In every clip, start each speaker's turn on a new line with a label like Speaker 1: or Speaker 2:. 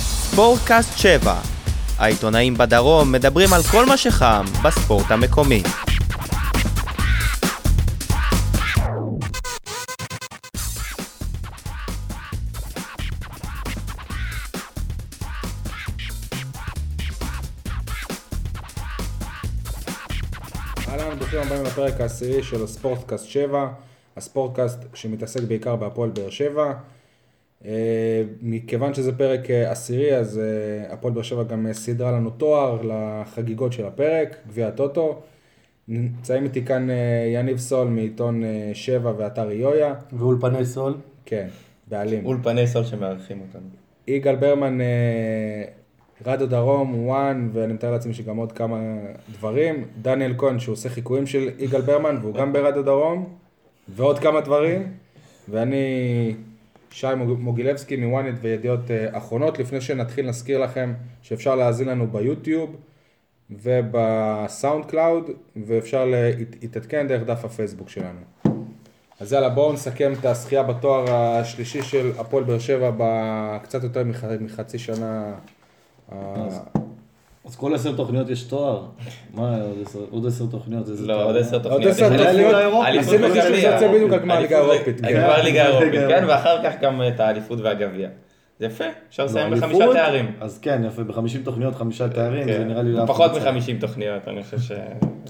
Speaker 1: ספורטקאסט 7. העיתונאים בדרום מדברים על כל מה שחם בספורט המקומי.
Speaker 2: אהלן, ברוכים הבאים לפרק העשירי של הספורטקאסט 7, הספורטקאסט שמתעסק בעיקר בהפועל באר שבע. אה, מכיוון שזה פרק אה, עשירי, אז אה, הפועל באר שבע גם אה, סידרה לנו תואר לחגיגות של הפרק, גביע הטוטו. נמצאים איתי כאן אה, יניב סול מעיתון אה, 7 ואתר יויה,
Speaker 3: ואולפני סול.
Speaker 2: כן, בעלים.
Speaker 4: אולפני סול שמארחים אותנו.
Speaker 2: יגאל ברמן, אה, רדיו דרום, וואן, ואני מתאר לעצמי שגם עוד כמה דברים. דניאל כהן, שהוא עושה חיקויים של יגאל ברמן, והוא גם ברדיו דרום, ועוד כמה דברים. ואני שי מוג- מוגילבסקי מוואנט וידיעות אה, אחרונות. לפני שנתחיל, נזכיר לכם שאפשר להאזין לנו ביוטיוב ובסאונד קלאוד, ואפשר להתעדכן דרך דף הפייסבוק שלנו. אז יאללה, בואו נסכם את הזכייה בתואר השלישי של הפועל באר שבע בקצת יותר מח... מחצי שנה. אה,
Speaker 3: אז כל עשר תוכניות יש תואר. מה, עוד עשר- עוד עשר תוכניות, איזה
Speaker 4: לא, עוד עשר תוכניות.
Speaker 2: אה, עוד עשר
Speaker 4: יש.
Speaker 2: תוכניות,
Speaker 4: האליפות
Speaker 2: עשינו
Speaker 4: בגביע.
Speaker 2: חישוב בדיוק על גמר הליגה
Speaker 4: האליפות-
Speaker 2: האירופית, כן.
Speaker 4: גמר הליגה האירופית,
Speaker 3: האירופית.
Speaker 4: כן, ואחר כך גם את האליפות והגביע. זה יפה, אפשר
Speaker 3: לא,
Speaker 4: לסיים
Speaker 3: אליפות?
Speaker 4: בחמישה תארים.
Speaker 3: אז כן, יפה, בחמישים תוכניות חמישה תארים,
Speaker 4: כן.
Speaker 3: זה נראה לי... לא לאף
Speaker 4: פחות
Speaker 3: אחד.
Speaker 4: מחמישים תוכניות, אני חושב ש...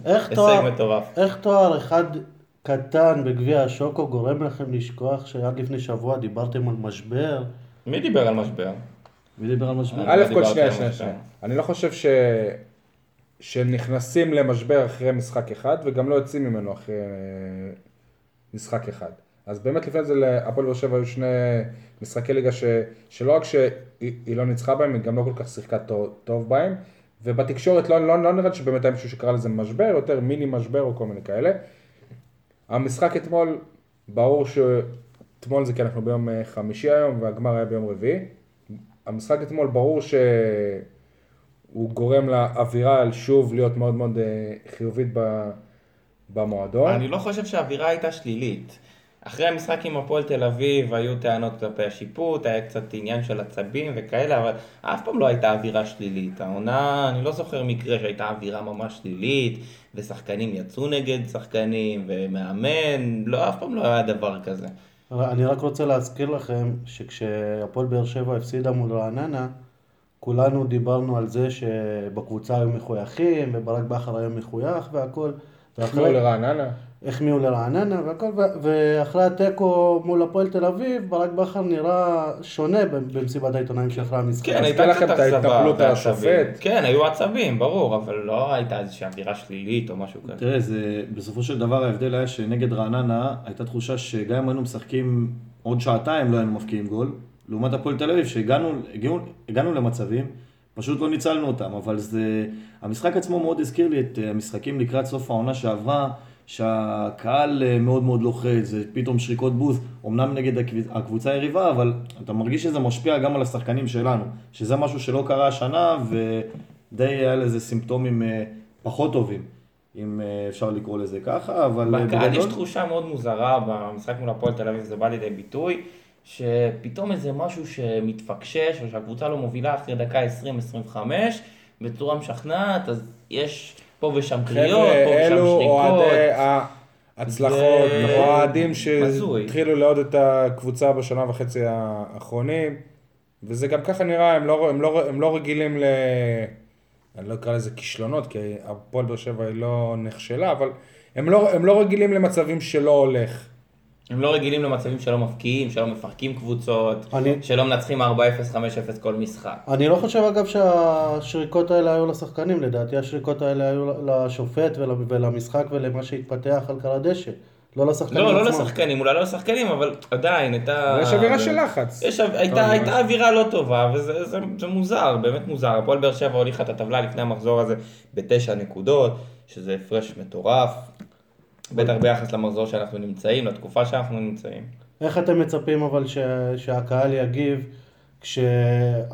Speaker 5: איך
Speaker 4: הישג
Speaker 5: תואר,
Speaker 4: מטורף.
Speaker 5: איך תואר אחד קטן בגביע השוקו גורם לכם לשכוח שעד לפני שבוע דיברתם על משבר?
Speaker 4: מי דיבר על משבר?
Speaker 3: מי דיבר על משבר?
Speaker 4: אה,
Speaker 2: א' כל
Speaker 4: דיברתי
Speaker 2: שנייה,
Speaker 4: על
Speaker 2: שנייה,
Speaker 4: משבר.
Speaker 2: שנייה. אני לא חושב ש... שנכנסים למשבר אחרי משחק אחד, וגם לא יוצאים ממנו אחרי אה, משחק אחד. אז באמת לפני זה להפועל באר שבע היו שני משחקי ליגה ש... שלא רק שהיא היא לא ניצחה בהם, היא גם לא כל כך שיחקה טוב, טוב בהם. ובתקשורת לא, לא, לא נראה שבאמת היה מישהו שקרא לזה משבר, יותר מיני משבר או כל מיני כאלה. המשחק אתמול, ברור שאתמול זה כי אנחנו ביום אה, חמישי היום והגמר היה ביום רביעי. המשחק אתמול ברור שהוא גורם לאווירה שוב להיות מאוד מאוד אה, חיובית ב- במועדון.
Speaker 4: אני לא חושב שהאווירה הייתה שלילית. אחרי המשחק עם הפועל תל אביב היו טענות כלפי השיפוט, היה קצת עניין של עצבים וכאלה, אבל אף פעם לא הייתה אווירה שלילית. העונה, אני לא זוכר מקרה שהייתה אווירה ממש שלילית, ושחקנים יצאו נגד שחקנים, ומאמן, לא, אף פעם לא היה דבר כזה.
Speaker 5: אני רק רוצה להזכיר לכם שכשהפועל באר שבע הפסידה מול רעננה, כולנו דיברנו על זה שבקבוצה היו מחויכים, וברק בכר היה מחוייך והכל.
Speaker 2: תחזור
Speaker 5: ואחרי-
Speaker 2: לא לרעננה.
Speaker 5: החמיאו לרעננה והכל, ו- ואחרי התיקו מול הפועל תל אביב, ברק בכר נראה שונה ב- במסיבת העיתונאים שאחרי המשחק.
Speaker 4: כן,
Speaker 2: הייתה
Speaker 4: הייתה קצת
Speaker 2: לכם את
Speaker 4: אכזבה
Speaker 2: ההתנפלות על
Speaker 4: ועצבים.
Speaker 2: השופט?
Speaker 4: כן, היו עצבים, ברור, אבל לא הייתה איזושהי אווירה שלילית או משהו כזה.
Speaker 3: תראה, זה, בסופו של דבר ההבדל היה שנגד רעננה הייתה תחושה שגם אם היינו משחקים עוד שעתיים לא היינו מבקיעים גול, לעומת הפועל תל אביב שהגענו הגענו, הגענו למצבים, פשוט לא ניצלנו אותם, אבל זה... המשחק עצמו מאוד הזכיר לי את אה, המשחקים לקראת סוף העונה שעברה, שהקהל אה, מאוד מאוד לוחץ, זה פתאום שריקות בוז, אמנם נגד הקב- הקבוצה היריבה, אבל אתה מרגיש שזה משפיע גם על השחקנים שלנו, שזה משהו שלא קרה השנה ודי היה לזה סימפטומים אה, פחות טובים. אם אה, אפשר לקרוא לזה ככה, אבל... אה,
Speaker 4: בקהל יש
Speaker 3: בגדול-
Speaker 4: תחושה מאוד מוזרה במשחק מול הפועל תל אביב, זה בא לידי ביטוי, שפתאום איזה משהו שמתפקשש, או שהקבוצה לא מובילה אחרי דקה 20-25, בצורה משכנעת, אז יש פה ושם קריאות, פה
Speaker 2: חבר'ה,
Speaker 4: ושם
Speaker 2: אלו
Speaker 4: שריקות.
Speaker 2: אוהדי ההצלחות,
Speaker 4: זה-
Speaker 2: אוהדים
Speaker 4: הזוי.
Speaker 2: שהתחילו לעוד את הקבוצה בשנה וחצי האחרונים, וזה גם ככה נראה, הם לא, הם לא, הם לא רגילים ל... אני לא אקרא לזה כישלונות, כי הפועל באר שבע היא לא נכשלה, אבל הם לא, הם לא רגילים למצבים שלא הולך.
Speaker 4: הם לא רגילים למצבים שלא מפקיעים, שלא מפרקים קבוצות,
Speaker 5: אני-
Speaker 4: שלא מנצחים 4-0, 5-0 כל משחק.
Speaker 5: אני לא חושב אגב שהשריקות האלה היו לשחקנים, לדעתי השריקות האלה היו לשופט ול- ולמשחק ולמה שהתפתח על קר הדשא, לא לשחקנים
Speaker 4: לא, לא
Speaker 5: עצמם.
Speaker 4: לשחקנים, אולי לא לשחקנים, אבל עדיין הייתה...
Speaker 2: אבל יש אווירה של לחץ.
Speaker 4: אה, יש, הייתה, הייתה אווירה לא טובה, וזה זה, זה מוזר, באמת מוזר. הפועל באר שבע הוליכה את הטבלה לפני המחזור הזה בתשע נקודות, שזה הפרש מטורף. בטח ביחס למחזור שאנחנו נמצאים, לתקופה שאנחנו נמצאים.
Speaker 5: איך אתם מצפים אבל ש... שהקהל יגיב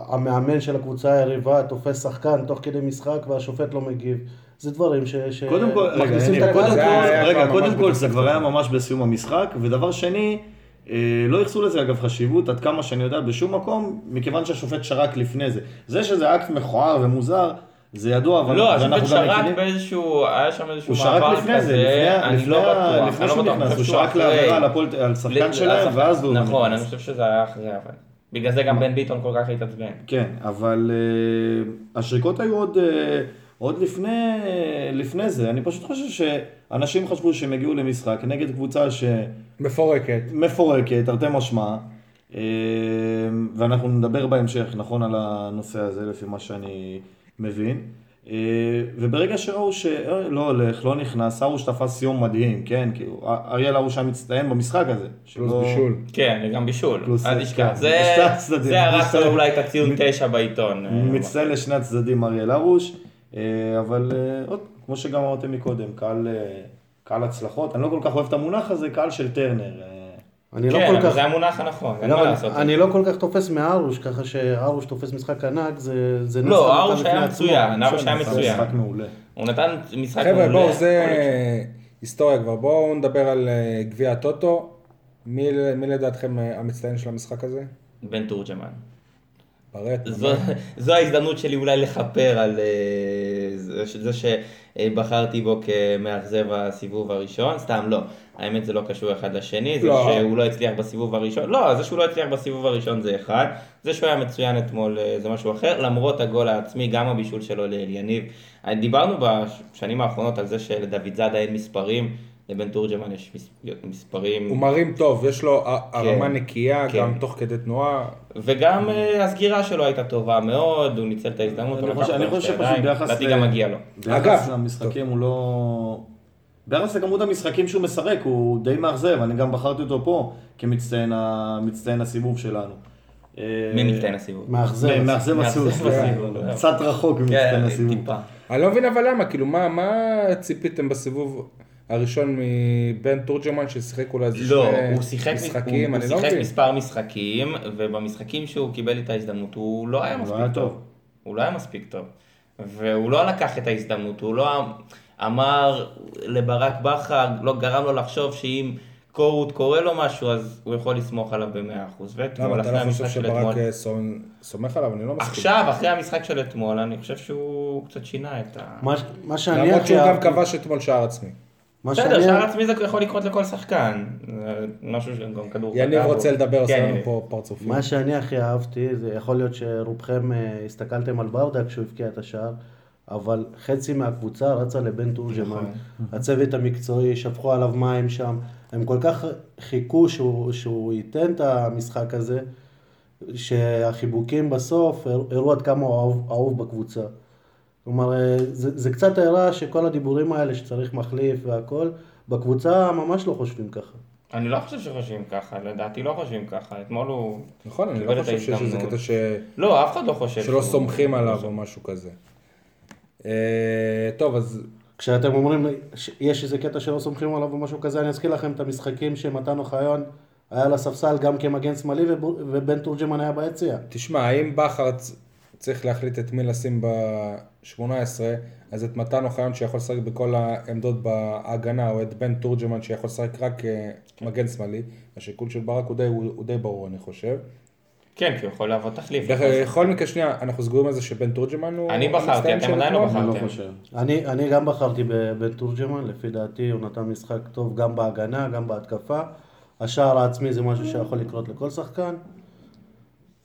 Speaker 5: כשהמאמן של הקבוצה היריבה תופס שחקן תוך כדי משחק והשופט לא מגיב? זה דברים ש... ש-
Speaker 3: קודם כל, רגע,
Speaker 5: מכניסים
Speaker 3: הנה,
Speaker 5: את
Speaker 3: קודם
Speaker 5: הקהל
Speaker 2: אה, זה היה
Speaker 3: כל-
Speaker 2: כבר
Speaker 3: רגע,
Speaker 2: ממש
Speaker 3: קודם כל
Speaker 2: בתחילת
Speaker 3: זה כבר היה ממש בסיום המשחק, ודבר שני, אה, לא ייחסו לזה אגב חשיבות, עד כמה שאני יודע, בשום מקום, מכיוון שהשופט שרק לפני זה. זה שזה אקט מכוער ומוזר, זה ידוע, אבל
Speaker 4: לא,
Speaker 3: ואנחנו
Speaker 4: השופט
Speaker 3: גם
Speaker 4: שרק
Speaker 3: מכירים-
Speaker 4: באיזשהו, היה שם איזשהו
Speaker 3: הוא שרק
Speaker 4: מעבר
Speaker 3: לפני זה,
Speaker 4: כזה,
Speaker 3: לפני,
Speaker 4: אני
Speaker 3: לפני,
Speaker 4: לא בטוח,
Speaker 3: לפני
Speaker 4: אני
Speaker 3: שהוא
Speaker 4: לא בטוח, אני
Speaker 3: נכנס,
Speaker 4: חושב
Speaker 3: הוא
Speaker 4: שהוא
Speaker 3: שרק
Speaker 4: אחרי.
Speaker 3: לעבירה על הפועל- על שחקן
Speaker 4: ל-
Speaker 3: שלהם,
Speaker 4: לשחקן.
Speaker 3: ואז הוא...
Speaker 4: נכון,
Speaker 3: נכנס.
Speaker 4: אני חושב שזה היה אחרי, אבל. בגלל זה גם בן ביטון כל כך התעצבן.
Speaker 3: כן, אבל uh, השריקות היו עוד, uh, עוד לפני, לפני זה. אני פשוט חושב שאנשים חשבו שהם הגיעו למשחק נגד קבוצה
Speaker 2: מפורקת.
Speaker 3: שמפורקת, תרתי משמע, אה, ואנחנו נדבר בהמשך, נכון, על הנושא הזה, לפי מה שאני מבין. אה, וברגע שראו שלא הולך, לא נכנס, הרוש תפס יום מדהים, כן, כאילו, אריאל הרוש היה מצטיין במשחק הזה.
Speaker 2: פלוס
Speaker 3: שלא-
Speaker 2: בישול.
Speaker 4: כן, וגם בישול,
Speaker 3: פלוס-
Speaker 4: אל תשכח.
Speaker 3: כן,
Speaker 4: זה-
Speaker 3: בשתי הצדדים,
Speaker 4: זה הרס לו
Speaker 3: בשתי-
Speaker 4: אולי את הציון
Speaker 3: מ-
Speaker 4: תשע בעיתון. אה,
Speaker 3: מצטיין לשני הצדדים אריאל הרוש, אה, אבל אה, עוד, כמו שגם אמרתם מקודם, קהל, אה, קהל הצלחות, אני לא כל כך אוהב את המונח הזה, קהל של טרנר. אה,
Speaker 5: אני לא
Speaker 4: כן,
Speaker 5: כל
Speaker 4: אבל
Speaker 5: כך...
Speaker 4: זה המונח הנכון, אין
Speaker 5: גם
Speaker 4: מה
Speaker 5: אני-
Speaker 4: לעשות.
Speaker 5: אני לא כל כך תופס מארוש, ככה שארוש תופס משחק ענק, זה זה נס
Speaker 4: לא,
Speaker 5: חנוכה
Speaker 4: ארוש
Speaker 5: בפני
Speaker 4: היה
Speaker 5: עצמו. לא
Speaker 4: מצוין, ארוש היה
Speaker 3: זה
Speaker 4: אה, מצוין.
Speaker 3: משחק מעולה.
Speaker 4: הוא נתן משחק
Speaker 2: חבר'ה,
Speaker 4: מעולה.
Speaker 2: בואו, זה היסטוריה כבר. בואו נדבר על אה, גביע הטוטו. מי ל- מי לדעתכם אה, המצטיין של המשחק הזה?
Speaker 4: בן תורג'מן.
Speaker 2: ברט.
Speaker 4: זו- זו ההזדמנות שלי אולי לכפר על אה, זה- זה שבחרתי בו כמאכזב הסיבוב הראשון, סתם לא. האמת זה לא קשור אחד לשני, זה
Speaker 2: לא.
Speaker 4: שהוא לא הצליח בסיבוב הראשון, לא, זה שהוא לא הצליח בסיבוב הראשון זה אחד, זה שהוא היה מצוין אתמול אה, זה משהו אחר, למרות הגול העצמי, גם הבישול שלו לאליניב. דיברנו בשנים האחרונות על זה שלדוד זאדה אין מספרים, לבן תורג'מן יש מס- מספרים.
Speaker 2: הוא מרים טוב, יש לו ה- הרמה נקייה,
Speaker 4: כן.
Speaker 2: גם תוך כדי תנועה.
Speaker 4: וגם אה, הסגירה שלו הייתה טובה מאוד, הוא ניצל את ההזדמנות, הוא
Speaker 3: אני
Speaker 4: לקח
Speaker 3: חושב-
Speaker 4: אותה
Speaker 3: אני
Speaker 4: בשתי
Speaker 3: חושב שפשוט
Speaker 4: ידיים.
Speaker 3: ביחס
Speaker 4: לדעתי
Speaker 3: ל-
Speaker 4: גם מגיע לו.
Speaker 3: ביחס
Speaker 2: אגב,
Speaker 3: למשחקים הוא לא... ביחס לכמות המשחקים שהוא משחק הוא די מאכזב, אני גם בחרתי אותו פה כמצטיין ה- מצטיין הסיבוב שלנו. אה,
Speaker 4: מי מצטיין הסיבוב?
Speaker 5: מאכזב.
Speaker 3: אה, מאכזב הסיבוב,
Speaker 4: מאכזב
Speaker 3: סליחה.
Speaker 4: הסיבוב.
Speaker 3: קצת רחוק ממצטיין
Speaker 4: כן,
Speaker 3: הסיבוב.
Speaker 4: טיפה.
Speaker 2: אני לא מבין אבל למה, כאילו, מה- מה ציפיתם בסיבוב הראשון מבן תורג'מן ששיחק אולי איזה
Speaker 4: לא, הוא שיחק,
Speaker 2: שני משחקים?
Speaker 4: הוא,
Speaker 2: אני
Speaker 4: הוא
Speaker 2: לא
Speaker 4: שיחק
Speaker 2: מבין.
Speaker 4: מספר משחקים, ובמשחקים שהוא קיבל את ההזדמנות הוא לא היה
Speaker 3: הוא לא
Speaker 4: מספיק
Speaker 3: היה
Speaker 4: טוב.
Speaker 3: טוב.
Speaker 4: הוא לא היה מספיק טוב. והוא לא לקח את ההזדמנות, הוא לא אמר לברק בכר, לא גרם לו לחשוב שאם קורות קורה לו משהו, אז הוא יכול לסמוך עליו במאה אחוז. ואתמול,
Speaker 2: למה, אתה
Speaker 4: אחרי
Speaker 2: לא חושב
Speaker 4: המשחק של
Speaker 2: שברק
Speaker 4: אתמול,
Speaker 2: אה, סומ- סומך עליו? אני לא מסכים.
Speaker 4: עכשיו, אחרי המשחק של אתמול, אני חושב שהוא קצת שינה את ה...
Speaker 5: מה ש- מה שאני
Speaker 2: למרות
Speaker 5: הכי
Speaker 2: שהוא גם
Speaker 5: אהבתי...
Speaker 2: כבש אתמול שער עצמי.
Speaker 5: מה
Speaker 4: בסדר, שער
Speaker 5: שאני-
Speaker 4: עצמי זה יכול לקרות לכל שחקן. זה משהו שגם כדור...
Speaker 2: יניב
Speaker 4: חטא
Speaker 2: רוצה
Speaker 4: בו.
Speaker 2: לדבר, עשה
Speaker 4: כן,
Speaker 2: לנו
Speaker 4: יניב.
Speaker 2: פה פרצופים.
Speaker 5: מה שאני הכי אהבתי, זה יכול להיות שרובכם אה, הסתכלתם על ברדה כשהוא הבקיע את השער, אבל חצי מהקבוצה רצה לבן תורג'מן. הצוות המקצועי, שפכו עליו מים שם. הם כל כך חיכו שהוא, שהוא ייתן את המשחק הזה, שהחיבוקים בסוף הר- הראו עד כמה הוא אהוב, אהוב בקבוצה. כלומר, אה, זה, זה קצת הראה שכל הדיבורים האלה שצריך מחליף והכל, בקבוצה ממש לא חושבים ככה.
Speaker 4: אני לא חושב שחושבים ככה, לדעתי לא חושבים ככה. אתמול הוא...
Speaker 2: נכון, אני
Speaker 4: קיבל
Speaker 2: לא
Speaker 4: את
Speaker 2: חושב שיש איזה
Speaker 4: ההזדמנות.
Speaker 2: קטע ש...
Speaker 4: לא, אף אחד לא חושב.
Speaker 2: שלא
Speaker 4: שהוא- נכון.
Speaker 2: סומכים עליו או משהו כזה. אה, טוב, אז
Speaker 5: כשאתם אומרים, ש- יש איזה קטע שלא סומכים עליו או משהו כזה, אני אזכיר לכם את המשחקים שמתן אוחיון היה על הספסל גם כמגן שמאלי ובור- ובן תורג'מן היה ביציע.
Speaker 2: תשמע, האם בכר צ- צריך להחליט את מי לשים ב-18, אז את מתן אוחיון שיכול לשחק בכל העמדות בהגנה, או את בן תורג'מן שיכול לשחק רק אה,
Speaker 4: כן.
Speaker 2: מגן שמאלי, השיקול של ברק הוא די- הוא הוא די ברור, אני חושב.
Speaker 4: כן, כי הוא יכול להוות תחליף.
Speaker 2: בכל מקרה, שנייה, אנחנו סגורים על זה שבן תורג'מן הוא...
Speaker 4: אני בחרתי,
Speaker 2: המצטיין
Speaker 4: אתם
Speaker 2: של
Speaker 4: עדיין לא
Speaker 2: אתמול?
Speaker 3: אני לא
Speaker 4: בחרתם.
Speaker 3: חושב.
Speaker 5: אני, אני גם בחרתי בבן תורג'מן, לפי דעתי הוא נתן משחק טוב גם בהגנה, גם בהתקפה. השער העצמי זה משהו שיכול לקרות לכל שחקן.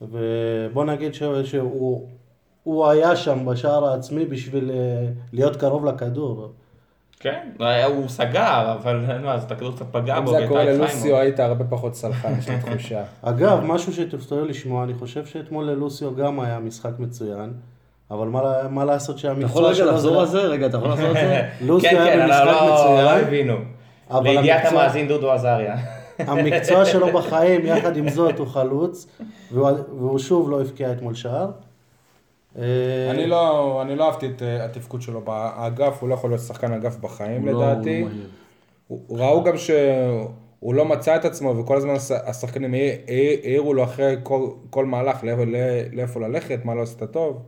Speaker 5: ובוא נגיד ש, שהוא הוא היה שם בשער העצמי בשביל אה, להיות קרוב לכדור.
Speaker 4: כן, היה- הוא סגר, אבל אין מה, אז את הכדור קצת פגע
Speaker 2: אם
Speaker 4: בו.
Speaker 2: זה היה
Speaker 4: והייתה
Speaker 2: קורה
Speaker 4: את
Speaker 2: ללוסיו,
Speaker 4: אוקיי, חיימוב.
Speaker 2: היית הרבה פחות סלחן, יש לי תחושה.
Speaker 5: אגב, משהו שתופתעו לשמוע, אני חושב שאתמול ללוסיו גם היה משחק מצוין, אבל מה, מה לעשות
Speaker 3: אתה יכול
Speaker 5: שהמקצוע
Speaker 3: רגע
Speaker 5: שלו זה...
Speaker 3: לחזור על זה? רגע, אתה יכול לחזור על זה?
Speaker 5: לוסיו
Speaker 4: כן,
Speaker 5: היה
Speaker 4: כן,
Speaker 5: במשחק
Speaker 4: לא, לא,
Speaker 5: מצוין.
Speaker 4: לא הבינו.
Speaker 5: אבל
Speaker 4: לידיעת
Speaker 5: המקצוע-
Speaker 4: המאזין דודו עזריה.
Speaker 5: המקצוע שלו בחיים, יחד עם זאת, הוא חלוץ, והוא, והוא שוב לא הבקיע אתמול שער. אה,
Speaker 2: אני לא, אני לא אהבתי את אה, התפקוד שלו באגף, הוא לא יכול להיות שחקן אגף בחיים
Speaker 3: הוא לא-
Speaker 2: לדעתי.
Speaker 3: הוא לא מהיר.
Speaker 2: הוא- ראו גם שהוא לא מצא את עצמו וכל הזמן הש- השחקנים העיר- העיר- העירו לו אחרי כל, כל מהלך לאיפה, לא- לאיפה ללכת, מה לא עשית טוב.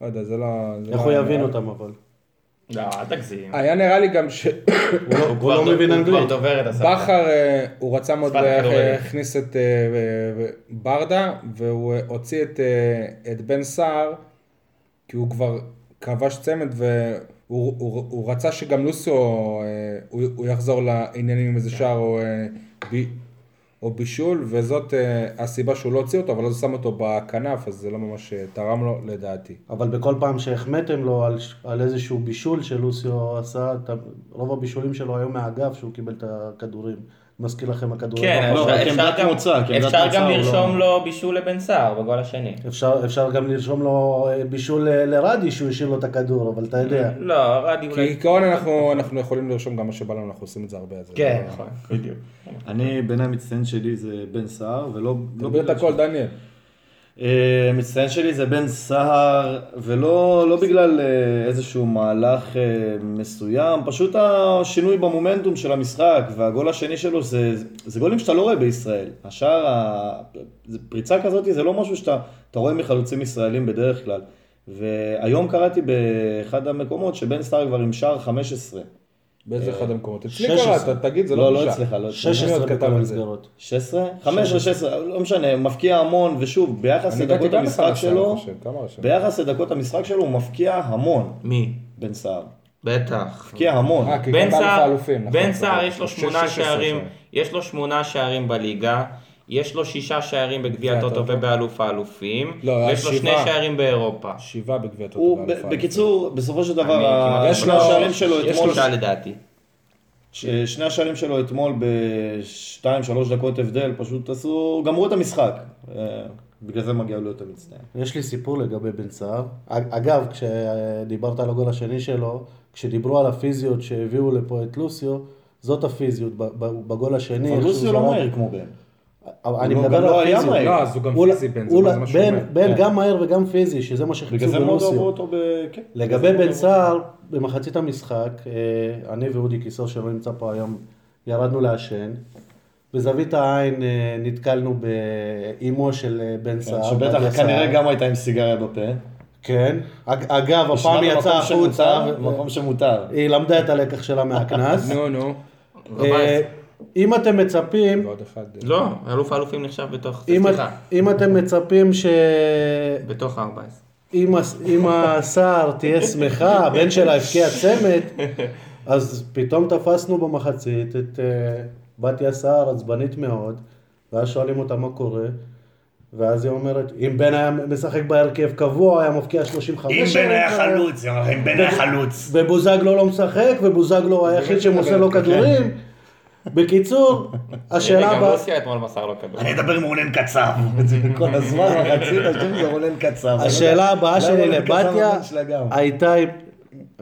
Speaker 2: לא יודע, זה לא... זה
Speaker 5: איך
Speaker 2: לא
Speaker 5: הוא
Speaker 2: היה
Speaker 5: יבין
Speaker 2: נראה.
Speaker 5: אותם אבל?
Speaker 4: לא, אל תגזים.
Speaker 2: היה נראה לי גם ש...
Speaker 5: הוא לא- הוא לא מבין
Speaker 4: הוא
Speaker 5: אנגלית.
Speaker 4: כבר דובר את השפה.
Speaker 2: בכר, אה, הוא רצה מאוד
Speaker 4: שפת
Speaker 2: איך,
Speaker 4: הכדורגל.
Speaker 2: אה, הכניס את אה, אה, ברדה, והוא אה, הוציא את, אה, את בן סער, כי הוא כבר כבש צמד, והוא הוא, הוא רצה שגם לוסיו, אה, הוא, הוא יחזור לעניינים עם
Speaker 4: כן.
Speaker 2: איזה שער או, אה, ב, או בישול, וזאת אה, הסיבה שהוא לא הוציא אותו, אבל אז הוא שם אותו בכנף, אז זה לא ממש אה, תרם לו, לדעתי.
Speaker 5: אבל בכל פעם שהחמאתם לו על, על איזשהו בישול שלוסיו עשה, אתה, רוב הבישולים שלו היו מהאגף שהוא קיבל את הכדורים. מזכיר לכם הכדורים.
Speaker 4: כן,
Speaker 3: לא,
Speaker 5: האחרון.
Speaker 4: אפשר-
Speaker 3: אבל
Speaker 4: אפשר
Speaker 3: כעמדת
Speaker 4: גם-
Speaker 3: מוצא, כעמדת
Speaker 4: אפשר
Speaker 3: מוצא
Speaker 4: גם
Speaker 3: הוא לא-
Speaker 4: לרשום לו בישול לבן סער בגול השני.
Speaker 5: אפשר, אפשר גם לרשום לו אה, בישול אה, לרדי שהוא השאיר לו את הכדור, אבל אתה יודע.
Speaker 4: לא, רדי
Speaker 2: כי
Speaker 4: אולי...
Speaker 2: כעיקרון אנחנו, אנחנו יכולים לרשום גם מה שבא לנו, אנחנו עושים את זה הרבה. אז זה
Speaker 4: כן,
Speaker 2: לא-
Speaker 4: נכון, בדיוק.
Speaker 3: אני, בין המצטיין שלי זה בן סער, ולא... לא
Speaker 2: תדבר את
Speaker 3: בגלל
Speaker 2: הכל, דניאל.
Speaker 3: אה, המצטיין שלי זה בן סהר, ולא לא בגלל אה, איזשהו מהלך אה, מסוים, פשוט השינוי במומנטום של המשחק, והגול השני שלו זה, זה גולים שאתה לא רואה בישראל. השער, ה- זה- פריצה כזאת זה לא משהו שאתה אתה רואה מחלוצים ישראלים בדרך כלל. והיום קראתי באחד המקומות שבן סהר כבר עם שער 15.
Speaker 2: באיזה
Speaker 4: אה,
Speaker 2: אחד המקומות? אצלי
Speaker 5: 16.
Speaker 2: קראת, תגיד, זה
Speaker 3: לא,
Speaker 2: לא
Speaker 3: לא
Speaker 2: בושה.
Speaker 3: אצלך, לא אצלך.
Speaker 5: 16
Speaker 2: כתב
Speaker 5: בכל
Speaker 2: על זה.
Speaker 5: המסגרות.
Speaker 3: 16? 15, 16, לא משנה, מפקיע המון, ושוב, ביחס
Speaker 2: אני הגעתי
Speaker 3: לדקות
Speaker 2: גם
Speaker 3: המשחק
Speaker 2: ל-11, אני
Speaker 3: שלו,
Speaker 2: חושב, כמה רשם?
Speaker 3: ביחס לדקות המשחק שלו הוא מפקיע המון,
Speaker 4: מי?
Speaker 3: בן סער.
Speaker 4: בטח.
Speaker 3: מפקיע המון.
Speaker 2: אה, כי
Speaker 4: בן
Speaker 2: גם באלוף
Speaker 4: סער,
Speaker 2: האלופים, נכון,
Speaker 4: בן
Speaker 2: נכון.
Speaker 4: סער יש לו
Speaker 2: שש-
Speaker 4: שמונה
Speaker 2: שש- שש-
Speaker 4: שערים,
Speaker 2: שש-
Speaker 4: יש לו שמונה שערים בליגה, יש לו שישה שערים בגביע
Speaker 2: גביע
Speaker 4: הטוטו
Speaker 2: הטוטו.
Speaker 4: ובאלוף האלופים,
Speaker 2: לא, היה
Speaker 4: ויש לו שני
Speaker 2: שבעה.
Speaker 4: שערים באירופה.
Speaker 2: שבעה בגביע טוטו.
Speaker 3: הוא,
Speaker 2: באלוף
Speaker 3: ב-
Speaker 2: האלופים.
Speaker 3: בקיצור, בסופו של
Speaker 4: אני
Speaker 3: דבר, ה-
Speaker 4: כמעט-
Speaker 2: יש
Speaker 3: שני
Speaker 2: לו-
Speaker 3: השערים שלו
Speaker 4: יש
Speaker 3: אתמול,
Speaker 4: שלושה לדעתי.
Speaker 3: ש- שני השערים שלו אתמול בשתיים, שלוש דקות הבדל, פשוט עשו, גמרו את המשחק. אה, בגלל זה מגיע לו יותר מצטיין.
Speaker 5: יש לי סיפור לגבי בן סער. אג- אגב, כשדיברת על הגול השני שלו, כשדיברו על הפיזיות שהביאו לפה את לוסיו, זאת הפיזיות ב- ב- בגול השני.
Speaker 3: אבל
Speaker 5: איך
Speaker 3: לוסיו
Speaker 5: שהוא
Speaker 3: לא
Speaker 5: זרק-
Speaker 3: מהיר כמו בן.
Speaker 5: אבל אני
Speaker 3: הוא
Speaker 5: מדבר
Speaker 3: גם לא
Speaker 5: על
Speaker 3: היה
Speaker 5: הפיזיות.
Speaker 3: מהיר.
Speaker 2: לא, אז הוא גם
Speaker 5: הוא-
Speaker 2: פיזי בן, זה
Speaker 5: הוא-
Speaker 2: זה מה שהוא
Speaker 5: בן-
Speaker 2: אומר.
Speaker 5: בן
Speaker 3: כן.
Speaker 5: גם מהיר וגם פיזי, שזה מה
Speaker 3: בגלל
Speaker 5: שחיפשו
Speaker 3: זה הם לא
Speaker 5: בלוסיו.
Speaker 3: גמרו אותו ב... כן.
Speaker 5: לגבי בן סער, במחצית המשחק, אה, אני ואודי כיסו שלא נמצא פה היום, ירדנו לעשן. בזווית העין אה, נתקלנו באימו של אה, בן סער. בתיה
Speaker 3: כן, שבטח
Speaker 5: סער.
Speaker 3: כנראה גם הייתה עם סיגריה בפה.
Speaker 5: כן. אג- אגב,
Speaker 3: ישבה
Speaker 5: הפעם היא
Speaker 3: במקום
Speaker 5: יצאה החוצה.
Speaker 3: שמותר,
Speaker 5: ו-
Speaker 3: מקום שמותר.
Speaker 5: היא למדה את הלקח שלה מהקנס.
Speaker 2: נו, נו.
Speaker 5: אה, אם אתם מצפים,
Speaker 2: ועוד אחד. אה,
Speaker 4: לא, אלוף האלופים נחשב בתוך,
Speaker 5: אם את-
Speaker 4: סליחה,
Speaker 5: אם אתם מצפים ש...
Speaker 4: בתוך ה-14.
Speaker 5: אם הס- אם הסער תהיה שמחה, הבן שלה הבקיע צמד, אז פתאום תפסנו במחצית את אה, בתיה סער עצבנית מאוד, ואז שואלים אותה מה קורה, ואז היא אומרת, אם בן היה משחק בהרכב קבוע, היה מבקיע 35... שערים כבר היה."
Speaker 3: אם בן היה חלוץ.
Speaker 5: אה,
Speaker 3: כן,
Speaker 5: ובוזגלו לא משחק, ובוזגלו הוא היחיד שמוסר לו כדורים. בקיצור, השאלה
Speaker 4: גם
Speaker 5: הבאה...
Speaker 4: רוסיה אתמול מסר לו כדור.
Speaker 3: אדבר עם רונן קצב. כל הזמן מחצית השם זה רונן קצב.
Speaker 5: השאלה הבאה
Speaker 3: למה
Speaker 5: שלי
Speaker 3: רונן קצב
Speaker 5: לבתיה
Speaker 3: הבן שלה גם?
Speaker 5: הייתה אם-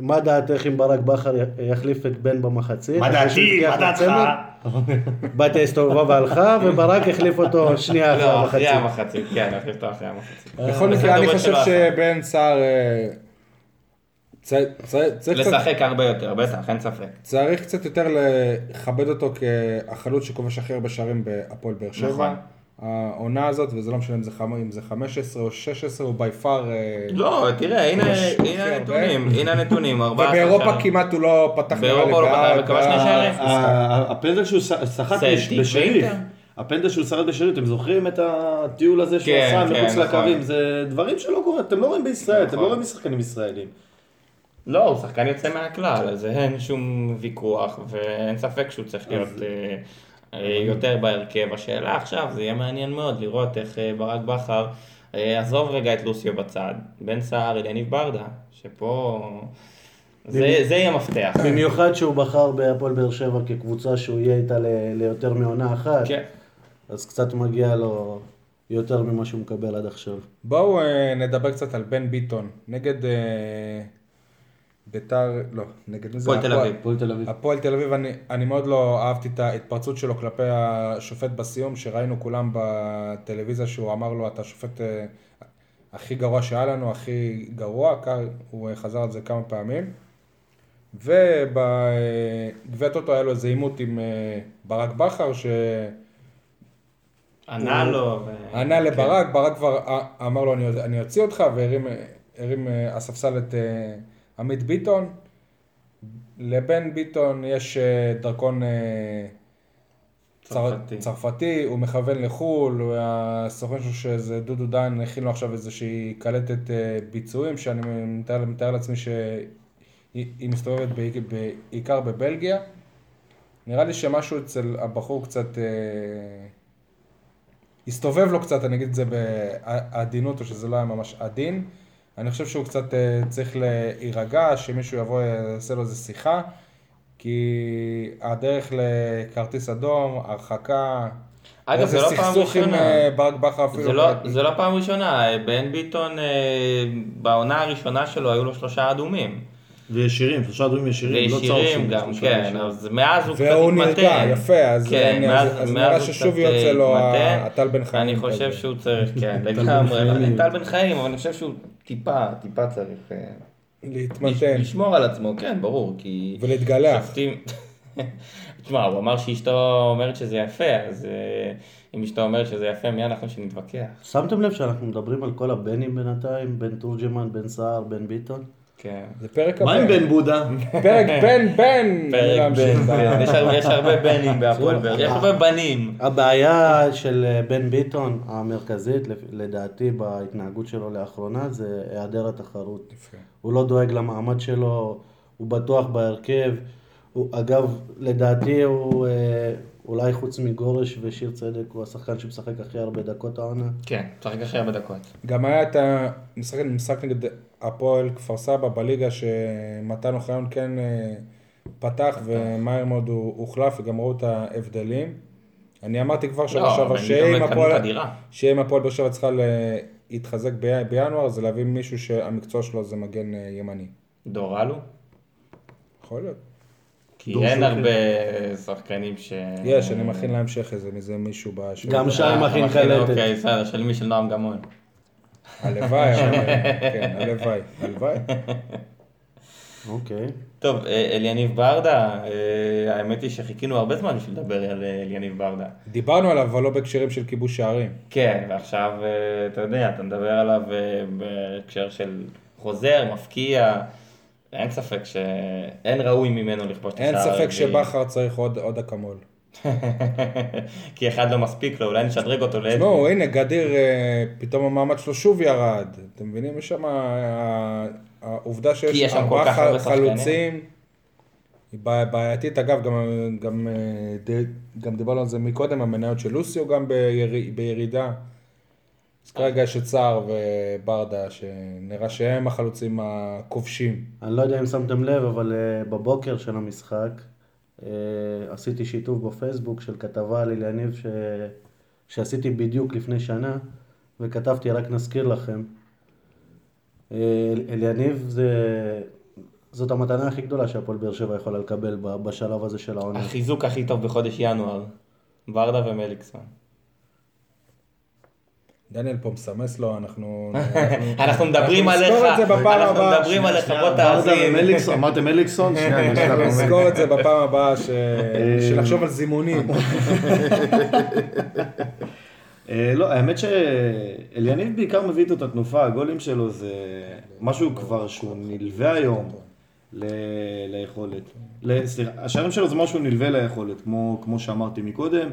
Speaker 5: מה דעתך אם ברק בכר י- יחליף את בן במחצית? אחרי שהוא הבקיע את הצמד? בתיה הסתובבה והלכה, וברק החליף אותו שנייה אחרי
Speaker 4: לא, אחרי
Speaker 5: המחצית.
Speaker 4: המחצית, כן, אני חושב אחרי המחצית. אה,
Speaker 2: בכל
Speaker 4: לא, בסדר,
Speaker 2: מקרה, אני
Speaker 4: אבל
Speaker 2: חושב
Speaker 4: שלא עשה.
Speaker 2: שבן סער... אה, צ- צ- צריך קצת-
Speaker 4: לשחק הרבה יותר, בטח, אין ספק.
Speaker 2: צריך קצת יותר לכבד אותו כחלוץ שכובש הכי הרבה שערים בהפועל באר שבע.
Speaker 4: נכון.
Speaker 2: העונה הזאת, וזה לא משנה אם זה חמ- אם זה 15 או 16, הוא בי פאר... אה,
Speaker 4: לא, תראה, הנה
Speaker 2: יש-
Speaker 4: הנה
Speaker 2: זה
Speaker 4: הנתונים, הנה הנתונים, 14
Speaker 2: ובאירופה
Speaker 4: שערים.
Speaker 2: כמעט הוא לא פתח
Speaker 4: באירופה הוא לא פתח,
Speaker 2: בעד,
Speaker 4: וכבש שני
Speaker 2: אה,
Speaker 4: שערים.
Speaker 3: הפנדל שהוא ש- סחט
Speaker 4: סלטיק
Speaker 3: בש- בשריף.
Speaker 4: ואינטר.
Speaker 3: הפנדל שהוא סחט בשריף, אתם זוכרים את הטיול הזה שהוא
Speaker 4: כן,
Speaker 3: עשה
Speaker 4: כן,
Speaker 3: מחוץ
Speaker 4: נכון.
Speaker 3: לקווים? זה דברים שלא קורים, אתם לא רואים בישראל, אתם
Speaker 4: נכון.
Speaker 3: לא רואים משחקנים ישראלים.
Speaker 4: לא, הוא שחקן יוצא מהכלל, על זה אין שום ויכוח, ואין ספק שהוא צריך להיות אה, אה, יותר בהרכב. השאלה עכשיו, זה יהיה מעניין מאוד לראות איך אה, ברק בכר, אה, עזוב רגע את לוסיו בצד, בן סער אל יניב ברדה, שפה... זה זה יהיה מפתח.
Speaker 5: במיוחד שהוא בחר בהפועל באר שבע כקבוצה שהוא יהיה איתה ל- ליותר מעונה אחת,
Speaker 4: כן.
Speaker 5: אז קצת מגיע לו יותר ממה שהוא מקבל עד עכשיו.
Speaker 2: בואו אה, נדבר קצת על בן ביטון, נגד אה, ביתר, לא, נגד מי זה?
Speaker 4: הפועל תל
Speaker 2: הפועל-
Speaker 4: אביב,
Speaker 3: הפועל תל אביב.
Speaker 2: הפועל תל אביב, אני, אני מאוד לא אהבתי את ההתפרצות שלו כלפי השופט בסיום, שראינו כולם בטלוויזיה שהוא אמר לו, אתה השופט אה, הכי גרוע שהיה לנו, הכי גרוע, כך, הוא אה, חזר על זה כמה פעמים. ובגביע טוטו היה לו איזה עימות עם אה, ברק בכר, ש...
Speaker 4: ענה לו. ו-
Speaker 2: ענה
Speaker 4: כן.
Speaker 2: לברק, ברק כבר א- אמר לו אני, אני אוציא אותך, והרים הרים, אה, הספסל את אה, עמית אה, ביטון, לבן ביטון יש אה, דרכון אה, צר-
Speaker 4: צרפתי.
Speaker 2: צרפתי, הוא מכוון לחו"ל, הוא- הסוכן שלו שזה דודו דן הכין לו עכשיו איזושהי קלטת אה, ביצועים, שאני מתאר, מתאר לעצמי שהיא היא מסתובבת בעיק- בעיקר בבלגיה. נראה לי שמשהו אצל הבחור קצת... אה, הסתובב לו קצת, אני אגיד את זה בעדינות, או שזה לא היה ממש עדין. אני חושב שהוא קצת אה, צריך להירגע, שמישהו יבוא, יעשה לו איזה שיחה, כי הדרך לכרטיס אדום, הרחקה,
Speaker 4: אגב, זה לא פעם
Speaker 2: סכסוך עם
Speaker 4: ראשונה.
Speaker 2: אה, ברק בכר אפילו.
Speaker 4: זה לא,
Speaker 2: יכול-
Speaker 4: זה לא פעם ראשונה, אה, בן ביטון אה, בעונה הראשונה שלו היו לו שלושה אדומים.
Speaker 3: וישירים, שלושה אדומים ישירים, לא צהובים.
Speaker 4: וישירים גם,
Speaker 3: שלושה
Speaker 4: כן,
Speaker 3: ישירים.
Speaker 4: אז מאז הוא קצת
Speaker 2: והוא
Speaker 4: התמתן.
Speaker 2: נרגע, יפה, אז
Speaker 4: כן,
Speaker 2: אני-
Speaker 4: מאז-
Speaker 2: אז- אז
Speaker 4: מאז
Speaker 2: נראה
Speaker 4: הוא
Speaker 2: ששוב
Speaker 4: קצת,
Speaker 2: יוצא
Speaker 4: אה,
Speaker 2: לו ה-
Speaker 4: התמתן.
Speaker 2: הטל בן חיים
Speaker 4: אני חושב
Speaker 2: כזה.
Speaker 4: שהוא צריך, כן,
Speaker 3: בן
Speaker 4: לגמרי,
Speaker 3: חיים.
Speaker 4: אבל טל בן חיים, אבל אני חושב שהוא טיפה, טיפה צריך אה,
Speaker 2: להתמתן
Speaker 4: לשמור על עצמו, כן, ברור, כי...
Speaker 2: ולהתגלח.
Speaker 4: שופטים... תשמע, הוא אמר שאשתו אומרת שזה יפה, אז אה, אם אשתו אומרת שזה יפה, מי אנחנו שנתווכח?
Speaker 5: שמתם לב שאנחנו מדברים על כל הבנים בינתיים? בן תורג'מן, בן סער, בן ביטון?
Speaker 4: כן.
Speaker 2: זה פרק
Speaker 3: מה עם
Speaker 2: הבן.
Speaker 3: בן בודה?
Speaker 2: פרק בן בן. אני לא
Speaker 4: פרק
Speaker 2: אמשיך.
Speaker 4: בן, בן. יש הרבה- יש הרבה בנים בהפועל באר שבע, יש הרבה
Speaker 2: אה.
Speaker 4: בנים.
Speaker 5: הבעיה של אה, בן ביטון המרכזית, לפ- לדעתי, בהתנהגות שלו לאחרונה, זה היעדר התחרות. הוא לא דואג למעמד שלו, הוא בטוח בהרכב. הוא, אגב, לדעתי הוא, אה, אולי חוץ מגורש ושיר צדק, הוא השחקן שמשחק הכי הרבה דקות העונה.
Speaker 4: כן, צריך אחרי הרבה דקות.
Speaker 2: גם היה את המשחק משחק נגד הפועל כפר סבא בליגה שמתן אוחיון כן אה, פתח ומהר מאוד הוא הוחלף וגם ראו את ההבדלים. אני אמרתי כבר שנה
Speaker 4: לא,
Speaker 2: שעבר
Speaker 4: אבל גם
Speaker 2: שאם
Speaker 4: קנו את
Speaker 2: הפועל
Speaker 4: הדירה.
Speaker 2: שאם הפועל באר שבע צריכה להתחזק ב- בינואר זה להביא מישהו שהמקצוע שלו זה מגן אה, ימני.
Speaker 4: דורלו?
Speaker 2: יכול להיות.
Speaker 4: כי
Speaker 3: דור
Speaker 4: אין
Speaker 3: שוקר.
Speaker 4: הרבה שחקנים ש...
Speaker 2: כן. יש, אני מכין להמשך איזה מזה מישהו בש...
Speaker 5: גם שי
Speaker 4: אה,
Speaker 5: מכין קלטת.
Speaker 4: אוקיי, בסדר, של מי? של נועם גמון.
Speaker 2: הלוואי, אבל- כן, הלוואי, הלוואי.
Speaker 5: אוקיי.
Speaker 4: טוב, אה, אליניב ברדה, אה, האמת היא שחיכינו הרבה זמן בשביל לדבר על אה, אליניב ברדה.
Speaker 2: דיברנו עליו, אבל לא בהקשרים של כיבוש שערים.
Speaker 4: כן, ועכשיו, אה, אתה יודע, אתה מדבר עליו אה, בהקשר של חוזר, מפקיע, אין ספק שאין ראוי ממנו לכבוש את השער
Speaker 2: אין ספק
Speaker 4: הרביעי.
Speaker 2: שבכר צריך עוד עוד אקמול.
Speaker 4: כי אחד לא מספיק לו, אולי נשדרג אותו לעד.
Speaker 2: תשמעו, לא, הנה, גדיר, אה, פתאום המעמד שלו שוב ירד. אתם מבינים? יש שם... אה, העובדה
Speaker 4: כי יש
Speaker 2: שיש
Speaker 4: שם כל
Speaker 2: ארבעה
Speaker 4: כך הרבה
Speaker 2: ח-
Speaker 4: שחקנים.
Speaker 2: חלוצים, היא בעי- בעייתית. אגב, גם- גם, אה, ד- גם דיברנו על זה מקודם, המניות של לוסיו גם בירי- בירידה. אז כרגע יש את סער וברדה, שנראה שהם החלוצים הכובשים.
Speaker 5: אני לא יודע אם שמתם לב, אבל אה, בבוקר של המשחק אה, עשיתי שיתוף בפייסבוק של כתבה על אליניב ש... שעשיתי בדיוק לפני שנה, וכתבתי, רק נזכיר לכם. אה, אליניב זה... זאת המתנה הכי גדולה שהפועל באר שבע יכולה לקבל ב- בשלב הזה של העונה.
Speaker 4: החיזוק הכי טוב בחודש ינואר, ברדה ומליקסון.
Speaker 2: דניאל פה מסמס לו, אנחנו...
Speaker 4: אנחנו מדברים
Speaker 2: אנחנו
Speaker 4: עליך,
Speaker 2: נזכור את זה בפעם
Speaker 4: אנחנו
Speaker 2: הבאה.
Speaker 4: מדברים
Speaker 2: שנייה,
Speaker 4: עליך, בוא
Speaker 3: ברדה
Speaker 4: תאזין.
Speaker 3: ומליקסון, אמרתם אליקסון? שנייה, אני אשלח לו.
Speaker 2: נזכור את זה בפעם הבאה, ש- שנחשוב על זימונים.
Speaker 3: אה, לא, האמת שאליניב בעיקר מביא איתו את התנופה, הגולים שלו זה משהו כבר שהוא נלווה היום ל- ליכולת. ל- סליחה, השערים שלו זה משהו נלווה ליכולת, כמו, כמו שאמרתי מקודם.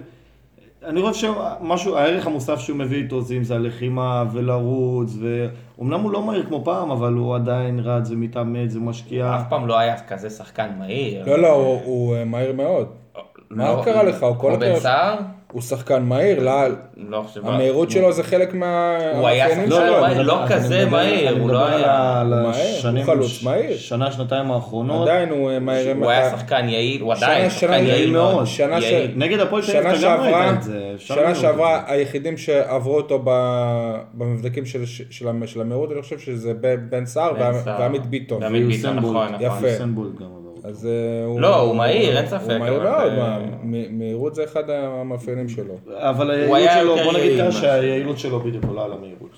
Speaker 3: אני חושב שמשהו, הערך המוסף שהוא מביא איתו זה אם זה הלחימה ולרוץ, ואומנם הוא לא מהיר כמו פעם, אבל הוא עדיין רץ ומתאמץ ומשקיע.
Speaker 4: אף פעם לא היה כזה שחקן מהיר.
Speaker 2: לא, לא, הוא- הוא אה, מהיר מאוד. מה
Speaker 4: לא-
Speaker 2: קרה לך? הוא כל
Speaker 4: כמו בן
Speaker 2: הדרך-
Speaker 4: סער?
Speaker 2: הוא שחקן מהיר, לא-
Speaker 4: לא חושב.
Speaker 2: המהירות שלו זה חלק
Speaker 4: הוא היה
Speaker 2: מהמאפיינים
Speaker 4: שחקן
Speaker 2: שלו.
Speaker 4: מהיר. לא כזה מהיר, הוא לא היה.
Speaker 3: אני מדבר על
Speaker 2: הוא
Speaker 3: ה- על
Speaker 2: מהיר,
Speaker 3: השנים,
Speaker 2: הוא חלוץ מהיר.
Speaker 3: שנה, שנתיים האחרונות.
Speaker 2: עדיין הוא אה, מהיר.
Speaker 4: הוא היה שחקן יעיל, הוא
Speaker 2: שנה-
Speaker 4: עדיין
Speaker 2: שנה
Speaker 4: שחקן יעיל
Speaker 2: יעיל
Speaker 4: מאוד.
Speaker 3: מאוד.
Speaker 2: שנה ש-
Speaker 4: יעיל.
Speaker 3: נגד הפועל תל אביב
Speaker 2: שנה
Speaker 3: אתה גם ראית
Speaker 2: שעברה,
Speaker 3: את זה. אפשר
Speaker 2: שנה
Speaker 3: לראות את
Speaker 2: שעברה
Speaker 3: זה.
Speaker 2: היחידים שעברו אותו ב- במבדקים של- של המ- של המהירות, אני חושב שזה ב- בן סער
Speaker 4: בן
Speaker 2: וה-
Speaker 4: סער.
Speaker 2: ועמית ביטון.
Speaker 4: ועמית ביטון,
Speaker 3: ויוסן בולט.
Speaker 4: נכון, נכון.
Speaker 2: יפה.
Speaker 3: יוסן בולט גם עבר אותו.
Speaker 2: אז אה, הוא...
Speaker 4: לא, הוא מהיר, אין ספק,
Speaker 2: הוא מהיר
Speaker 4: אבל- אה,
Speaker 2: מאוד, מה, מ- מהירות זה אחד המאפיינים שלו.
Speaker 3: אבל היעילות
Speaker 4: היה
Speaker 3: שלו,
Speaker 4: יותר
Speaker 3: בוא נגיד
Speaker 4: יעיל
Speaker 3: ככה
Speaker 4: משהו.
Speaker 3: שהיעילות שלו בדיוק עולה על המהירות.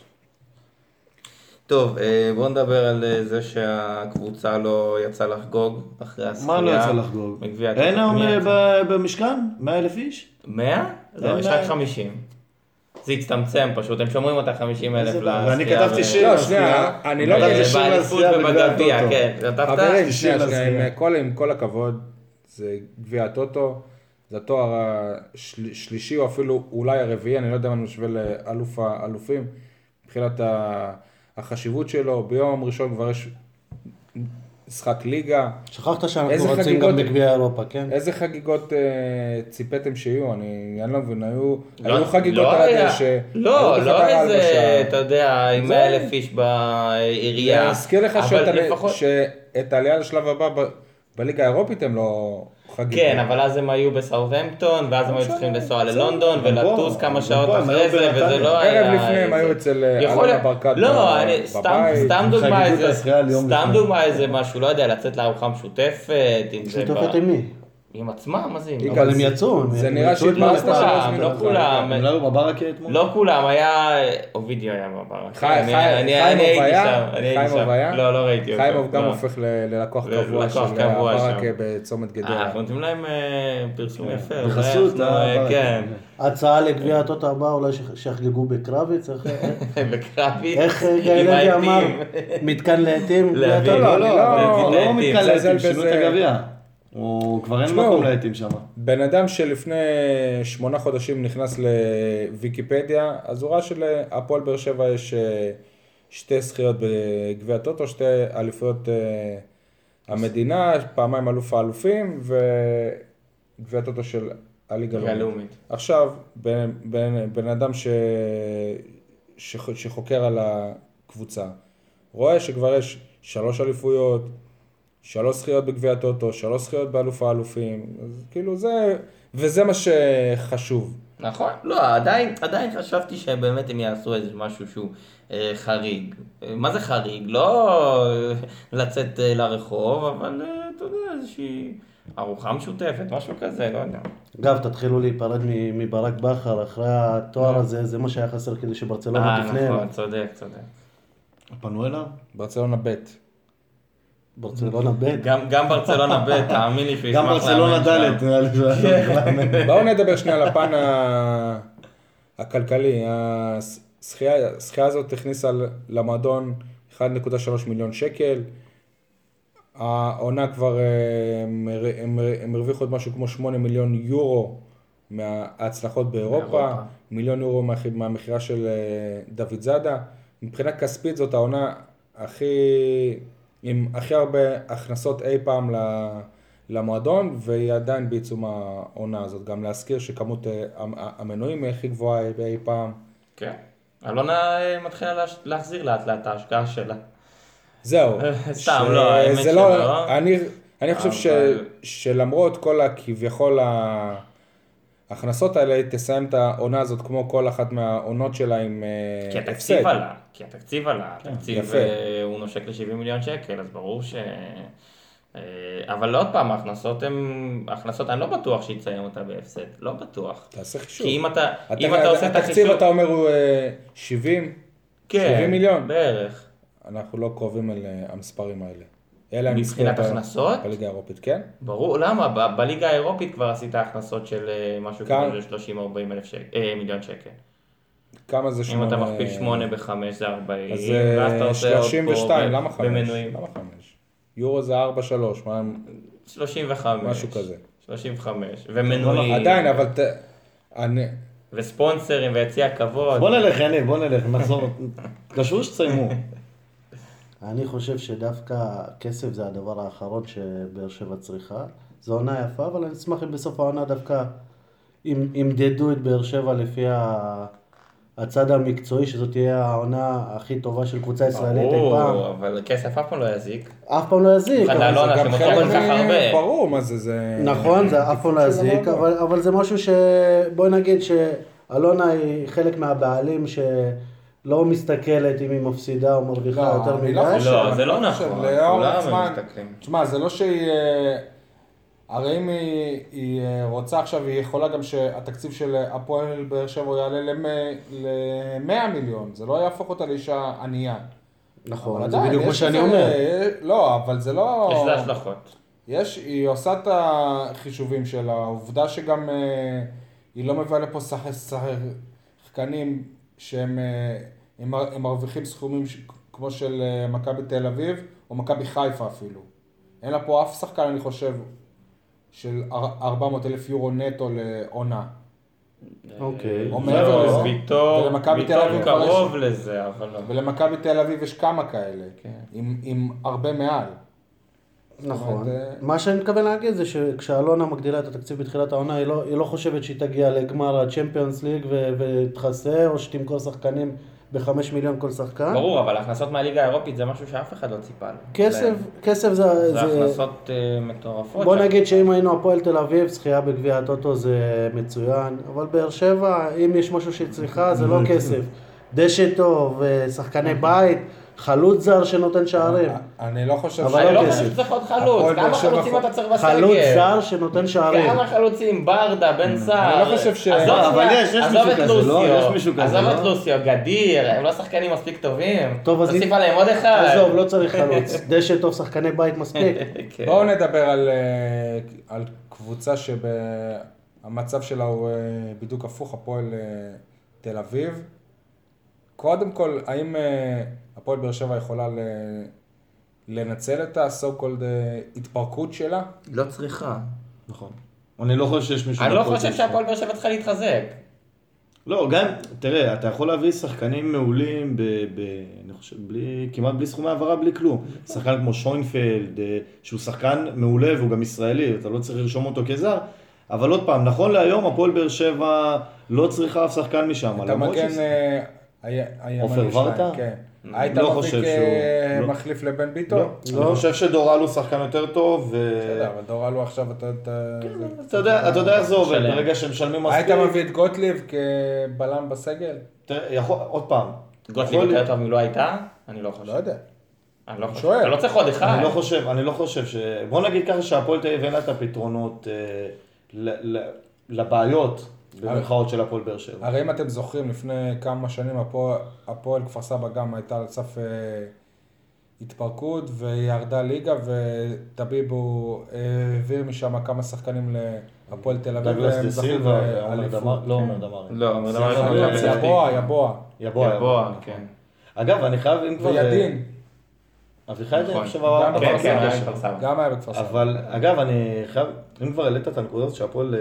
Speaker 4: טוב, אה, בואו נדבר על אה, זה שהקבוצה לא יצאה לחגוג אחרי
Speaker 3: מה
Speaker 4: הזכייה.
Speaker 3: לא יצא לחגוג?
Speaker 4: בגביע
Speaker 3: אין
Speaker 4: הטוטו.
Speaker 3: היום
Speaker 4: מי
Speaker 3: אה,
Speaker 4: יצא?
Speaker 3: ב- במשכן? 100 אלף איש?
Speaker 4: 100? לא,
Speaker 3: אין
Speaker 4: יש רק
Speaker 3: בעיה.
Speaker 4: 50. זה הצטמצם פשוט, הם שומרים אותה 50 אלף לזכייה.
Speaker 3: ואני כתבתי
Speaker 4: ו-
Speaker 3: שיר
Speaker 2: לא,
Speaker 3: לזכייה.
Speaker 2: שנייה, אני לא
Speaker 4: ו-
Speaker 2: כתבתי
Speaker 3: שיר
Speaker 4: באליפות
Speaker 3: לזכייה בגביע
Speaker 4: ובגביע,
Speaker 3: הטוטו.
Speaker 4: כן. כתבת?
Speaker 2: חברים, שנייה,
Speaker 3: שיר
Speaker 2: שנייה,
Speaker 3: לזכייה.
Speaker 2: עם כל- עם כל הכבוד, זה גביע הטוטו, זה התואר השלישי או אפילו אולי הרביעי, אני לא יודע אם אני משווה לאלוף האלופים, מבחינת ה- החשיבות שלו, ביום ראשון כבר יש משחק ליגה,
Speaker 5: שכחת שאנחנו
Speaker 2: איזה
Speaker 5: רצים
Speaker 2: חגיגות-
Speaker 5: גם בגביע אירופה, כן?
Speaker 2: איזה חגיגות אה, ציפיתם שיהיו? אני אני לא מבין, היו
Speaker 4: לא-
Speaker 2: היו חגיגות
Speaker 4: לא
Speaker 2: על
Speaker 4: היה.
Speaker 2: הדשא, היו
Speaker 4: לא,
Speaker 2: בחדר
Speaker 4: לא איזה,
Speaker 2: ההלבשה.
Speaker 4: אתה יודע, עם
Speaker 2: זה-
Speaker 4: 100 אלף איש בעירייה.
Speaker 2: להזכיר לך
Speaker 4: אה, אבל
Speaker 2: שאת ה-
Speaker 4: לפחות-
Speaker 2: שאת העלייה לשלב הבא ב- בליגה האירופית הם לא חגיגו.
Speaker 4: כן, אבל אז הם היו בסאוטהמפטון, ואז הם היו צריכים לנסוע ללונדון
Speaker 3: גם פה,
Speaker 4: ולטוס כמה
Speaker 3: גם
Speaker 4: שעות
Speaker 3: פה הם
Speaker 4: אחרי
Speaker 3: היו
Speaker 4: זה, וזה
Speaker 3: בנתניה.
Speaker 4: לא היה...
Speaker 2: ערב לפני הם
Speaker 4: איזה-
Speaker 2: היו אצל
Speaker 4: יכול
Speaker 2: אלונה
Speaker 4: להיות-
Speaker 2: ברקת
Speaker 4: לא,
Speaker 2: ב-
Speaker 4: אני- סתם
Speaker 2: בבית.
Speaker 4: סתם
Speaker 3: חגגו
Speaker 4: דוגמה
Speaker 3: את
Speaker 4: איזה...
Speaker 3: הזכייה ליום
Speaker 4: סתם
Speaker 3: לפני.
Speaker 4: דוגמה איזה משהו, לא יודע, לצאת לארוחה משותפת, אם זה...
Speaker 5: שותפת
Speaker 4: ב-
Speaker 5: עם מי?
Speaker 4: עם עצמם, מה זה? עם-
Speaker 2: יגאל,
Speaker 5: אבל הם יצאו, הם
Speaker 2: זה
Speaker 5: הם
Speaker 2: נראה
Speaker 5: יצאו
Speaker 2: שהתפרסת
Speaker 5: אתמול.
Speaker 2: שלא
Speaker 4: כולם,
Speaker 2: הזמינו
Speaker 4: לא
Speaker 2: אותך.
Speaker 4: כולם.
Speaker 3: הם לא היו בברקה אתמול?
Speaker 4: לא כולם, היה... אובידיו היה בבר. כן,
Speaker 2: חי- חי- חיים הוביה? חיים הוביה?
Speaker 4: לא, לא ראיתי אותו.
Speaker 2: חיימוב גם
Speaker 4: לא.
Speaker 2: הופך ל- ללקוח
Speaker 4: ל-
Speaker 2: קבוע של
Speaker 4: ללקוח קבוע שם.
Speaker 2: הברק בצומת
Speaker 4: אה,
Speaker 2: גדרה.
Speaker 4: אנחנו נותנים להם אה, פרסום יפה. אולי
Speaker 3: בחסות,
Speaker 4: אנחנו,
Speaker 3: אה,
Speaker 4: אה,
Speaker 3: ברק.
Speaker 4: כן.
Speaker 5: הצעה לגביע הטוטו הבא, אולי שיח- שיחגגו בקרבי, צריך...
Speaker 4: בקרבי.
Speaker 5: איך אה,
Speaker 4: עם
Speaker 5: גיא לוי אמר?
Speaker 4: העטים.
Speaker 5: מתקן לעתים? גביע
Speaker 4: להבין.
Speaker 5: הטוטו?
Speaker 3: לא,
Speaker 2: לא,
Speaker 3: לא, אבל
Speaker 2: לא,
Speaker 3: הוא
Speaker 4: לא
Speaker 3: לא מתקן
Speaker 2: מזלזל
Speaker 3: לעתים, שינו את
Speaker 2: בזה.
Speaker 3: הגביע. הוא כבר אין
Speaker 2: תשמעו.
Speaker 3: מקום לעתים שם.
Speaker 2: בן אדם שלפני שמונה חודשים נכנס לוויקיפדיה, אז הוא ראה שלהפועל באר שבע יש אה, שתי זכיות בגביע הטוטו, שתי אליפויות אה, המדינה, פעמיים אלוף האלופים, וגביע הטוטו של הליגה
Speaker 4: ליגה
Speaker 2: הלאומית.
Speaker 4: לאומית.
Speaker 2: עכשיו, בן, בן, בן אדם ש, שח, שחוקר על הקבוצה, רואה שכבר יש שלוש אליפויות, שלוש זכיות בגביע הטוטו, שלוש זכיות באלוף האלופים, אז כאילו זה, וזה מה שחשוב.
Speaker 4: נכון, לא, עדיין, עדיין חשבתי שבאמת הם יעשו איזה משהו שהוא אה, חריג. אה, מה זה חריג? לא אה, לצאת אה, לרחוב, אבל אה, אתה יודע, איזושהי ארוחה משותפת, משהו כזה, לא יודע.
Speaker 5: אגב, תתחילו להיפרד מ- מברק בכר אחרי התואר הזה, זה מה שהיה חסר כדי שברצלונה
Speaker 4: אה,
Speaker 5: תפנה.
Speaker 4: נכון, צודק, צודק.
Speaker 3: פנו אליו?
Speaker 2: ברצלונה ב'.
Speaker 5: ברצלונה ב'.
Speaker 4: גם, גם ברצלונה ב', תאמין לי שהוא ישמח
Speaker 3: גם ברצלונה
Speaker 4: לאמן
Speaker 3: ד'.
Speaker 4: שם.
Speaker 3: נראה לי שהוא היה
Speaker 4: כן.
Speaker 3: מאמן.
Speaker 2: בואו נדבר שנייה על הפן ה- הכלכלי. השחייה השחייה הזאת הכניסה למועדון 1.3 מיליון שקל. העונה כבר, אה, הם, הם, הם הרוויחו עוד משהו כמו 8 מיליון יורו מההצלחות באירופה,
Speaker 4: באירופה.
Speaker 2: מיליון יורו מהח- מהמכירה של אה, דוד זאדה. מבחינה כספית זאת העונה הכי, עם הכי הרבה הכנסות אי פעם ל- למועדון, והיא עדיין בעיצום העונה הזאת. גם להזכיר שכמות אה, המ- המנויים היא הכי גבוהה אי- אי פעם.
Speaker 4: כן. אלונה אה, מתחילה להש- להחזיר לאט לאט את ההשקעה שלה.
Speaker 2: זהו.
Speaker 4: סתם, לא, האמת
Speaker 2: זה לא-
Speaker 4: שלא.
Speaker 2: אני, אני חושב ש,
Speaker 4: אבל-
Speaker 2: שלמרות כל הכביכול ההכנסות האלה, היא תסיים את העונה הזאת כמו כל אחת מהעונות שלה עם אה,
Speaker 4: כי
Speaker 2: הפסד. כן,
Speaker 4: התקציב עלה, כי התקציב עלה, התקציב
Speaker 2: יפה.
Speaker 4: אה, הוא נושק ל-70 מיליון שקל, אז ברור ש... אה, אבל עוד פעם, ההכנסות הן... ההכנסות, אני לא בטוח שהיא תסיים אותה בהפסד, לא בטוח.
Speaker 2: תעשה חישוב.
Speaker 4: כי אם אתה,
Speaker 2: אתה-
Speaker 4: אם אתה עושה את
Speaker 2: התקציב
Speaker 4: החישוב...
Speaker 2: אתה אומר הוא אה, 70,
Speaker 4: כן,
Speaker 2: 70 מיליון.
Speaker 4: בערך.
Speaker 2: אנחנו לא קרובים אל אה, המספרים האלה. אלה
Speaker 4: מבחינת
Speaker 2: המסגרת ב-
Speaker 4: הכנסות?
Speaker 2: בליגה האירופית, כן?
Speaker 4: ברור, למה? ב- בליגה האירופית כבר עשית הכנסות של אה, משהו
Speaker 2: כמה?
Speaker 4: כמו 30-40 אלף שק- אה, מיליון שקל.
Speaker 2: כמה זה
Speaker 4: אם
Speaker 2: שמונה?
Speaker 4: אתה מכפיל 8 ב-5 זה 40,
Speaker 2: אז
Speaker 4: ואז אתה
Speaker 2: אה,
Speaker 4: עושה עוד
Speaker 2: 32, למה
Speaker 4: פה
Speaker 2: 5?
Speaker 4: ב- במנויים.
Speaker 2: למה 5? יורו זה 4-3, מה-
Speaker 4: 35.
Speaker 2: משהו כזה.
Speaker 4: 35, ומנויים.
Speaker 2: לא, עדיין, אבל ת... אני...
Speaker 4: לא, וספונסרים ויציע כבוד.
Speaker 3: בוא נלך, יניב, בוא נלך, נחזור. תקשרו שתסיימו.
Speaker 5: אני חושב שדווקא כסף זה הדבר האחרון שבאר שבע צריכה. זו עונה יפה, אבל אני אשמח אם בסוף העונה דווקא אם- ימדדו את באר שבע לפי ה- הצד המקצועי, שזאת תהיה העונה הכי טובה של קבוצה ישראלית אי פעם.
Speaker 4: ברור, אבל כסף אף פעם לא יזיק.
Speaker 5: אף פעם לא יזיק.
Speaker 4: אחד
Speaker 5: אבל זה
Speaker 4: לאלונה
Speaker 5: גם
Speaker 2: גם
Speaker 4: שמוציאה
Speaker 5: חלק
Speaker 2: חלק
Speaker 4: כל כך
Speaker 2: מ-
Speaker 4: הרבה.
Speaker 2: ברור מה זה, זה...
Speaker 5: נכון, זה אף פעם לא
Speaker 2: של
Speaker 5: יזיק,
Speaker 2: המועדון.
Speaker 5: אבל, אבל זה משהו שבואי נגיד שאלונה היא חלק מהבעלים שלא מסתכלת אם היא מפסידה או מרוויחה
Speaker 2: לא,
Speaker 5: יותר
Speaker 2: אני
Speaker 5: מדי.
Speaker 2: חושב,
Speaker 4: לא,
Speaker 2: אני
Speaker 4: זה לא
Speaker 2: חושב,
Speaker 4: נכון,
Speaker 2: לאור
Speaker 4: כולם
Speaker 2: הזמן-
Speaker 4: מסתכלים.
Speaker 2: תשמע, זה לא שהיא... אה, הרי אם היא- היא אה, רוצה עכשיו, היא יכולה גם שהתקציב של הפועל באר שבע יעלה ל-100 מיליון, זה לא יהפוך אותה לאישה ענייה.
Speaker 5: נכון,
Speaker 2: אבל
Speaker 5: זה
Speaker 2: עדיין,
Speaker 5: בדיוק מה
Speaker 2: יש
Speaker 5: שאני
Speaker 2: לזה-
Speaker 5: אומר.
Speaker 2: לא, אבל זה לא...
Speaker 4: יש לה השלכות.
Speaker 2: יש, היא עושה את החישובים שלה, העובדה שגם אה, היא לא מביאה לפה שח- שח- שחקנים שהם אה, הם מר- הם מרוויחים סכומים ש- כמו של אה, מכבי תל אביב, או מכבי חיפה אפילו. אין לה פה אף שחקן, אני חושב, של 400 אלף יורו נטו לעונה.
Speaker 5: אוקיי.
Speaker 2: או מעבר
Speaker 4: לא,
Speaker 2: לזה.
Speaker 4: ויטור,
Speaker 2: ולמכבי תל
Speaker 4: ויטור
Speaker 2: אביב אה? כבר יש-
Speaker 4: קרוב לזה, אבל לא.
Speaker 2: ולמכבי תל אביב יש כמה כאלה,
Speaker 4: כן.
Speaker 2: עם, עם הרבה מעל.
Speaker 5: נכון.
Speaker 2: זאת אומרת,
Speaker 5: מה שאני מתכוון להגיד זה שכשאלונה מגדילה את התקציב בתחילת העונה, היא לא, היא לא חושבת שהיא תגיע לגמר הצ'מפיונס ליג ו- ותכסה, או שתמכור שחקנים בחמש מיליון כל שחקן.
Speaker 4: ברור, אבל ההכנסות מהליגה האירופית זה משהו שאף אחד לא ציפה לו.
Speaker 5: כסף, כסף זה...
Speaker 4: זה, זה הכנסות אה, מטורפות.
Speaker 5: בוא
Speaker 4: שם.
Speaker 5: נגיד שאם היינו הפועל תל אביב, זכייה בגביע הטוטו זה מצוין, אבל באר שבע, אם יש משהו שהיא צריכה, זה לא כסף. דשא טוב, אה, שחקני בית, חלוץ זר שנותן שערים.
Speaker 2: אני לא חושב
Speaker 5: אבל
Speaker 4: אני לא חושב
Speaker 5: כסף.
Speaker 4: שצריך עוד
Speaker 2: הפועל
Speaker 4: חלוץ,
Speaker 2: באר
Speaker 4: כמה
Speaker 2: שבע
Speaker 4: חלוצים
Speaker 2: חו-
Speaker 4: אתה צריך בסגל?
Speaker 5: חלוץ
Speaker 4: אה,
Speaker 5: זר שנותן שערים.
Speaker 4: כמה חלוצים, ברדה, בן סער.
Speaker 2: אני לא חושב ש-
Speaker 4: עזוב
Speaker 3: לא, אבל
Speaker 4: שנייה,
Speaker 3: יש- יש
Speaker 4: עזוב
Speaker 3: מישהו
Speaker 4: את
Speaker 3: כזה, לא?
Speaker 4: לוסיו,
Speaker 3: יש מישהו כזה,
Speaker 4: עזוב
Speaker 3: לא?
Speaker 4: את לוסיו, גדיר, הם לא שחקנים מספיק טובים.
Speaker 5: טוב, אז
Speaker 4: תוסיף
Speaker 5: אם-
Speaker 4: עליהם עוד אחד.
Speaker 5: עזוב, לא צריך חלוץ. דשא טוב, שחקני בית מספיק.
Speaker 4: כן.
Speaker 2: בואו נדבר על, אה, על קבוצה שהמצב שלה הוא אה, בדיוק הפוך, הפועל אה, תל אביב. קודם כל, האם אה, הפועל באר שבע יכולה ל- לנצל את ה-so called אה, התפרקות שלה?
Speaker 4: לא צריכה.
Speaker 3: נכון. אני לא חושב שיש מישהו...
Speaker 4: אני לא
Speaker 3: בהפועל
Speaker 4: חושב
Speaker 3: באר שבע.
Speaker 4: שהפועל באר שבע צריכה להתחזק.
Speaker 3: לא, גם, תראה, אתה יכול להביא שחקנים מעולים, ב, ב, אני חושב, בלי, כמעט בלי סכומי העברה, בלי כלום. שחקן כמו שוינפלד, אה, שהוא שחקן מעולה והוא גם ישראלי, אתה לא צריך לרשום אותו כזר. אבל עוד פעם, נכון להיום, הפועל באר שבע לא צריכה אף שחקן משם.
Speaker 2: אתה
Speaker 3: למרות
Speaker 2: מגן
Speaker 3: ש-
Speaker 2: אה, היה- הימני
Speaker 3: עופר
Speaker 2: שלהם,
Speaker 3: ורטה?
Speaker 2: כן.
Speaker 3: לא
Speaker 2: היית
Speaker 3: חושב
Speaker 2: מחזיק
Speaker 3: שהוא-
Speaker 2: אה,
Speaker 3: לא.
Speaker 2: מחליף לבן
Speaker 3: לא,
Speaker 2: ביטון? אה,
Speaker 3: אני חושב שדורל הוא שחקן יותר טוב, ו...
Speaker 2: בסדר, אבל דורלו עכשיו אתה... אתה- זה-
Speaker 3: אתה יודע, אתה יודע איך זה עובד,
Speaker 4: שלם.
Speaker 3: ברגע שמשלמים
Speaker 2: היית
Speaker 3: מספיק,
Speaker 2: מביא את גוטליב כבלם בסגל?
Speaker 3: תראה, יכול- עוד פעם,
Speaker 4: גוטליב
Speaker 3: יכול-
Speaker 4: יותר טוב מלא הייתה? אני לא חושב.
Speaker 2: לא יודע.
Speaker 4: אני לא חושב.
Speaker 2: שואל.
Speaker 4: אתה לא צריך עוד אחד.
Speaker 3: אני לא חושב, אני לא חושב ש... בוא נגיד ככה שהפועל תל אביב אין לה את הפתרונות אה, ל- ל- לבעיות, במירכאות, של הפועל באר שבע.
Speaker 2: הרי אם אתם זוכרים, לפני כמה שנים הפועל- הפועל כפר סבא גם הייתה על סף אה, התפרקות וירדה ליגה וטביבו אה, העביר משם כמה שחקנים להפועל תל אביב.
Speaker 3: דגלס
Speaker 2: והם
Speaker 3: דה
Speaker 2: זכו
Speaker 3: סילבה, עומר
Speaker 2: באליפות. כן.
Speaker 3: דמארי, לא עומר דמארי.
Speaker 4: לא, עומר דמארי
Speaker 3: סליחה,
Speaker 4: לא
Speaker 3: לא,
Speaker 4: מכבי
Speaker 2: זה
Speaker 4: פתח
Speaker 3: יבואה,
Speaker 2: יבואה, יבואה.
Speaker 3: יבואה.
Speaker 4: יבוא, כן.
Speaker 3: אגב, אני חייב, אם כבר... אה,
Speaker 2: וידין,
Speaker 3: אביחי זה, אני
Speaker 4: נכון.
Speaker 3: חושב,
Speaker 2: גם
Speaker 3: אמר
Speaker 4: כן,
Speaker 2: בכפר
Speaker 3: בכפר סבא.
Speaker 4: כן, היה בכפר סבא.
Speaker 2: גם היה בכפר סבא.
Speaker 3: אבל אגב, אני חייב, אם כבר העלית את הנקודה הזאת שהפועל אה,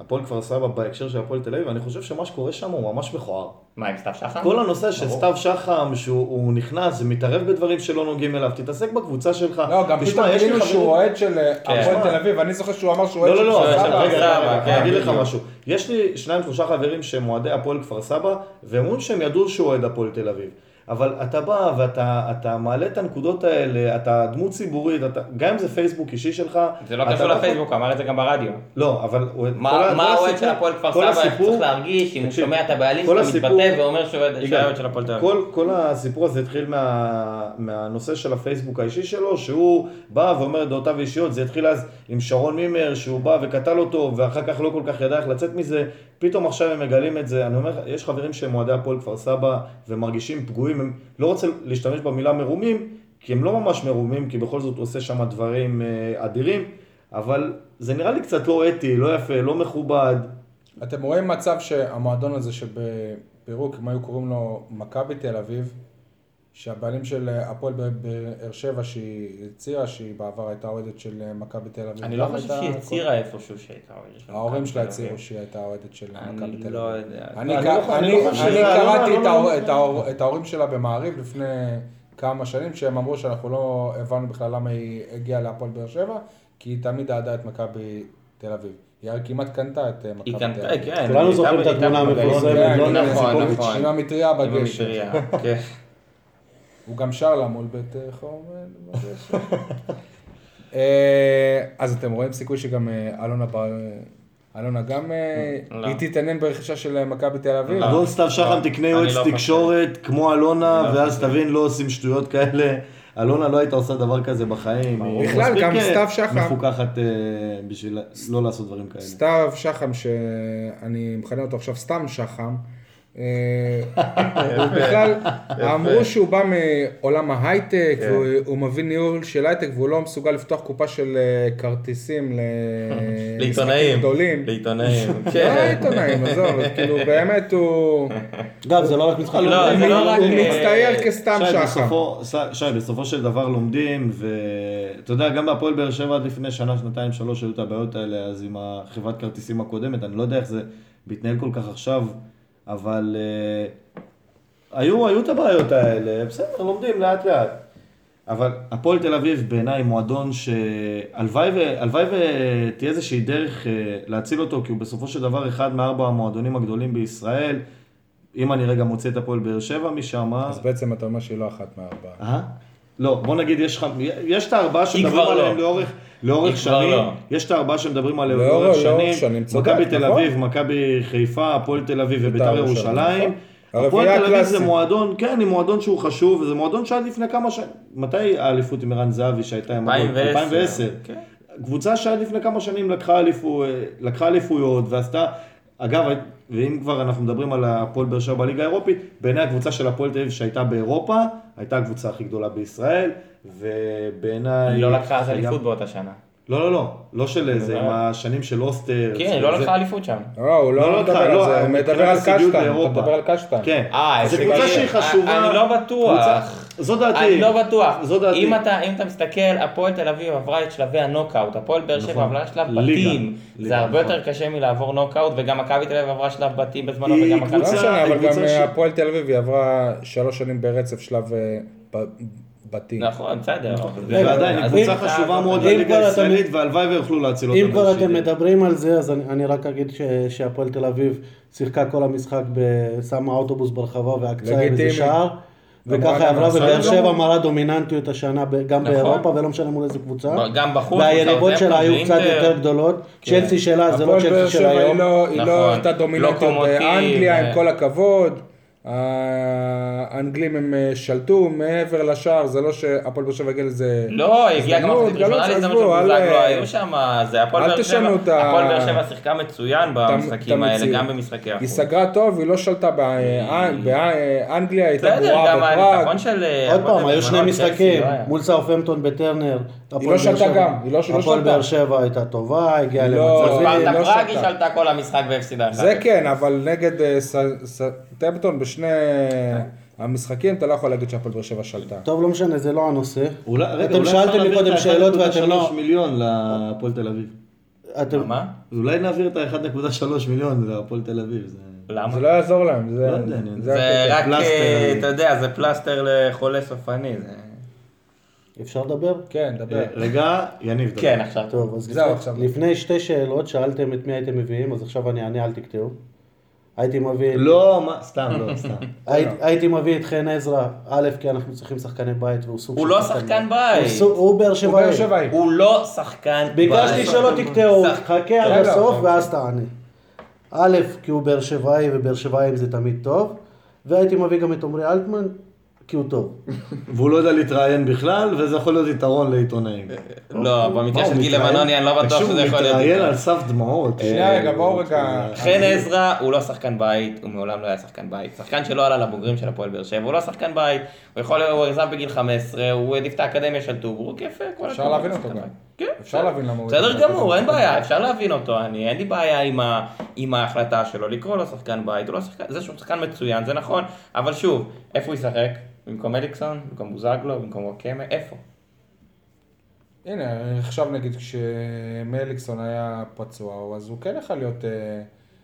Speaker 3: הפועל כפר סבא בהקשר של הפועל תל אביב, אני חושב שמה שקורה שם הוא ממש מכוער.
Speaker 4: מה, עם סתיו שחר?
Speaker 3: כל הנושא של סתיו שחם, שהוא הוא נכנס ומתערב בדברים שלא נוגעים אליו, תתעסק בקבוצה שלך.
Speaker 2: לא, גם
Speaker 3: תשמע,
Speaker 2: פתאום
Speaker 3: יש לי
Speaker 2: גילינו
Speaker 3: חברים-
Speaker 2: שהוא אוהד של אה, הפועל
Speaker 3: שמע.
Speaker 2: תל אביב, אני זוכר שהוא אמר שהוא אוהד
Speaker 3: לא,
Speaker 2: של
Speaker 3: לא, לא,
Speaker 2: כפר
Speaker 3: עכשיו,
Speaker 2: סבא.
Speaker 3: רגע, רגע,
Speaker 4: סבא,
Speaker 3: רגע,
Speaker 4: כן,
Speaker 3: אני אגיד לך
Speaker 4: בדיוק.
Speaker 3: משהו. יש לי שניים, שלושה חברים שהם אוהדי הפועל כפר סבא, והם אומרים שהם ידעו שהוא אוהד הפועל תל אביב. אבל אתה בא ואתה אתה מעלה את הנקודות האלה, אתה דמות ציבורית, אתה, גם אם זה פייסבוק אישי שלך.
Speaker 4: זה לא
Speaker 3: אתה
Speaker 4: קשור
Speaker 3: לא-
Speaker 4: לפייסבוק, אמר את זה גם ברדיו.
Speaker 3: לא, אבל... הוא- כל
Speaker 4: מה
Speaker 3: ה-
Speaker 4: מה
Speaker 3: כל
Speaker 4: האוהד
Speaker 3: הסיפור-
Speaker 4: של הפועל כפר
Speaker 3: כל
Speaker 4: סבא איך
Speaker 3: הסיפור-
Speaker 4: צריך להרגיש אם הוא
Speaker 3: תקשיב,
Speaker 4: שומע את הבעלים
Speaker 3: כל
Speaker 4: שלו
Speaker 3: הסיפור-
Speaker 4: מתבטא ואומר שהוא אוהד שהוא
Speaker 3: יגאל,
Speaker 4: אוהד של הפועל תל אביב?
Speaker 3: כל, כל הסיפור הזה התחיל מה, מהנושא של הפייסבוק האישי שלו, שהוא בא ואומר את דעותיו האישיות, זה התחיל אז עם שרון מימר, שהוא בא וקטל אותו, ואחר כך לא כל כך ידע איך לצאת מזה, פתאום עכשיו הם מגלים את זה, אני אומר, לך, יש חברים שהם אוהדי הפועל כפר סבא, ומרגישים פגועים, הם לא רוצה להשתמש במילה מרומים, כי הם לא ממש מרומים, כי בכל זאת הוא עושה שם דברים אה, אדירים, אבל זה נראה לי קצת לא אתי, לא יפה, לא מכובד.
Speaker 2: אתם רואים מצב שהמועדון הזה שבפירוק, אם היו קוראים לו מכבי תל אביב, שהבעלים של אה, הפועל ב- באר שבע שהיא הצהירה שהיא בעבר הייתה אוהדת של אה, מכבי תל אביב.
Speaker 4: אני לא
Speaker 2: גם
Speaker 4: חושב
Speaker 2: הייתה-
Speaker 4: שהיא הצהירה איפשהו שהייתה אוהדת של
Speaker 2: ההורים
Speaker 4: מכבי
Speaker 2: שלה
Speaker 4: תל
Speaker 2: הצהירו
Speaker 4: אביב.
Speaker 2: שהיא הייתה אוהדת של מכבי תל
Speaker 4: אני
Speaker 2: אביב.
Speaker 4: לא יודע.
Speaker 2: אני
Speaker 3: אני
Speaker 2: ק-
Speaker 3: לא חושב-
Speaker 2: אני-
Speaker 3: אני לא חושב-
Speaker 2: אני
Speaker 3: לא, לא,
Speaker 2: קראתי
Speaker 3: לא,
Speaker 2: את
Speaker 3: לא,
Speaker 2: ההור-
Speaker 3: לא.
Speaker 2: את ההור- את ההורים שלה במעריב לפני כמה שנים, שהם אמרו שאנחנו לא הבנו בכלל למה היא הגיעה להפועל באר שבע, כי היא תמיד אהדה את מכבי תל אביב. היא הרי כמעט קנתה את אה, מכבי
Speaker 4: היא
Speaker 2: תל אביב.
Speaker 4: קנתה, כן.
Speaker 5: כולנו
Speaker 4: היא
Speaker 5: זוכרים
Speaker 4: הייתה-
Speaker 5: את התמונה
Speaker 4: הייתה
Speaker 5: המפורסמת,
Speaker 4: בגליל.
Speaker 2: לא
Speaker 4: נכון,
Speaker 5: נזיקוביץ',
Speaker 4: נכון.
Speaker 2: עם המטריה
Speaker 4: עם
Speaker 2: בגשם.
Speaker 4: המטריה, כן.
Speaker 2: הוא גם שר לה מול בית אה, חום אה, בגשם. אה, אז אתם רואים סיכוי שגם אה, אלונה בר... אלונה גם אה,
Speaker 4: לא.
Speaker 2: היא תתעניין ברכישה של אה, מכבי תל אביב?
Speaker 4: לא.
Speaker 3: אדון סתיו שחם תקנה
Speaker 4: אני
Speaker 3: יועץ
Speaker 4: לא חושב.
Speaker 3: תקשורת כמו אלונה,
Speaker 4: לא
Speaker 3: ואז
Speaker 4: חושב.
Speaker 3: תבין, לא עושים שטויות כאלה. אלונה לא הייתה עושה דבר כזה בחיים. היא
Speaker 2: בכלל,
Speaker 3: מספיק,
Speaker 2: גם
Speaker 3: אה,
Speaker 2: סתיו שחם.
Speaker 3: מפוקחת אה, בשביל לא לעשות דברים כאלה.
Speaker 2: סתיו שחם, שאני מכנה אותו עכשיו סתם שחם, אה, הוא בכלל, אמרו שהוא בא מעולם ההייטק,
Speaker 1: כן.
Speaker 2: והוא- הוא מבין ניהול של הייטק והוא לא מסוגל לפתוח קופה של אה, כרטיסים ל-
Speaker 4: לעיתונאים.
Speaker 2: משחקים גדולים.
Speaker 4: לעיתונאים.
Speaker 2: לא
Speaker 4: כן.
Speaker 2: עיתונאים, עזוב, כאילו באמת הוא
Speaker 5: גם זה לא רק משחק.
Speaker 4: לא, זה לא רק,
Speaker 2: הוא
Speaker 4: אה,
Speaker 2: מצטייר כסתם
Speaker 3: שי,
Speaker 2: שחר.
Speaker 3: בסופו, ש- שי, בסופו של דבר לומדים, ואתה יודע, גם בהפועל באר שבע עד לפני שנה, שנתיים, שלוש, היו את הבעיות האלה, אז עם החברת כרטיסים הקודמת, אני לא יודע איך זה מתנהל כל כך עכשיו, אבל אה, היו, היו את הבעיות האלה, בסדר, לומדים לאט לאט. אבל הפועל תל אביב בעיניי מועדון שהלוואי ו- הלוואי ותהיה איזושהי דרך אה, להציל אותו, כי הוא בסופו של דבר אחד מארבע המועדונים הגדולים בישראל. אם אני רגע מוצא את הפועל באר שבע משם,
Speaker 2: אז בעצם אתה אומר שהיא לא אחת מארבעה.
Speaker 3: אה? לא, בוא נגיד, יש, לך- יש את הארבעה שמדברים
Speaker 4: כבר לא.
Speaker 3: עליהם לאורך, לאורך
Speaker 4: היא כבר
Speaker 3: שנים,
Speaker 4: לא.
Speaker 3: יש את הארבעה שמדברים עליהם
Speaker 2: לאורך-
Speaker 3: לאורך
Speaker 2: לאורך
Speaker 3: שנים,
Speaker 2: שנים, צודק,
Speaker 3: מכבי תל
Speaker 2: נכון.
Speaker 3: אביב, מכבי חיפה, הפועל תל אביב וביתר
Speaker 2: ירושלים,
Speaker 3: ירושלים.
Speaker 2: נכון.
Speaker 3: הפועל
Speaker 2: הרביעייה
Speaker 3: תל אביב זה
Speaker 2: הקלאסית.
Speaker 3: מועדון, כן, היא מועדון שהוא חשוב, זה מועדון שעד לפני כמה שנים, מתי האליפות עם ערן זהבי שהייתה עם הפועל?
Speaker 4: 2010.
Speaker 3: 2010.
Speaker 4: כן.
Speaker 3: קבוצה שעד לפני כמה שנים לקחה, אליפו, אה, לקחה אליפויות ועשתה, אגב, ואם כבר אנחנו מדברים על הפועל באר שבע בליגה האירופית, בעיני הקבוצה של הפועל תל אביב שהייתה באירופה, הייתה הקבוצה הכי גדולה בישראל, ובעיניי...
Speaker 4: היא לא לקחה אז אליפות באותה שנה.
Speaker 3: לא, לא, לא, לא של איזה,
Speaker 4: לא.
Speaker 3: עם השנים של אוסטר.
Speaker 4: כן, היא
Speaker 3: זה-
Speaker 4: לא
Speaker 3: זה-
Speaker 4: לקחה אליפות שם.
Speaker 2: לא, הוא
Speaker 3: לא,
Speaker 2: לא
Speaker 3: לא
Speaker 2: מדבר
Speaker 3: אותך,
Speaker 2: על
Speaker 3: לא,
Speaker 2: זה, הוא
Speaker 3: מבחינת
Speaker 2: מדבר על
Speaker 3: הסיגיות
Speaker 2: קשטן, הוא
Speaker 3: באירופה.
Speaker 2: מדבר על קשטן.
Speaker 3: כן.
Speaker 4: אה,
Speaker 3: זו
Speaker 4: אצל
Speaker 3: קבוצה
Speaker 4: גליל.
Speaker 3: שהיא
Speaker 4: אה,
Speaker 3: חשובה.
Speaker 4: אני לא בטוח.
Speaker 3: קבוצה- זו דעתי.
Speaker 4: אני לא בטוח.
Speaker 3: זו דעתי.
Speaker 4: אם אתה, אם אתה מסתכל, הפועל תל אביב עברה את שלבי הנוקאוט, הפועל באר שבע
Speaker 3: נכון.
Speaker 4: עברה את שלב
Speaker 3: ליגה.
Speaker 4: בתים.
Speaker 3: ליגה,
Speaker 4: זה הרבה
Speaker 3: נכון.
Speaker 4: יותר קשה מלעבור נוקאוט, וגם מכבי תל אביב עברה שלב בתים בזמנו,
Speaker 3: היא
Speaker 4: וגם מכבי...
Speaker 2: לא
Speaker 3: קבוצה-
Speaker 2: משנה, אבל גם
Speaker 3: הקבוצה ש-
Speaker 2: הפועל תל אביב היא עברה שלוש שנים ברצף שלב אה, ב- בתים.
Speaker 3: לא,
Speaker 4: נכון, בסדר. אבל זה-
Speaker 3: ועדיין, היא
Speaker 4: אז
Speaker 3: קבוצה
Speaker 4: אם-
Speaker 3: חשובה
Speaker 4: אז-
Speaker 3: מאוד
Speaker 5: כן, אם
Speaker 3: לליגה
Speaker 5: כבר אתה-
Speaker 3: הישראלית, והלוואי ויוכלו להציל
Speaker 2: לא
Speaker 3: אותה.
Speaker 5: אם כבר
Speaker 3: באיזושהי
Speaker 5: אתם
Speaker 3: דרך.
Speaker 5: מדברים על זה, אז אני, אני רק אגיד ש, שהפועל תל אביב שיחקה כל המשחק, ב- שמה אוטובוס ברחבה ועקצה עם איזה
Speaker 2: לגיטימי.
Speaker 5: שער, וככה היא
Speaker 2: גם
Speaker 5: עברה,
Speaker 2: בסדר
Speaker 5: ובאר שבע
Speaker 2: גמור.
Speaker 5: מראה דומיננטיות השנה ב- גם
Speaker 4: נכון.
Speaker 5: באירופה, ולא משנה מול איזה קבוצה.
Speaker 4: גם בחוץ,
Speaker 5: והיריבות
Speaker 4: בסאוטהמפטון,
Speaker 5: שלה היו קצת
Speaker 4: באינטר.
Speaker 5: יותר גדולות. צ'לסי שלה זה לא
Speaker 2: כן. הפועל באר
Speaker 5: צ'לסי של
Speaker 2: שבע היא
Speaker 5: היום.
Speaker 2: לא- היא
Speaker 4: נכון.
Speaker 2: לא הייתה דומיננטיות
Speaker 4: לוקומוטיב,
Speaker 2: באנגליה,
Speaker 4: אה.
Speaker 2: עם כל הכבוד. האנגלים הם אה, שלטו מעבר לשער, זה לא שהפועל באר שבע הגיע לזה...
Speaker 4: לא, הגיע גם
Speaker 2: הזדמנות,
Speaker 4: מחצית
Speaker 2: גלות,
Speaker 4: ראשונה להזדמנות של
Speaker 2: עזבו, אה,
Speaker 4: מוזג,
Speaker 2: אל-
Speaker 4: לא היו שם, זה הפועל
Speaker 2: אל
Speaker 4: באר שבע,
Speaker 2: תשנו את ה-
Speaker 4: הפועל באר שבע שיחקה מצוין
Speaker 2: את-
Speaker 4: במשחקים
Speaker 2: את
Speaker 4: האלה,
Speaker 2: המציאות.
Speaker 4: גם במשחקי
Speaker 2: היא
Speaker 4: החוץ.
Speaker 2: סגרה טוב, היא לא שלטה בא- באנגליה, אה, היא הייתה
Speaker 4: בסדר,
Speaker 2: גרועה
Speaker 4: גם
Speaker 2: בפראג.
Speaker 4: הניצחון של... אה,
Speaker 5: עוד
Speaker 4: הפועל
Speaker 5: פעם, היו
Speaker 4: בזמנו
Speaker 5: שני
Speaker 4: על צ'לסי,
Speaker 5: משחקים,
Speaker 4: לא היה.
Speaker 5: מול סאופמפטון בטרנר. הפועל
Speaker 2: לא שלטה
Speaker 5: באר שבע-
Speaker 2: גם, היא לא- לא
Speaker 5: הפועל
Speaker 2: שלטה.
Speaker 5: באר שבע הייתה טובה, הגיעה
Speaker 2: לא,
Speaker 5: למצבים.
Speaker 2: היא
Speaker 4: ספרטה
Speaker 2: לא
Speaker 4: פראג היא
Speaker 2: שלטה.
Speaker 4: שלטה כל המשחק והפסידה.
Speaker 2: זה כן, אבל נגד אה, ס- סטמפטון בשני המשחקים, אתה לא יכול להגיד שהפועל באר שבע שלטה.
Speaker 5: טוב, לא משנה, זה לא הנושא.
Speaker 3: אולי- רגע,
Speaker 5: אתם
Speaker 3: אולי
Speaker 5: שאלתם
Speaker 3: אפשר להעביר
Speaker 5: מקודם
Speaker 3: את ה-
Speaker 5: שאלות ואתם
Speaker 3: 1.3
Speaker 5: לא...
Speaker 3: מיליון להפועל תל אביב.
Speaker 5: אתם-
Speaker 4: מה?
Speaker 3: אז אולי נעביר את ה-1.3 מיליון להפועל תל אביב. זה-
Speaker 4: למה?
Speaker 2: זה לא יעזור להם, זה...
Speaker 3: לא יודע, אני-
Speaker 2: זה כן.
Speaker 4: זה
Speaker 2: הקטע.
Speaker 4: רק,
Speaker 3: פלסטר,
Speaker 4: אה,
Speaker 3: אני-
Speaker 4: אתה יודע, זה פלסטר לחולה סופני. זה-
Speaker 5: אפשר לדבר?
Speaker 2: כן, דבר.
Speaker 3: אה, רגע, יניב. דבר.
Speaker 4: כן, עכשיו.
Speaker 5: טוב, אז
Speaker 2: זהו,
Speaker 5: לפני,
Speaker 2: עכשיו.
Speaker 5: לפני שתי שאלות שאלתם את מי הייתם מביאים, אז עכשיו אני אענה, אל תקטעו. הייתי מביא...
Speaker 3: לא, מה, סתם, לא, סתם.
Speaker 5: היית, הייתי מביא את חן עזרא, א', כי אנחנו צריכים שחקני בית והוא סוג
Speaker 4: הוא
Speaker 5: של
Speaker 4: לא שחקן בית.
Speaker 5: הוא סוג- הוא באר
Speaker 2: הוא באר
Speaker 5: שבעי.
Speaker 2: שבעי.
Speaker 4: הוא לא שחקן...
Speaker 5: ביקשתי
Speaker 4: בית.
Speaker 5: שלא תקטעו,
Speaker 4: שחק-
Speaker 5: חכה
Speaker 2: לא,
Speaker 5: עד
Speaker 2: לא.
Speaker 5: הסוף ואז תענה. א', כי הוא באר שבעי ובאר שבעיים זה תמיד טוב, והייתי מביא גם את עמרי אלטמן, כי הוא טוב.
Speaker 3: והוא לא יודע להתראיין בכלל, וזה יכול להיות יתרון לעיתונאים.
Speaker 4: לא, במקרה של גיל
Speaker 3: מתראיין-
Speaker 4: לבנוני אני לא בטוח שזה
Speaker 3: תקשיב,
Speaker 4: יכול
Speaker 3: הוא
Speaker 4: להיות.
Speaker 3: מתראיין על סף דמעות.
Speaker 2: שנייה,
Speaker 3: אה,
Speaker 2: רגע, בואו רגע.
Speaker 4: חן עזרא הוא לא שחקן בית, הוא מעולם לא היה שחקן בית. שחקן שלא עלה לבוגרים של הפועל באר שבע, הוא לא שחקן בית. הוא יכול, הוא עזב בגיל 15, הוא העדיף את האקדמיה של טוברוק, יפה, כל
Speaker 2: אפשר
Speaker 4: הכבוד,
Speaker 2: להבין
Speaker 4: שחקן
Speaker 2: אותו
Speaker 4: בית.
Speaker 2: גם.
Speaker 4: כן.
Speaker 2: אפשר להבין למה הוא...
Speaker 4: בסדר גמור, אין בעיה, אפשר להבין אותו, אני, אין לי בעיה עם, ה, עם ההחלטה שלו לקרוא לו שחקן בית, הוא לא שחקן, זה שהוא שחקן מצוין, זה נכון, אבל שוב, איפה הוא ישחק? במקום אליקסון? במקום בוזגלו? במקום ווקמה? איפה?
Speaker 2: הנה, עכשיו נגיד כשמליקסון היה פצוע, אז הוא כן יכול להיות אה,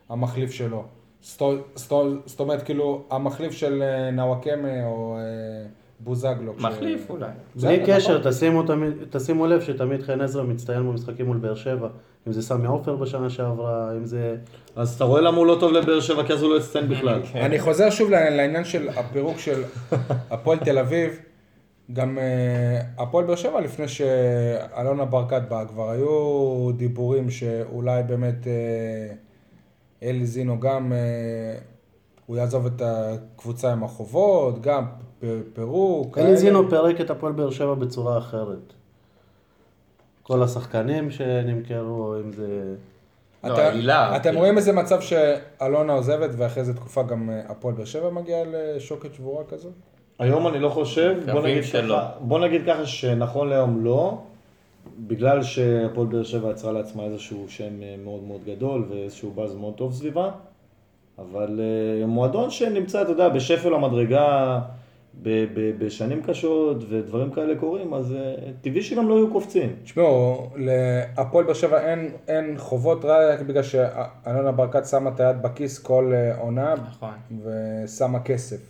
Speaker 2: המחליף שלו. סטו- סטו- זאת אומרת, כאילו, המחליף של אה, נוואקמה או אה, בוזגלו. כש-
Speaker 4: מחליף אולי.
Speaker 5: בלי
Speaker 2: בסדר,
Speaker 5: קשר,
Speaker 2: נכון.
Speaker 5: תשימו, תמיד- תשימו לב שתמיד חן עזרא מצטיין במשחקים מול באר שבע. אם זה סמי עופר בשנה שעברה, אם זה...
Speaker 3: אז אתה רואה למה הוא לא טוב לבאר שבע, כי אז הוא לא יצטיין בכלל.
Speaker 4: כן.
Speaker 2: אני חוזר שוב לעניין- לעניין של הפירוק של הפועל תל אביב. גם אה, הפועל באר שבע, לפני שאלונה ברקת באה, כבר היו דיבורים שאולי באמת אה, אלי זינו גם, אה, הוא יעזוב את הקבוצה עם החובות, גם פ- פירוק. אה,
Speaker 5: אלי
Speaker 2: כאלה.
Speaker 5: זינו פירק את הפועל באר שבע בצורה אחרת. כל השחקנים שנמכרו, אם זה...
Speaker 4: לא,
Speaker 2: אתה-
Speaker 4: עילה,
Speaker 2: אתם
Speaker 4: כאילו.
Speaker 2: רואים איזה מצב שאלונה עוזבת ואחרי זה תקופה גם אה, הפועל באר שבע מגיעה לשוקת שבורה כזו?
Speaker 3: היום אני לא חושב, בוא
Speaker 4: מקווים
Speaker 3: נגיד,
Speaker 4: שלא.
Speaker 3: ככה, בוא נגיד ככה שנכון להיום לא, בגלל שהפועל באר שבע יצרה לעצמה איזשהו שם אה, מאוד מאוד גדול ואיזשהו באז מאוד טוב סביבה, אבל אה, מועדון שנמצא, אתה יודע, בשפל המדרגה, ב- ב- בשנים קשות ודברים כאלה קורים, אז אה, טבעי שגם לא יהיו קופצים.
Speaker 2: תשמעו, להפועל באר שבע אין, אין חובות רק בגלל שאלונה ברקת שמה את היד בכיס כל אה, עונה
Speaker 4: נכון.
Speaker 2: ושמה כסף.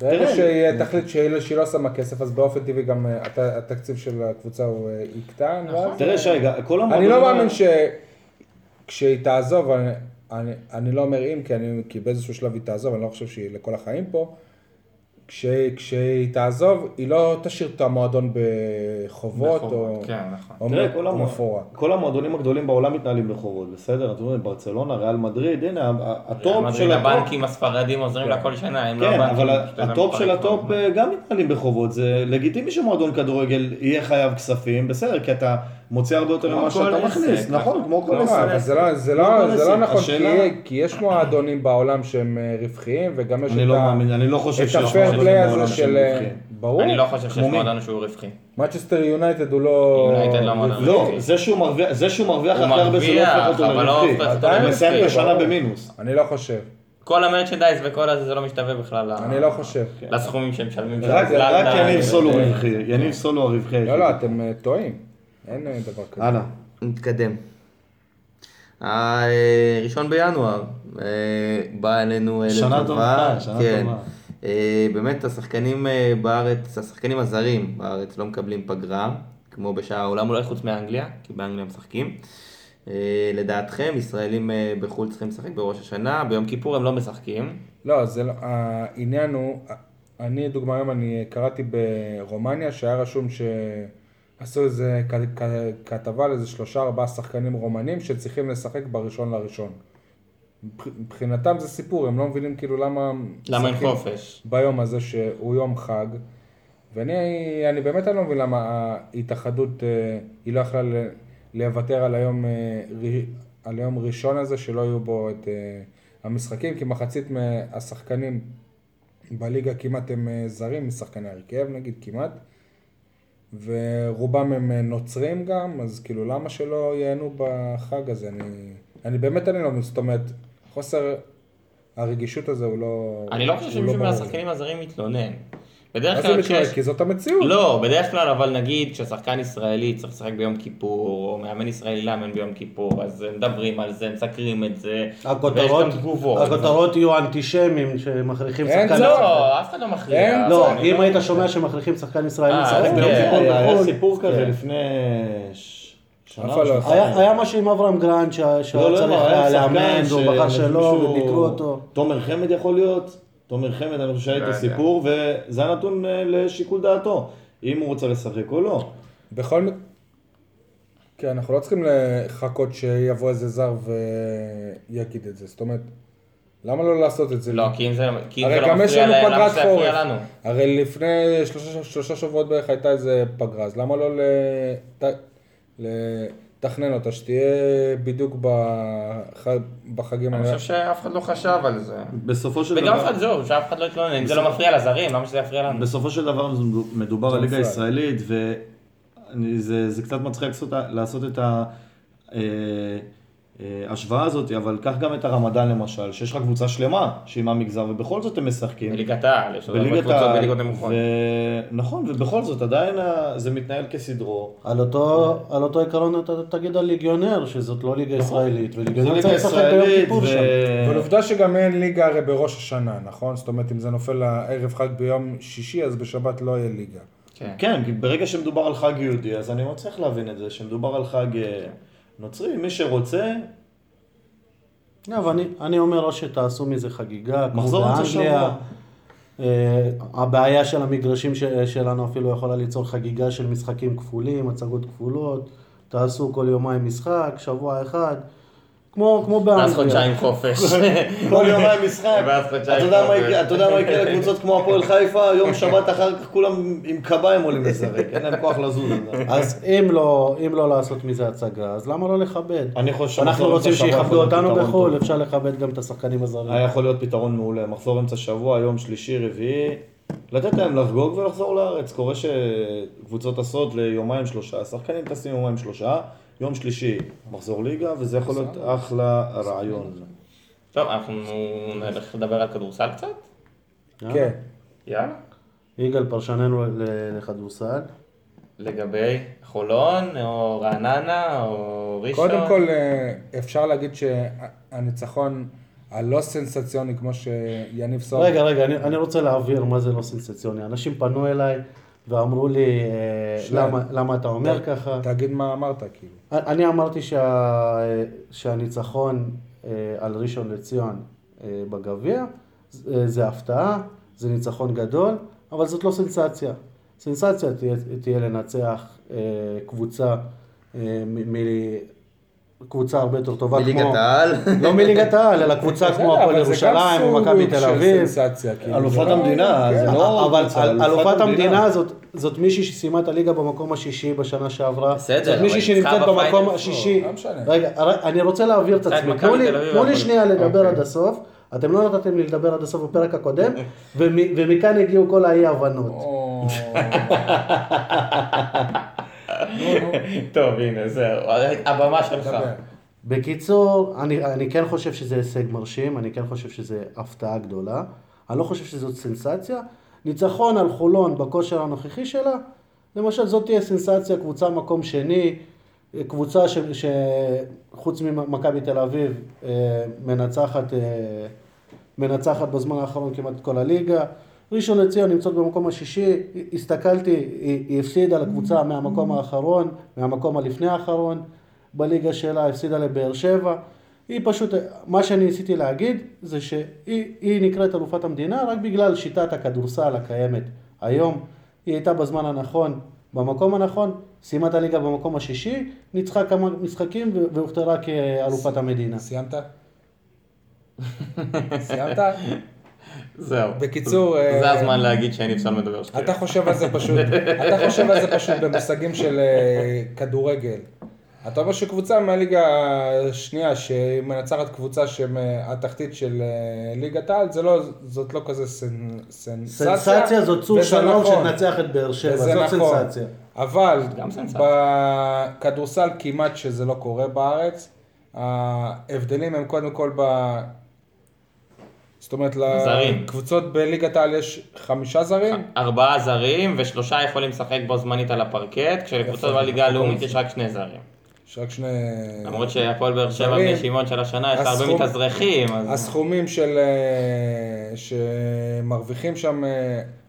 Speaker 2: ברגע
Speaker 3: תראה,
Speaker 2: שהיא תחליט שהיא שהיא לא שמה כסף, אז באופן טבעי גם אה, הת- התקציב של הקבוצה הוא אה, יקטן.
Speaker 4: נכון.
Speaker 2: ואז-
Speaker 3: תראה שי, ג- כל המועדון...
Speaker 2: אני לא מאמין שכשהיא תעזוב, אני, אני, אני לא אומר אם, כי, אני, כי באיזשהו שלב היא תעזוב, אני לא חושב שהיא לכל החיים פה. כש, כשהיא תעזוב, היא לא תשאיר את המועדון בחובות,
Speaker 4: בחובות,
Speaker 2: או,
Speaker 4: כן, נכון.
Speaker 2: או,
Speaker 3: תראה, לא.
Speaker 2: מ-
Speaker 3: כל,
Speaker 2: או
Speaker 3: המוע...
Speaker 2: מפורק.
Speaker 3: כל המועדונים הגדולים בעולם מתנהלים בחובות, בסדר? אתם יודעים, ברצלונה, ריאל מדריד, הנה, ה- הטופ של הטופ,
Speaker 4: הבנקים הספרדים עוזרים לה כל שנה, הם לא
Speaker 3: כן,
Speaker 4: הבנקים.
Speaker 3: אבל
Speaker 4: שאתה יודע,
Speaker 3: הטופ של
Speaker 4: כל
Speaker 3: הטופ
Speaker 4: הזמן.
Speaker 3: אה, גם מתנהלים בחובות, זה לגיטימי שמועדון כדורגל יהיה חייב כספים, בסדר, כי אתה מוציא הרבה יותר
Speaker 4: כמו
Speaker 3: ממה
Speaker 4: כל
Speaker 3: שאתה
Speaker 4: עסק,
Speaker 3: מכניס,
Speaker 4: נכון.
Speaker 3: נכון, כמו כל
Speaker 2: לא,
Speaker 3: עסק.
Speaker 2: אבל זה לא, זה
Speaker 3: לא,
Speaker 2: לא,
Speaker 3: אבל
Speaker 2: זה
Speaker 3: זה-
Speaker 2: לא נכון,
Speaker 3: השאלה-
Speaker 2: כי, כי יש מועדונים בעולם שהם אה, רווחיים, וגם יש
Speaker 3: אני
Speaker 2: את
Speaker 3: לא
Speaker 2: ה-
Speaker 3: מאמין, אני לא חושב
Speaker 2: את
Speaker 3: שיש
Speaker 2: הפייר
Speaker 3: מועדון
Speaker 2: פליי
Speaker 3: בעולם
Speaker 2: הזה
Speaker 3: שהם
Speaker 2: של... אה,
Speaker 3: רווחיים.
Speaker 2: ברור,
Speaker 4: אני לא חושב שיש
Speaker 3: כמו מי?
Speaker 4: מועדון שהוא רווחי.
Speaker 2: מצ'סטר יונייטד הוא לא...
Speaker 4: יונייטד לא מועדון.
Speaker 3: לא, זה שהוא מרוויח, זה שהוא מרוויח
Speaker 4: הוא
Speaker 3: הכי הרבה זה לא
Speaker 4: מרוויח,
Speaker 3: הופך אותו
Speaker 4: אבל לא
Speaker 3: לרווחי.
Speaker 4: הופך אותו
Speaker 3: הוא מסיים את
Speaker 4: לרווחי,
Speaker 3: השנה
Speaker 2: ברור.
Speaker 3: במינוס.
Speaker 2: אני לא חושב,
Speaker 4: כל המרצ'נדייז וכל הזה, זה לא משתווה בכלל. ל-
Speaker 2: אני לא חושב.
Speaker 3: כן.
Speaker 4: לסכומים שהם משלמים.
Speaker 3: רק
Speaker 4: שם.
Speaker 3: רק
Speaker 4: ל-
Speaker 3: יניב
Speaker 4: ל-
Speaker 3: סולו
Speaker 4: ל-
Speaker 3: רווחי, יניב סולו הרווחי.
Speaker 2: לא, לא, אתם אה, טועים. אין אה, דבר כזה.
Speaker 3: הלאה.
Speaker 4: נתקדם. הראשון בינואר, אה, בא אלינו אה,
Speaker 3: שנה
Speaker 4: לטובה,
Speaker 3: טובה, שנה
Speaker 4: כן.
Speaker 3: טובה.
Speaker 4: אה, באמת השחקנים אה, בארץ, השחקנים הזרים בארץ לא מקבלים פגרה, כמו בשאר העולם, אולי חוץ מאנגליה, כי באנגליה הם משחקים. אה, לדעתכם, ישראלים אה, בחו"ל צריכים לשחק בראש השנה, ביום כיפור הם לא משחקים.
Speaker 2: לא, זה לא, העניין הוא, אני דוגמא היום, אני קראתי ברומניה שהיה רשום שעשו איזה כ- כ- כתבה על איזה שלושה ארבעה שחקנים רומנים שצריכים לשחק בראשון לראשון. מבח- מבחינתם זה סיפור, הם לא מבינים כאילו למה...
Speaker 4: למה אין
Speaker 2: משחקים
Speaker 4: חופש?
Speaker 2: ביום הזה שהוא יום חג. ואני אני באמת אני לא מבין למה ההתאחדות, אה, היא לא יכלה ל- לוותר על היום, אה, ר- על היום ראשון הזה, שלא יהיו בו את אה, המשחקים, כי מחצית מהשחקנים בליגה כמעט הם אה, זרים, משחקני הרכב נגיד, כמעט. ורובם הם אה, נוצרים גם, אז כאילו למה שלא ייהנו בחג הזה? אני, אני באמת אני לא מבין, זאת אומרת, חוסר הרגישות הזה הוא לא...
Speaker 4: אני לא חושב
Speaker 2: הוא
Speaker 4: שמישהו
Speaker 2: ברור.
Speaker 4: מהשחקנים הזרים מתלונן. בדרך
Speaker 2: מה זה
Speaker 4: כלל
Speaker 2: מתלונן?
Speaker 4: כשיש...
Speaker 2: כי זאת המציאות.
Speaker 4: לא, בדרך כלל, אבל נגיד ששחקן ישראלי צריך לשחק ביום כיפור, או מאמן ישראלי לאמן ביום כיפור, אז הם מדברים על זה, הם מסקרים את זה, ויש
Speaker 5: הכותרות,
Speaker 4: גם תגובות.
Speaker 5: הכותרות יהיו אנטישמים שמכריחים
Speaker 2: אין
Speaker 5: שחקן...
Speaker 2: זו-
Speaker 4: לא, אף אחד לא מכריע.
Speaker 2: אין,
Speaker 5: לא,
Speaker 4: אני
Speaker 5: אם היית שומע שמכריחים שחקן ישראלי
Speaker 4: אה,
Speaker 5: לשחק
Speaker 4: אוקיי.
Speaker 5: ביום כיפור
Speaker 3: היה היה
Speaker 5: בחו"ל,
Speaker 3: סיפור כזה לפני ש- שנה
Speaker 2: אף אחד לא
Speaker 3: או
Speaker 2: יכול.
Speaker 3: שנתיים.
Speaker 5: היה היה משהו עם אברהם גרנד שה-
Speaker 3: לא,
Speaker 5: שהיה
Speaker 3: לא,
Speaker 5: צריך
Speaker 3: לא, היה
Speaker 5: לאמן,
Speaker 3: שחקן
Speaker 5: והוא בחר שלא,
Speaker 3: שמישהו-
Speaker 5: וביקרו אותו.
Speaker 3: תומר חמד יכול להיות, תומר חמד, אני חושב שהיה את
Speaker 4: לא יודע.
Speaker 3: הסיפור, וזה היה נתון אה, לשיקול דעתו, אם הוא רוצה לשחק או לא.
Speaker 2: בכל מקרה, כן, אנחנו לא צריכים לחכות שיבוא איזה זר ויגיד את זה. זאת אומרת, למה לא לעשות את זה?
Speaker 4: לא, כי אם זה כי אם
Speaker 2: הרי
Speaker 4: זה לא
Speaker 2: גם יש
Speaker 4: מפריע
Speaker 2: לנו
Speaker 4: להם, למה
Speaker 2: פגרת
Speaker 4: שזה
Speaker 2: חורף.
Speaker 4: יפריע לנו?
Speaker 2: הרי לפני שלושה, שלושה שבועות בערך הייתה איזה פגרה, אז למה לא לת- לתכנן אותה, שתהיה בדיוק בח... בחגים
Speaker 4: אני חושב שאף אחד לא חשב על זה.
Speaker 3: בסופו של
Speaker 4: וגם אף
Speaker 3: דבר,
Speaker 4: אחד זהו, שאף אחד לא יתלונן, אם זה לא מפריע לזרים, למה שזה יפריע לנו?
Speaker 3: בסופו של דבר זה מדובר על ליגה
Speaker 2: מופרך.
Speaker 3: הישראלית, וזה קצת מצחיק לעשות- לעשות את ה... אה, אה, השוואה הזאת, אבל קח גם את הרמדאן למשל, שיש לך קבוצה שלמה שהיא מהמגזר ובכל זאת הם משחקים.
Speaker 4: בליגת העל, יש עוד הרבה
Speaker 3: בליגת
Speaker 4: קבוצות
Speaker 3: העל,
Speaker 4: בליגות נמוכות.
Speaker 3: ו- נכון, ובכל זאת עדיין ה- זה מתנהל כסדרו.
Speaker 5: על אותו, על אותו עיקרון אתה תגיד על ליגיונר, שזאת לא ליגה ישראלית,
Speaker 3: נכון. זה
Speaker 5: וליגיונר
Speaker 3: ליגה
Speaker 5: צריך לשחק ביום
Speaker 3: ישראלית,
Speaker 5: כיפור שם.
Speaker 2: אבל
Speaker 3: ו-
Speaker 2: עובדה שגם אין ליגה הרי בראש השנה, נכון? זאת אומרת, אם זה נופל ערב חג ביום שישי, אז בשבת לא יהיה ליגה.
Speaker 4: כן.
Speaker 3: כן, כי ברגע שמדובר על חג יהודי, אז אני מצליח להבין את זה, שמדובר על חג אה, נוצרי, מי שרוצה,
Speaker 5: אבל אני, לא, אני אומר או שתעשו מזה חגיגה, כמו
Speaker 3: מחזור אמצע
Speaker 5: באנגליה.
Speaker 3: שבוע.
Speaker 5: אה, הבעיה של המגרשים ש, שלנו אפילו יכולה ליצור חגיגה של משחקים כפולים, הצגות כפולות. תעשו כל יומיים משחק, שבוע אחד. כמו, כמו באנגליה.
Speaker 4: ואז חודשיים חופש.
Speaker 3: כל יומיים משחק.
Speaker 4: ואז חודשיים
Speaker 3: אתה יודע מה
Speaker 4: חופש.
Speaker 3: יקרה- אתה יודע מה יקרה לקבוצות כמו הפועל חיפה, יום שבת אחר כך כולם עם קביים עולים לשחק, אין להם כוח לזוז.
Speaker 5: אז אם לא, אם לא לעשות מזה הצגה, אז למה לא לכבד?
Speaker 3: אני חושב
Speaker 5: אנחנו
Speaker 3: שמחזור
Speaker 5: רוצים
Speaker 3: אמצע שבוע יכול
Speaker 5: שיכבדו
Speaker 3: להיות
Speaker 5: אותנו
Speaker 3: פתרון
Speaker 5: בחו"ל,
Speaker 3: טוב. אה,
Speaker 5: אפשר לכבד גם את השחקנים
Speaker 3: היה
Speaker 5: הזרים. אה?
Speaker 3: יכול להיות פתרון מעולה, מחזור אמצע שבוע, יום שלישי, רביעי, לתת להם לחגוג ולחזור לארץ. קורה שקבוצות טסות ליומיים שלושה, השחקנים טסים יומיים שלושה, יום שלישי מחזור ליגה, וזה יכול להיות אחלה רעיון.
Speaker 4: טוב, אנחנו נלך לדבר על כדורסל קצת?
Speaker 5: אה.
Speaker 2: כן.
Speaker 4: יאללה.
Speaker 5: יגאל, פרשננו ל- לכדורסל.
Speaker 4: לגבי חולון, או רעננה, או ראשון.
Speaker 2: קודם כל, אה, אפשר להגיד שהניצחון הלא סנסציוני, כמו שיניב סוף,
Speaker 5: רגע, רגע, אני, אני רוצה להבהיר מה זה לא סנסציוני. אנשים פנו אליי ואמרו לי, אה,
Speaker 2: שי.
Speaker 5: למה, למה אתה אומר ככה?
Speaker 2: תגיד מה אמרת, כאילו.
Speaker 5: אני אמרתי שה, אה, שהניצחון אה, על ראשון לציון אה, בגביע אה, זה הפתעה, זה ניצחון גדול, אבל זאת לא סנסציה. סנסציה תהיה, תהיה לנצח אה, קבוצה, אה, מ, מ, קבוצה הרבה יותר טובה
Speaker 1: מליגת
Speaker 5: כמו...
Speaker 1: העל.
Speaker 5: לא מליגת העל, אלא קבוצה כמו
Speaker 2: בסדר,
Speaker 5: הפועל
Speaker 2: אבל זה גם
Speaker 5: ירושלים או
Speaker 2: סוג
Speaker 5: מכבי
Speaker 2: של
Speaker 5: תל אביב. אה,
Speaker 2: סנסציה, כאילו.
Speaker 3: אלופת
Speaker 2: זה לא-
Speaker 3: המדינה,
Speaker 2: כן.
Speaker 3: זה לא...
Speaker 5: אבל
Speaker 3: קבוצה,
Speaker 5: אל- אלופת המדינה זאת, זאת מישהי שסיימה את הליגה במקום השישי בשנה שעברה.
Speaker 4: בסדר,
Speaker 5: זאת
Speaker 4: אבל
Speaker 5: מישהי
Speaker 4: היא ניצחה
Speaker 5: שנמצאת
Speaker 4: בפיינל
Speaker 5: במקום
Speaker 4: פור,
Speaker 5: השישי.
Speaker 2: לא משנה.
Speaker 5: רגע, הר- אני רוצה להבהיר את
Speaker 4: רק
Speaker 5: עצמי.
Speaker 4: מכבי
Speaker 5: תנו לי-
Speaker 4: תל אביב
Speaker 5: תנו לי
Speaker 4: אבל-
Speaker 5: שנייה לדבר
Speaker 2: אוקיי.
Speaker 5: עד הסוף. אתם לא נתתם לי לדבר עד הסוף בפרק הקודם, ומ- ומכאן הגיעו כל האי-הבנות.
Speaker 2: או,
Speaker 4: טוב, הנה, זהו. הבמה שלך.
Speaker 2: דבר.
Speaker 5: בקיצור, אני, אני כן חושב שזה הישג מרשים, אני כן חושב שזה הפתעה גדולה. אני לא חושב שזאת סנסציה. ניצחון על חולון בכושר הנוכחי שלה, למשל זאת תהיה סנסציה, קבוצה מקום שני, קבוצה ש- שחוץ ממכבי תל אביב אה, מנצחת, אה, מנצחת בזמן האחרון כמעט את כל הליגה. ראשון לציון נמצאת במקום השישי, הסתכלתי, היא, היא הפסידה לקבוצה מהמקום האחרון, מהמקום הלפני האחרון בליגה שלה, הפסידה לבאר שבע. היא פשוט, מה שאני ניסיתי להגיד זה שהיא היא נקראת אלופת המדינה רק בגלל שיטת הכדורסל הקיימת היום. היא הייתה בזמן הנכון, במקום הנכון, סיימה את הליגה במקום השישי, ניצחה כמה משחקים ו- והוכתרה כאלופת המדינה.
Speaker 2: סיימת? סיימת?
Speaker 4: זהו.
Speaker 2: בקיצור,
Speaker 4: זה
Speaker 2: אה,
Speaker 4: הזמן להגיד שניפסל מדבר שטויות.
Speaker 2: אתה חושב על זה פשוט, אתה חושב על זה פשוט במושגים של אה, כדורגל. אתה אומר שקבוצה מהליגה השנייה שמנצחת קבוצה שהתחתית של אה, ליגת העל, זה לא, זאת לא כזה סנ- סנסציה.
Speaker 5: סנסציה זאת צור
Speaker 2: וזה
Speaker 5: שלום
Speaker 2: נכון.
Speaker 5: שתנצח את באר שבע,
Speaker 2: וזה
Speaker 5: זאת
Speaker 2: נכון.
Speaker 5: סנסציה.
Speaker 2: אבל
Speaker 4: גם סנסציה.
Speaker 2: בכדורסל כמעט שזה לא קורה בארץ. ההבדלים הם קודם כל ב... זאת אומרת,
Speaker 4: זרים.
Speaker 2: לקבוצות בליגת העל יש חמישה זרים.
Speaker 4: ארבעה זרים ושלושה יכולים לשחק בו זמנית על הפרקט, כשלקבוצות בליגה הלאומית יש רק שני זרים.
Speaker 2: יש רק שני...
Speaker 4: למרות שהפועל באר שבע
Speaker 2: אה, זרים.
Speaker 4: בני שמעון של השנה יש לה הרבה
Speaker 2: הסכום-
Speaker 4: מתאזרחים, אז...
Speaker 2: הסכומים של... אה, שמרוויחים שם אה,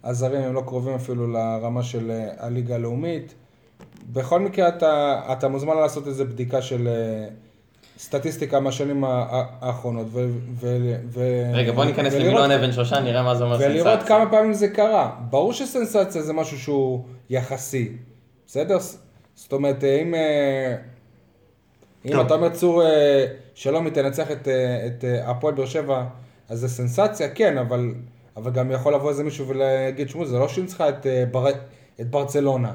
Speaker 2: הזרים הם לא קרובים אפילו לרמה של אה, הליגה הלאומית. בכל מקרה אתה, אתה מוזמן לעשות איזו בדיקה של אה, סטטיסטיקה מהשנים ה- ה- האחרונות. ו, ו, ו,
Speaker 4: רגע, בוא ניכנס
Speaker 2: ולראות-
Speaker 4: למילון אבן שושן, נראה מה זה אומר
Speaker 2: ולראות
Speaker 4: אוקיי, סנסציה.
Speaker 2: כמה פעמים זה קרה. ברור שסנסציה זה משהו שהוא יחסי, בסדר? ס- זאת אומרת, אה, אם... אה,
Speaker 4: כן.
Speaker 2: אם אתה אומר צור אה, שלומי תנצח את, אה, את אה, הפועל באר שבע, אז זה סנסציה, כן, אבל, אבל גם יכול לבוא איזה מישהו ולהגיד, שמעו, זה לא שהיא ניצחה את, אה, בר... את ברצלונה.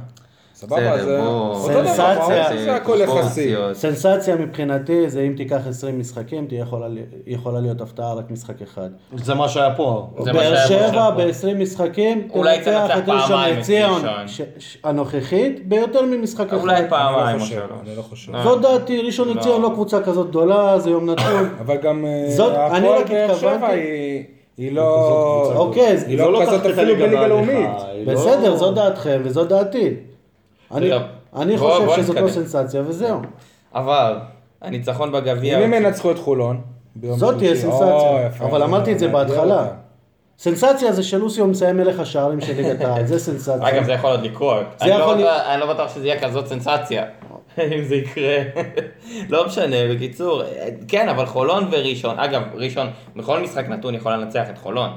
Speaker 2: סבבה,
Speaker 4: בסדר,
Speaker 2: אז אה,
Speaker 4: בוא.
Speaker 2: אותו דבר,
Speaker 5: סנסציה.
Speaker 2: ברור שזה הכל יחסי.
Speaker 4: פרופורציות.
Speaker 5: סנסציה מבחינתי זה אם תיקח 20 משחקים, תהיה יכולה, יכולה להיות הפתעה רק משחק אחד.
Speaker 3: זה מה שהיה פה.
Speaker 4: זה מה
Speaker 5: באר
Speaker 4: שהיה פה.
Speaker 5: שבע ב-20 משחקים,
Speaker 4: אולי תנצח
Speaker 5: את ראשון
Speaker 4: פעמיים את
Speaker 5: לציון
Speaker 4: ראשון.
Speaker 5: ש- ש- הנוכחית ביותר ממשחק אחד.
Speaker 4: אולי פעמיים או
Speaker 2: לא חושב,
Speaker 4: שלוש.
Speaker 2: אני לא חושב.
Speaker 5: זאת דעתי, ראשון לציון לא קבוצה כזאת גדולה, זה יום נתון.
Speaker 2: אבל גם אה,
Speaker 5: זאת- אני
Speaker 2: הפועל
Speaker 5: רק
Speaker 2: באר שבע
Speaker 5: התכוונתי-
Speaker 2: היא- היא לא...
Speaker 5: קבוצה. אוקיי,
Speaker 2: היא
Speaker 3: זו
Speaker 2: לא כזאת
Speaker 3: תחת
Speaker 2: אפילו
Speaker 3: הליגה
Speaker 2: בליגה
Speaker 3: בהליכה,
Speaker 2: לאומית.
Speaker 4: אה,
Speaker 3: היא לא-
Speaker 5: בסדר, זו דעתכם וזו דעתי. אני-
Speaker 4: תראה,
Speaker 5: אני
Speaker 4: בוא- בוא
Speaker 5: חושב שזאת לא
Speaker 4: נתקדם.
Speaker 5: סנסציה וזהו.
Speaker 4: אבל, הניצחון בגביע...
Speaker 2: אם הם ינצחו את חולון,
Speaker 4: לא
Speaker 2: ביום
Speaker 5: זאת תהיה
Speaker 2: שלישי, או,
Speaker 5: סנסציה,
Speaker 2: יפה,
Speaker 5: אבל אמרתי את זה
Speaker 2: מאתגר
Speaker 5: בהתחלה.
Speaker 2: אותם.
Speaker 5: סנסציה זה שלוסיו מסיים מלך השערים של ליגת העל, זה סנסציה.
Speaker 4: אגב, זה יכול עוד לקרות.
Speaker 5: זה
Speaker 4: אני לא
Speaker 5: יכול
Speaker 4: בטוח- אני לא בטוח שזה יהיה כזאת סנסציה, אם זה יקרה. לא משנה, בקיצור, כן, אבל חולון וראשון, אגב, ראשון, בכל משחק נתון יכולה לנצח את חולון.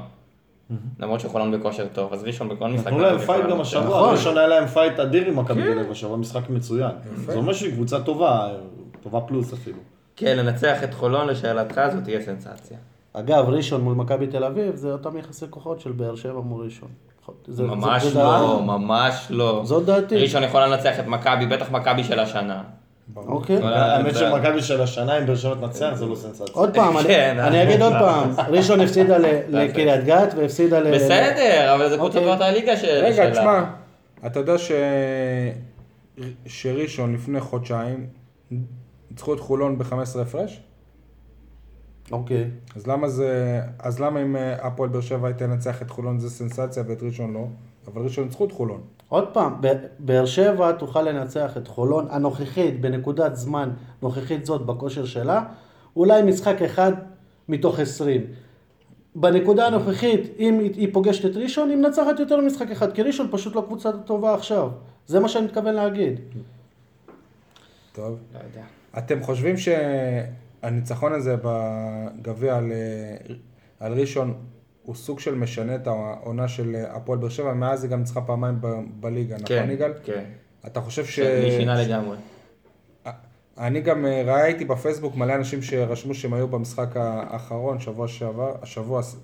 Speaker 4: למרות שחולון בכושר טוב, אז ראשון בכל משחק
Speaker 3: נתנו
Speaker 4: נתון
Speaker 3: להם
Speaker 4: יכולה
Speaker 3: פייט גם
Speaker 4: לנצח.
Speaker 3: השבוע, ראשון היה להם פייט אדיר עם מכבי תל אביב השבוע, משחק מצוין. זה אומר שהיא קבוצה טובה, טובה פלוס אפילו.
Speaker 4: כן, לנצח את חולון לשאלתך זו תהיה סנסציה.
Speaker 5: אגב, ראשון מול מכבי תל אביב, זה אותם יחסי כוחות של באר שבע מול ראשון. זה- זה-
Speaker 4: ממש
Speaker 5: זה
Speaker 4: לא,
Speaker 5: דעה.
Speaker 4: ממש לא.
Speaker 5: זאת דעתי.
Speaker 4: ראשון יכולה לנצח את מכבי, בטח מכבי של השנה.
Speaker 5: אוקיי.
Speaker 4: אבל-
Speaker 3: האמת שמכבי של השנה, אם באר שבע תנצח, זה לא סנסציה.
Speaker 5: עוד פעם, אני-
Speaker 4: כן,
Speaker 5: אני אגיד עוד פעם, ראשון הפסידה ל- לקריית גת והפסידה ל...
Speaker 4: בסדר, אבל זה קבוצה
Speaker 5: כן. אוקיי.
Speaker 4: באותה ליגה של...
Speaker 2: רגע,
Speaker 4: שלה.
Speaker 2: תשמע, אתה יודע ש... שראשון לפני חודשיים ניצחו את חולון ב-15 הפרש?
Speaker 5: אוקיי.
Speaker 2: אז למה זה... אז למה אם אה, הפועל באר שבע הייתה לנצח את חולון זה סנסציה ואת ראשון לא? אבל ראשון ניצחו את חולון.
Speaker 5: עוד פעם, ב- באר שבע תוכל לנצח את חולון הנוכחית, בנקודת זמן נוכחית זאת, בכושר שלה, אולי משחק אחד מתוך עשרים. בנקודה הנוכחית, אם היא- היא פוגשת את ראשון, היא מנצחת יותר ממשחק אחד, כי ראשון פשוט לא קבוצה טובה עכשיו. זה מה שאני מתכוון להגיד.
Speaker 2: טוב.
Speaker 4: לא יודע.
Speaker 2: אתם חושבים שהניצחון הזה בגביע על, אה, על ראשון הוא סוג של משנה את העונה של הפועל באר שבע? מאז היא גם ניצחה פעמיים ב- בליגה,
Speaker 4: כן,
Speaker 2: נכון יגאל?
Speaker 4: כן.
Speaker 2: אתה חושב ש...
Speaker 4: היא
Speaker 2: אה,
Speaker 4: שינה לגמרי.
Speaker 2: אני גם אה, ראיתי בפייסבוק מלא אנשים שרשמו שהם היו במשחק האחרון, שבוע שעבר, השבוע, ס-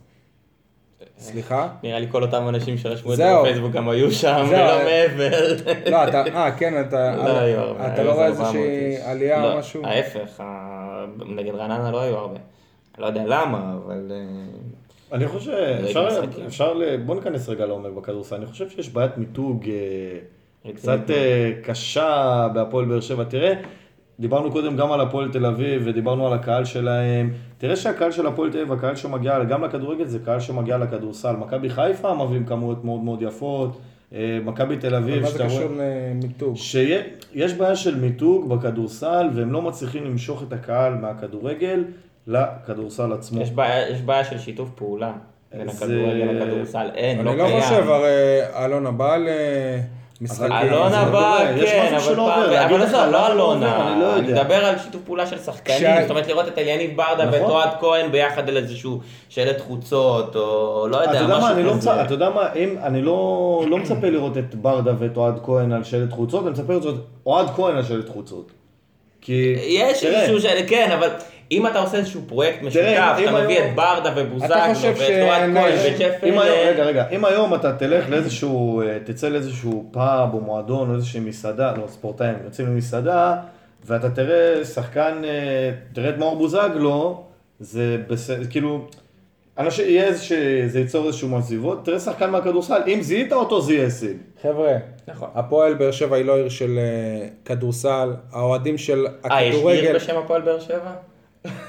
Speaker 2: סליחה?
Speaker 4: נראה לי כל אותם אנשים שרשמו את זה
Speaker 2: זהו.
Speaker 4: בפייסבוק גם היו שם,
Speaker 2: זהו.
Speaker 4: ולא מעבר.
Speaker 2: לא, אתה, אה, כן, אתה,
Speaker 4: לא היו הרבה,
Speaker 2: אתה
Speaker 4: היו
Speaker 2: לא
Speaker 4: איזה
Speaker 2: רואה
Speaker 4: 400
Speaker 2: איזושהי
Speaker 4: איש.
Speaker 2: עלייה
Speaker 4: לא,
Speaker 2: או משהו?
Speaker 4: ההפך, ה- נגד רעננה לא היו הרבה. לא יודע למה, אבל... אה,
Speaker 3: אני חושב,
Speaker 4: רגע,
Speaker 3: אפשר,
Speaker 4: משחקים.
Speaker 3: אפשר, ל- בוא ניכנס רגע לעומק בכדורסל, אני חושב שיש בעיית מיתוג אה,
Speaker 4: רצינית
Speaker 3: קצת אה, קשה בהפועל באר שבע, תראה, דיברנו קודם גם על הפועל תל אביב ודיברנו על הקהל שלהם, תראה שהקהל של הפועל תל אביב, הקהל שמגיע גם לכדורגל זה קהל שמגיע לכדורסל, מכבי חיפה מביאים כמויות מאוד מאוד יפות, אה, מכבי תל
Speaker 2: אבל
Speaker 3: אביב,
Speaker 2: מה זה
Speaker 3: שאתה רואה-
Speaker 2: קשור אה, למיתוג?
Speaker 3: שיש בעיה של מיתוג בכדורסל והם לא מצליחים למשוך את הקהל מהכדורגל לכדורסל עצמו.
Speaker 4: יש בעיה, יש בעיה של שיתוף פעולה בין
Speaker 3: אז,
Speaker 4: הכדורגל
Speaker 3: אה,
Speaker 4: לכדורסל, אין, לא
Speaker 2: אני
Speaker 4: קיים.
Speaker 2: לא חושב, הרי אלונה באה למשחקים.
Speaker 4: אלונה
Speaker 3: זה
Speaker 4: באה,
Speaker 3: קורה, יש
Speaker 4: כן,
Speaker 3: משהו
Speaker 4: אבל
Speaker 3: שלא עובר,
Speaker 4: פעם,
Speaker 3: להגיד
Speaker 4: אבל
Speaker 3: לך
Speaker 4: עזוב,
Speaker 3: למה
Speaker 4: לא
Speaker 3: לא עובר,
Speaker 4: אלונה,
Speaker 3: אני לא
Speaker 4: אני
Speaker 3: יודע.
Speaker 4: מדבר על שיתוף פעולה של שחקנים,
Speaker 2: כשה-
Speaker 4: זאת אומרת לראות את אליניב ברדה
Speaker 3: נכון.
Speaker 4: ואת אוהד כהן ביחד על איזשהו שלט חוצות, או לא
Speaker 3: אתה
Speaker 4: יודע,
Speaker 3: יודע מה, אני לא
Speaker 4: משהו
Speaker 3: מצפה,
Speaker 4: כזה.
Speaker 3: אתה יודע מה, אם, אני לא, לא מצפה לראות את ברדה ואת אוהד כהן על שלט חוצות, אני מצפה לראות את אוהד כהן על שלט חוצות. כי,
Speaker 4: יש
Speaker 3: תראה,
Speaker 4: איזשהו שלט, כן, אבל אם אתה עושה איזשהו פרויקט משותף,
Speaker 3: אם
Speaker 4: אתה מביא
Speaker 3: היום-
Speaker 4: את ברדה ובוזגלו,
Speaker 2: אתה חושב
Speaker 4: ואת אוהד
Speaker 2: ש-
Speaker 4: כהן
Speaker 2: אם
Speaker 4: וג'פרי,
Speaker 3: אם היום,
Speaker 4: אה,
Speaker 3: רגע, רגע, אם היום אתה תלך לאיזשהו, אה, תצא לאיזשהו פאב או מועדון או איזושהי מסעדה, לא, ספורטאים יוצאים למסעדה, ואתה תראה שחקן, אה, תראה את מאור בוזגלו, זה בסדר, כאילו, אנשים, יהיה איזשהו, זה ייצור איזשהו מסביבות, תראה שחקן מהכדורסל, אם זיהית אותו זה יהיה הישג.
Speaker 2: חבר'ה,
Speaker 4: נכון.
Speaker 2: הפועל באר שבע היא לא עיר של אה, כדורסל, האוהדים של
Speaker 4: אה, יש
Speaker 2: הכדורגל,
Speaker 4: עיר בשם הפועל באר שבע?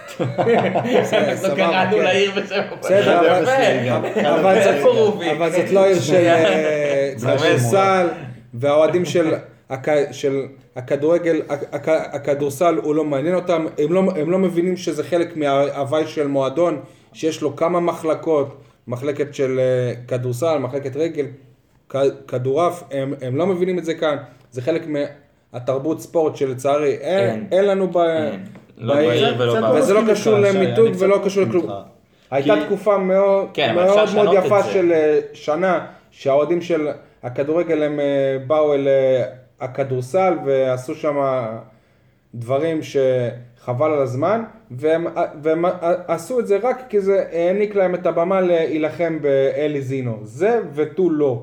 Speaker 2: סבבה,
Speaker 4: לא קראנו
Speaker 2: כן.
Speaker 4: לעיר בשם הפועל
Speaker 2: בסדר,
Speaker 4: באר
Speaker 2: אבל-
Speaker 4: שבע. כן,
Speaker 2: אבל
Speaker 4: איפה
Speaker 2: זאת-
Speaker 4: רובי?
Speaker 2: אבל זאת לא עיר של אה,
Speaker 4: זה
Speaker 2: כדורסל, והאוהדים של הכ- של הכדורגל, הכ- הכ- הכדורסל הוא לא מעניין אותם, הם לא- הם לא מבינים שזה חלק מההוואי של מועדון, שיש לו כמה מחלקות, מחלקת של אה, כדורסל, מחלקת רגל, כ- כדורעף, הם הם לא מבינים את זה כאן, זה חלק מהתרבות ספורט שלצערי אין
Speaker 4: אין.
Speaker 2: אין לנו ב-
Speaker 4: אין. לא בעיר ולא
Speaker 3: זה-
Speaker 4: בעיר.
Speaker 2: וזה לא
Speaker 3: מסכים
Speaker 2: קשור
Speaker 3: איתך, שי,
Speaker 2: למיתוג
Speaker 3: אני
Speaker 2: ולא
Speaker 3: קצת
Speaker 2: קשור
Speaker 3: מסכים
Speaker 2: לכלום.
Speaker 3: איתך.
Speaker 2: הייתה
Speaker 3: כי-
Speaker 2: תקופה מאוד
Speaker 4: כן, אבל
Speaker 2: מאוד
Speaker 4: אפשר
Speaker 2: מאוד
Speaker 4: לשנות את
Speaker 2: יפה
Speaker 4: זה.
Speaker 2: של אה, שנה, שהאוהדים של הכדורגל הם אה, באו אל אה, הכדורסל ועשו שם דברים שחבל על הזמן, והם, אה, והם עשו את זה רק כי זה העניק להם את הבמה להילחם באלי זינו. זה ותו לא.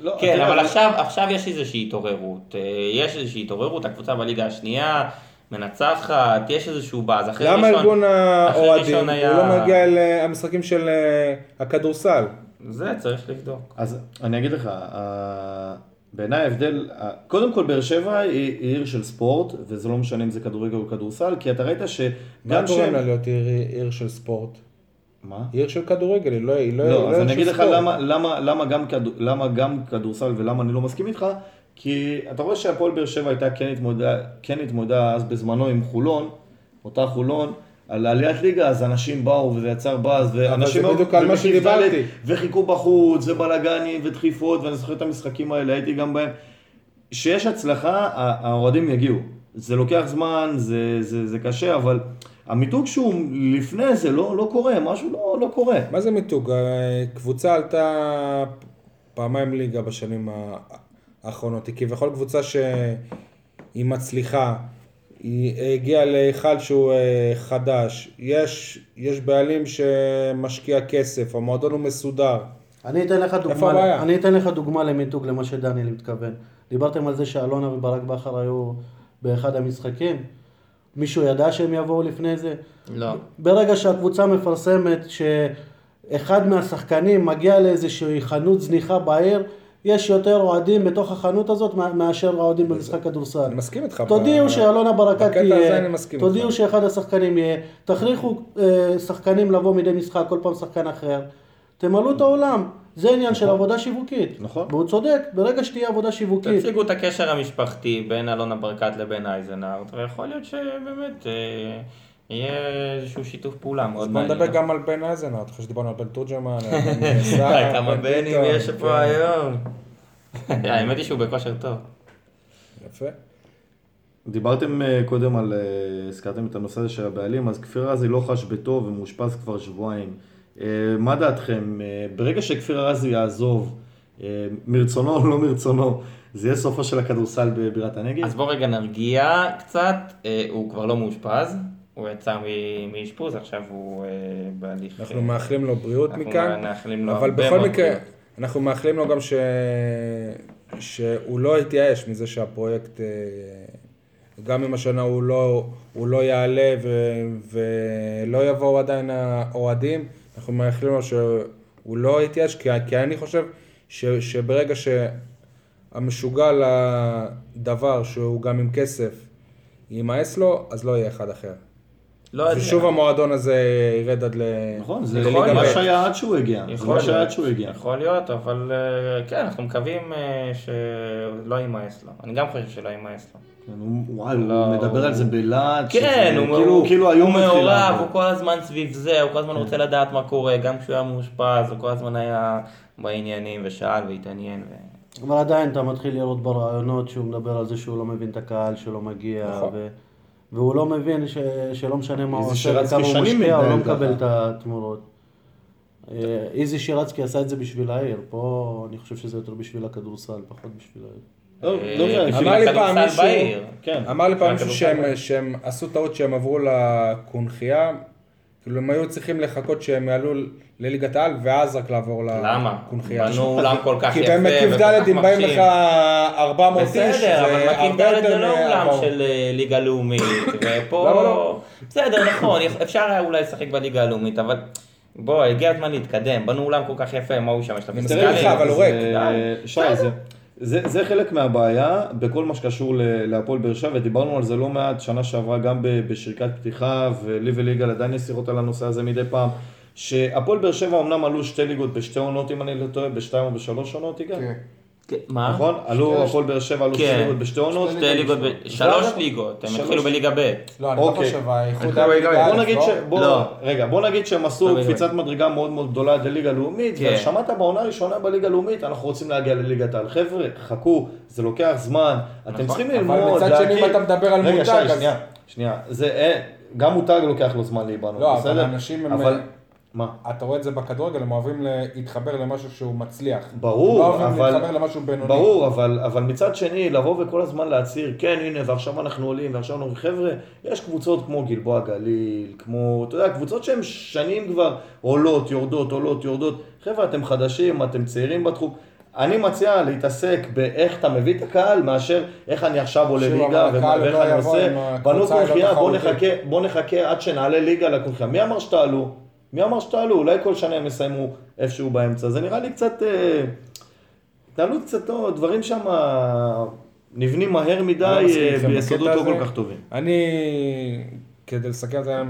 Speaker 3: לא, אתה
Speaker 4: כן,
Speaker 3: יודע,
Speaker 4: אבל
Speaker 3: אני-
Speaker 4: עכשיו, עכשיו יש איזושהי התעוררות. אה, יש איזושהי התעוררות, הקבוצה בליגה השנייה מנצחת, יש איזשהו באז. אחרי
Speaker 2: למה
Speaker 4: ראשון-
Speaker 2: ארגון
Speaker 4: אחרי
Speaker 2: האוהדים
Speaker 4: ראשון
Speaker 2: הוא
Speaker 4: היה-
Speaker 2: לא מגיע אל אה, המשחקים של אה, הכדורסל?
Speaker 4: זה צריך לבדוק.
Speaker 3: אז אני אגיד לך, ה- בעיניי ההבדל, ה- קודם כל באר שבע היא היא עיר של ספורט, וזה לא משנה אם זה כדורגל או כדורסל, כי אתה ראית
Speaker 2: מה
Speaker 3: שגם
Speaker 2: גורם
Speaker 3: שהם...
Speaker 2: לה להיות עיר, עיר של ספורט?
Speaker 3: מה?
Speaker 2: היא עיר של כדורגל, היא לא היא לא- היא
Speaker 3: לא,
Speaker 2: לא
Speaker 3: אז
Speaker 2: עיר
Speaker 3: אני
Speaker 2: של
Speaker 3: אגיד לך
Speaker 2: ספורט.
Speaker 3: למה- למה- למה גם כדו- למה גם כדורסל ולמה אני לא מסכים איתך, כי אתה רואה שהפועל באר שבע הייתה כן התמודדה- כן התמודדה אז בזמנו עם חולון, אותה חולון. על עליית ליגה, אז אנשים באו וזה יצר באז, ואנשים
Speaker 2: זה בדיוק על מה
Speaker 3: ובכיתה ד'
Speaker 2: שדיברתי.
Speaker 3: וחיכו בחוץ, ובלאגנים, ודחיפות, ואני זוכר את המשחקים האלה, הייתי גם בהם. כשיש הצלחה, ה- האוהדים יגיעו. זה לוקח זמן, זה, זה, זה קשה, אבל המיתוג שהוא לפני זה לא, לא קורה, משהו לא, לא קורה.
Speaker 2: מה זה מיתוג? אה, קבוצה עלתה פעמיים ליגה בשנים האחרונות. היא כביכול קבוצה שהיא מצליחה, היא הגיעה להיכל שהוא אה, חדש, יש, יש בעלים שמשקיע כסף, המועדון הוא מסודר.
Speaker 5: אני אתן לך
Speaker 2: הבעיה?
Speaker 5: דוגמה, אני אתן לך דוגמה למיתוג למה שדניאל מתכוון. דיברתם על זה שאלונה וברק בכר היו באחד המשחקים. מישהו ידע שהם יבואו לפני זה?
Speaker 4: לא.
Speaker 5: ברגע שהקבוצה מפרסמת שאחד מהשחקנים מגיע לאיזושהי חנות זניחה בעיר, יש יותר אוהדים בתוך החנות הזאת מה- מאשר אוהדים במשחק כדורסל.
Speaker 2: אני מסכים איתך. ב-
Speaker 5: תודיעו שאלונה ברקת
Speaker 2: בקטע הזה אני
Speaker 5: תהיה,
Speaker 2: מסכים
Speaker 5: תודיעו
Speaker 2: איתך.
Speaker 5: שאחד השחקנים יהיה, תכריחו אה, שחקנים לבוא מדי משחק, כל פעם שחקן אחר, תמלאו את העולם, זה עניין של עבודה שיווקית.
Speaker 3: נכון.
Speaker 5: והוא צודק, ברגע שתהיה עבודה שיווקית,
Speaker 4: תציגו את הקשר המשפחתי בין אלונה ברקת לבין אייזנארט, ויכול להיות שבאמת אה, יהיה איזשהו שיתוף פעולה מאוד
Speaker 2: אז בוא
Speaker 4: מעניין. אה.
Speaker 2: נדבר גם על בן אייזנארט, אחרי שדיברנו על בן תורג'מן, על בן
Speaker 4: וואי,
Speaker 2: סער,
Speaker 4: כמה
Speaker 2: בן
Speaker 4: בנים
Speaker 2: ביטון,
Speaker 4: יש
Speaker 2: כן.
Speaker 4: פה היום. אה, האמת היא שהוא בכושר טוב.
Speaker 2: יפה.
Speaker 3: דיברתם אה, קודם על, אה, הזכרתם את הנושא הזה של הבעלים, אז כפיר ארזי לא חש בטוב ומאושפז כבר שבועיים. אה, מה דעתכם? אה, ברגע שכפיר ארזי יעזוב, אה, מרצונו או לא מרצונו, זה יהיה סופו של הכדורסל בבירת הנגב?
Speaker 4: אז בוא רגע נרגיע קצת, אה, הוא כבר לא מאושפז, הוא יצא מ- מאשפוז, עכשיו הוא אה, בהליך...
Speaker 2: אנחנו
Speaker 4: אה,
Speaker 2: מאחלים לו בריאות
Speaker 4: אנחנו
Speaker 2: מכאן,
Speaker 4: מאחלים לו
Speaker 2: אבל
Speaker 4: הרבה
Speaker 2: בכל
Speaker 4: מאוד
Speaker 2: מקרה,
Speaker 4: בריאות.
Speaker 2: אנחנו מאחלים לו גם ש... שהוא לא יתייאש מזה שהפרויקט, אה, גם אם השנה הוא לא, הוא לא יעלה ו... ולא יבואו עדיין האוהדים, אנחנו מאחלים לו שהוא לא יתייאש, כי, כי אני חושב ש... שברגע שהמשוגע לדבר, שהוא גם עם כסף, יימאס לו, אז לא יהיה אחד אחר.
Speaker 4: לא יודע.
Speaker 2: ושוב המועדון הזה ירד עד ל...
Speaker 3: נכון, זה
Speaker 2: לליגה
Speaker 4: יכול
Speaker 3: מה
Speaker 2: ב'.
Speaker 4: להיות.
Speaker 3: שהיה עד שהוא הגיע. זה
Speaker 4: יכול
Speaker 3: מה שהיה
Speaker 4: להיות.
Speaker 3: לא עד שהוא הגיע.
Speaker 4: יכול להיות, אבל אה, כן, אנחנו מקווים אה, שלא יימאס לו. אני גם חושב שלא יימאס לו.
Speaker 3: כן, הוא- וואי,
Speaker 4: לא,
Speaker 3: הוא מדבר על זה בלהט.
Speaker 4: כן,
Speaker 3: שזה-
Speaker 4: הוא,
Speaker 3: כאילו-
Speaker 4: הוא,
Speaker 3: כאילו היום
Speaker 4: הוא
Speaker 3: מתחילה.
Speaker 4: מעורב, הוא כל הזמן סביב זה, הוא כל הזמן רוצה לדעת מה קורה, גם כשהוא היה מאושפז, הוא כל הזמן היה בעניינים ושאל והתעניין. ו...
Speaker 5: אבל עדיין אתה מתחיל לראות ברעיונות שהוא מדבר על זה שהוא לא מבין את הקהל שלא מגיע,
Speaker 2: נכון.
Speaker 5: ו... והוא לא מבין ש... שלא משנה מה הוא
Speaker 3: איזי
Speaker 5: עושה וכמה
Speaker 3: שרצקי
Speaker 5: הוא
Speaker 3: שנים
Speaker 5: משקיע, הוא לא
Speaker 3: מתנהל ככה.
Speaker 5: מקבל את התמורות. אה, איזי שירצקי עשה את זה בשביל העיר, פה אני חושב שזה יותר בשביל הכדורסל, פחות בשביל העיר.
Speaker 3: לא, לא
Speaker 4: אה,
Speaker 3: משנה, כאילו-
Speaker 2: אמר לי פעם
Speaker 4: הכדורסל
Speaker 2: מישהו-
Speaker 4: בעיר.
Speaker 3: כן.
Speaker 2: אמר לי פעם מישהו
Speaker 4: הכדורסל
Speaker 2: שהם, שהם עשו טעות שהם עברו לקונכייה, כאילו הם היו צריכים לחכות שהם יעלו לליגת העל ואז רק לעבור
Speaker 4: למה?
Speaker 2: לקונכייה.
Speaker 4: בנו אולם כל כך
Speaker 2: כי
Speaker 4: יפה,
Speaker 2: בעמק
Speaker 4: וכל כך
Speaker 2: י"ד אם באים לך
Speaker 4: מרשים.
Speaker 2: 400 איש,
Speaker 4: בסדר, אבל
Speaker 2: זה
Speaker 4: מקים
Speaker 2: הרבה
Speaker 4: ד' זה
Speaker 2: יותר
Speaker 4: לא אולם
Speaker 2: מ-400.
Speaker 4: של אה, ליגה לאומית,
Speaker 2: למה
Speaker 4: ופה...
Speaker 2: לא?
Speaker 4: בסדר, נכון, יכ- אפשר היה אולי לשחק בליגה הלאומית, אבל בוא, הגיע הזמן להתקדם, בנו אולם כל כך יפה, מה הוא שם? יש לו
Speaker 2: מסכים
Speaker 4: פיסקלים?
Speaker 2: איתך, אבל הוא ריק.
Speaker 3: זה- שי, זה- זה, זה חלק מהבעיה בכל מה שקשור ל- להפועל באר שבע, ודיברנו על זה לא מעט שנה שעברה גם ב- בשריקת פתיחה, ולי וליגאל עדיין יש שיחות על הנושא הזה מדי פעם, שהפועל באר שבע אמנם עלו שתי ליגות בשתי עונות, אם אני לא טועה, בשתיים או בשלוש עונות, יגאל?
Speaker 6: כן.
Speaker 4: כן, מה?
Speaker 3: נכון? עלו הפועל באר שבע, עלו שתי
Speaker 4: כן.
Speaker 3: ליגות בשתי עונות.
Speaker 4: שתי ליגות, ב- שלוש ליגות, הם
Speaker 3: שלוש.
Speaker 4: התחילו בליגה ב'.
Speaker 2: לא, אני לא
Speaker 3: אוקיי.
Speaker 2: חושב, האיחוד
Speaker 6: רגע,
Speaker 2: היה
Speaker 6: רגע,
Speaker 2: בליגה א',
Speaker 3: בוא נגיד
Speaker 2: לא?
Speaker 3: ש... בוא,
Speaker 4: לא.
Speaker 3: רגע, בוא נגיד שהם עשו
Speaker 4: לא,
Speaker 3: קפיצת מדרגה מאוד מאוד גדולה עד לליגה לאומית,
Speaker 4: כן.
Speaker 3: ושמעת בעונה הראשונה בליגה הלאומית, אנחנו רוצים להגיע לליגת העל. חבר'ה, חכו, זה לוקח זמן,
Speaker 4: נכון.
Speaker 3: אתם צריכים ללמוד,
Speaker 2: אבל מצד שני, אם אתה מדבר על
Speaker 3: רגע,
Speaker 2: מותג,
Speaker 3: שי,
Speaker 2: אז-
Speaker 3: שנייה, שנייה, זה... אה, גם מותג לוקח לו זמן להיבנות,
Speaker 2: לא, אבל
Speaker 3: בסדר?
Speaker 2: אנשים הם- אה,
Speaker 3: אבל... מה?
Speaker 2: אתה רואה את זה בכדורגל, הם אוהבים להתחבר למשהו שהוא מצליח. הם לא
Speaker 3: ברור,
Speaker 2: אוהבים
Speaker 3: אבל...
Speaker 2: להתחבר למשהו בינוני.
Speaker 3: ברור, אבל, אבל מצד שני, לבוא וכל הזמן להצהיר, כן, הנה, ועכשיו אנחנו עולים, ועכשיו אנחנו... חבר'ה, יש קבוצות כמו גלבוע גליל, כמו, אתה יודע, קבוצות שהן שנים כבר עולות, יורדות, עולות, יורדות. חבר'ה, אתם חדשים, אתם צעירים בתחום. אני מציע להתעסק באיך אתה מביא את הקהל, מאשר איך אני עכשיו עולה
Speaker 2: שוב,
Speaker 3: ליגה,
Speaker 2: אבל
Speaker 3: ומה-
Speaker 2: הקהל
Speaker 3: ואיך
Speaker 2: לא
Speaker 3: אני
Speaker 2: יבוא
Speaker 3: עושה.
Speaker 2: עם הקבוצה
Speaker 3: בנו
Speaker 2: הלא
Speaker 3: קונחייה, בוא
Speaker 2: תחרותית.
Speaker 3: נחכה נחכה, בוא נחכה עד שנעלה ליגה לקונחייה. מי אמר שתעלו? מי אמר שתעלו? אולי כל שנה הם יסיימו איפשהו באמצע. זה נראה לי קצת... אה, התנהלות קצת, לא, דברים שם נבנים מהר מדי,
Speaker 2: אני מסכים
Speaker 3: אה,
Speaker 2: איתכם בקטע
Speaker 3: ביסודות לא
Speaker 2: הזה.
Speaker 3: כל כך טובים.
Speaker 2: אני, כדי לסכם את זה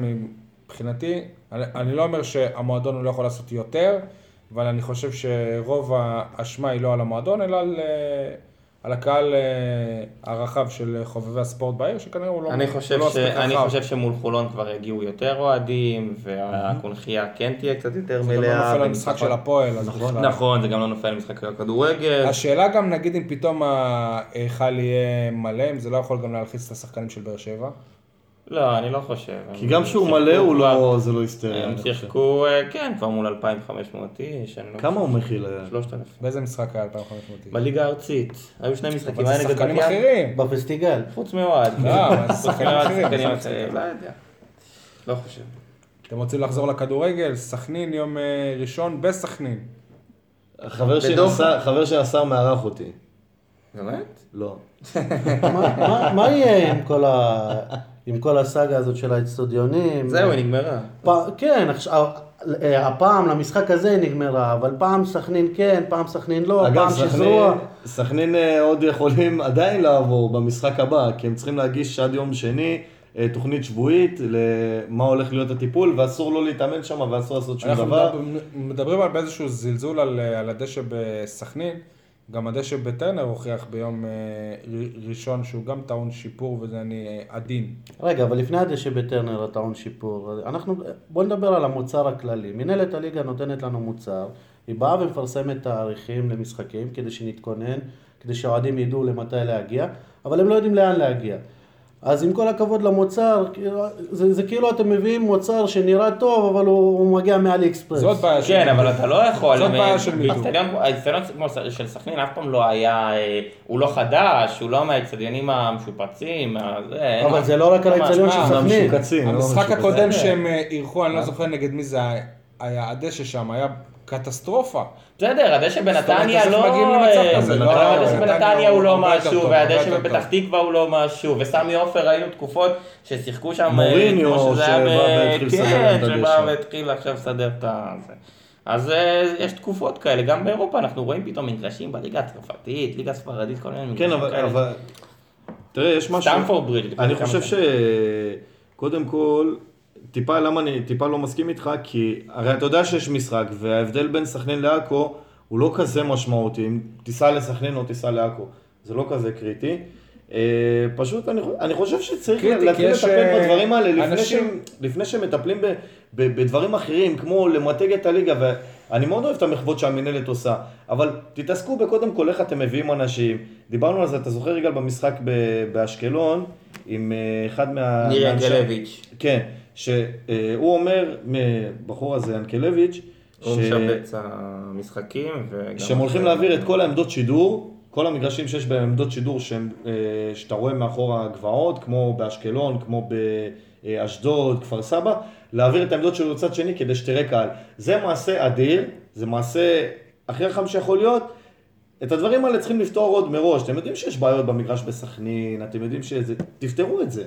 Speaker 2: מבחינתי, אני, אני לא אומר שהמועדון הוא לא יכול לעשות יותר, אבל אני חושב שרוב האשמה היא לא על המועדון, אלא על, אה, על הקהל אה, הרחב של חובבי הספורט בעיר, שכנראה הוא לא
Speaker 4: אני
Speaker 2: הוא
Speaker 4: חושב,
Speaker 2: לא
Speaker 4: ש...
Speaker 2: מספיק
Speaker 4: אני
Speaker 2: רחב.
Speaker 4: חושב שמול חולון כבר יגיעו יותר אוהדים, והקונכייה כן תהיה קצת יותר
Speaker 2: זה גם לא
Speaker 4: מלאה.
Speaker 2: נופל על
Speaker 4: ומשחק-
Speaker 2: משחק של הפועל, אז
Speaker 4: נכון,
Speaker 2: בכלל.
Speaker 4: נכון, זה גם לא נופל על משחק של הכדורגל.
Speaker 2: השאלה גם, נגיד אם פתאום ההיכל יהיה מלא, אם זה לא יכול גם להלחיץ את השחקנים של באר שבע.
Speaker 4: לא, אני לא חושב.
Speaker 3: כי
Speaker 4: הם
Speaker 3: גם שהוא
Speaker 4: שיחקו
Speaker 3: מלא הוא
Speaker 4: כבר-
Speaker 3: לא, זה לא היסטריה.
Speaker 4: הם
Speaker 3: אני חושב.
Speaker 4: שיחקו, אה, כן, כבר מול 2,500 איש. אני לא
Speaker 3: כמה הוא
Speaker 4: חושב-
Speaker 3: מכיל? היה?
Speaker 4: 3,000.
Speaker 2: באיזה משחק היה 2,500 איש?
Speaker 4: בליגה הארצית. היו שני משחקים,
Speaker 2: אבל
Speaker 4: היה
Speaker 2: זה
Speaker 4: נגד
Speaker 2: שחקנים
Speaker 4: בת ים,
Speaker 2: אחרים.
Speaker 5: בפסטיגל.
Speaker 4: חוץ מאוהד.
Speaker 2: לא, אבל זה
Speaker 4: חוץ
Speaker 2: שחקנים
Speaker 4: מאוהד,
Speaker 2: אחרים,
Speaker 4: שחקנים
Speaker 2: משחק
Speaker 4: אחרים, לא יודע. לא חושב.
Speaker 2: אתם רוצים לחזור לכדורגל? סכנין יום אה, ראשון בסכנין.
Speaker 3: חבר שלי
Speaker 4: בדופן.
Speaker 3: נסע- חבר של השר מארח אותי.
Speaker 4: באמת?
Speaker 3: לא.
Speaker 5: מה- מה- מה יהיה עם כל ה- עם כל הסאגה הזאת של האצטדיונים?
Speaker 4: זהו, היא נגמרה.
Speaker 5: פ- כן, עכשיו, אה, הפעם למשחק הזה היא נגמרה, אבל פעם סכנין כן, פעם סכנין לא,
Speaker 3: אגב,
Speaker 5: פעם שזרוע.
Speaker 3: סכנין- סכנין אה, עוד יכולים עדיין לעבור במשחק הבא, כי הם צריכים להגיש עד יום שני אה, תוכנית שבועית למה הולך להיות הטיפול, ואסור לא להתאמן שם ואסור לעשות שום
Speaker 2: אנחנו
Speaker 3: דבר.
Speaker 2: מדבר- מדברים על באיזשהו זלזול על, אה, על הדשא בסכנין. גם הדשא בטרנר הוכיח ביום אה, ר- ראשון שהוא גם טעון שיפור ואני אה, עדין.
Speaker 5: רגע, אבל לפני הדשא בטרנר הטעון שיפור, אנחנו, בוא נדבר על המוצר הכללי. מנהלת הליגה נותנת לנו מוצר, היא באה ומפרסמת תאריכים למשחקים כדי שנתכונן, כדי שהאוהדים ידעו למתי להגיע, אבל הם לא יודעים לאן להגיע. אז עם כל הכבוד למוצר, כאילו, זה, זה כאילו אתם מביאים מוצר שנראה טוב, אבל הוא, הוא מגיע מעלי אקספרס.
Speaker 2: זאת בעיה שלי.
Speaker 4: כן, אבל אתה לא יכול.
Speaker 2: זאת בעיה של מידור.
Speaker 4: האצטדיון- האצטדיון כמו ס- של סכנין אף פעם לא היה, אה, הוא לא חדש, הוא לא מהאצטדיונים המשופצים, ה- זה,
Speaker 5: אבל
Speaker 4: אין-
Speaker 5: זה לא רק על
Speaker 4: ממש,
Speaker 5: האצטדיון
Speaker 4: מה?
Speaker 5: של
Speaker 3: אמנם
Speaker 5: סכנין.
Speaker 3: שוקצים, לא
Speaker 2: המשחק
Speaker 3: משהו
Speaker 2: הקודם
Speaker 3: כזה.
Speaker 2: שהם אה, אירחו, אני לא זוכר נגד מי זה היה, הדשא שם היה קטסטרופה.
Speaker 4: בסדר, הדשא בנתניה
Speaker 2: אז איך
Speaker 4: לא...
Speaker 2: מגיעים למצב
Speaker 4: אה,
Speaker 2: כזה?
Speaker 4: אבל
Speaker 2: לא,
Speaker 4: הדשא
Speaker 2: נתניה
Speaker 4: בנתניה הוא
Speaker 2: הוא
Speaker 4: לא
Speaker 2: הרבה יותר
Speaker 4: משהו,
Speaker 2: טוב, הרבה
Speaker 4: והדשא
Speaker 2: יותר
Speaker 4: בפתח תקווה הוא לא משהו, וסמי עופר ראינו תקופות ששיחקו שם... אה,
Speaker 3: מוריניו
Speaker 4: כמו שזה
Speaker 3: שבא
Speaker 4: היה ב-
Speaker 3: והתחיל לסדר את
Speaker 4: כן, שבא
Speaker 3: הדשא.
Speaker 4: והתחיל עכשיו לסדר את ה... זה. אז אה, יש תקופות כאלה, גם באירופה אנחנו רואים פתאום מגרשים בליגה הצרפתית, ליגה ספרדית, כל מיני
Speaker 3: כן,
Speaker 4: מגרשים
Speaker 3: אבל-
Speaker 4: כאלה.
Speaker 3: אבל... תראה, יש משהו...
Speaker 4: סטנפורד ברידג' לפני
Speaker 3: אני
Speaker 4: כמה
Speaker 3: חושב
Speaker 4: שנים.
Speaker 3: שקודם כל, טיפה למה אני טיפה לא מסכים איתך, כי הרי אתה יודע שיש משחק, וההבדל בין סכנין לעכו הוא לא כזה משמעותי, אם תיסע לסכנין או תיסע לעכו, זה לא כזה קריטי. אה, פשוט אני, חו- אני חושב שצריך
Speaker 2: קריטי, כי
Speaker 3: להתחיל
Speaker 2: יש,
Speaker 3: לטפל
Speaker 2: אה,
Speaker 3: בדברים האלה לפני,
Speaker 2: אנשים-
Speaker 3: שהם, לפני שמטפלים ב, ב, בדברים אחרים, כמו למתג את הליגה, ואני מאוד אוהב את המחוות שהמינהלת עושה, אבל תתעסקו בקודם כל איך אתם מביאים אנשים. דיברנו על זה, אתה זוכר יגאל במשחק ב, באשקלון, עם אה, אחד מה...
Speaker 4: ניר
Speaker 3: מאנשי-
Speaker 4: ינקלביץ'.
Speaker 3: כן, שהוא אומר, הבחור הזה, ינקלביץ',
Speaker 4: הוא
Speaker 3: ש-
Speaker 4: משבץ המשחקים, וגם...
Speaker 3: שהם הולכים להעביר את כל העמדות שידור, כל המגרשים שיש בהם עמדות שידור שהם, אה, שאתה רואה מאחור הגבעות, כמו באשקלון, כמו באשדוד, כפר סבא, להעביר את העמדות שידור לצד שני כדי שתראה קהל. זה מעשה אדיר, זה מעשה הכי רחם שיכול להיות. את הדברים האלה צריכים לפתור עוד מראש. אתם יודעים שיש בעיות במגרש בסכנין, אתם יודעים שזה... תפתרו את זה. אי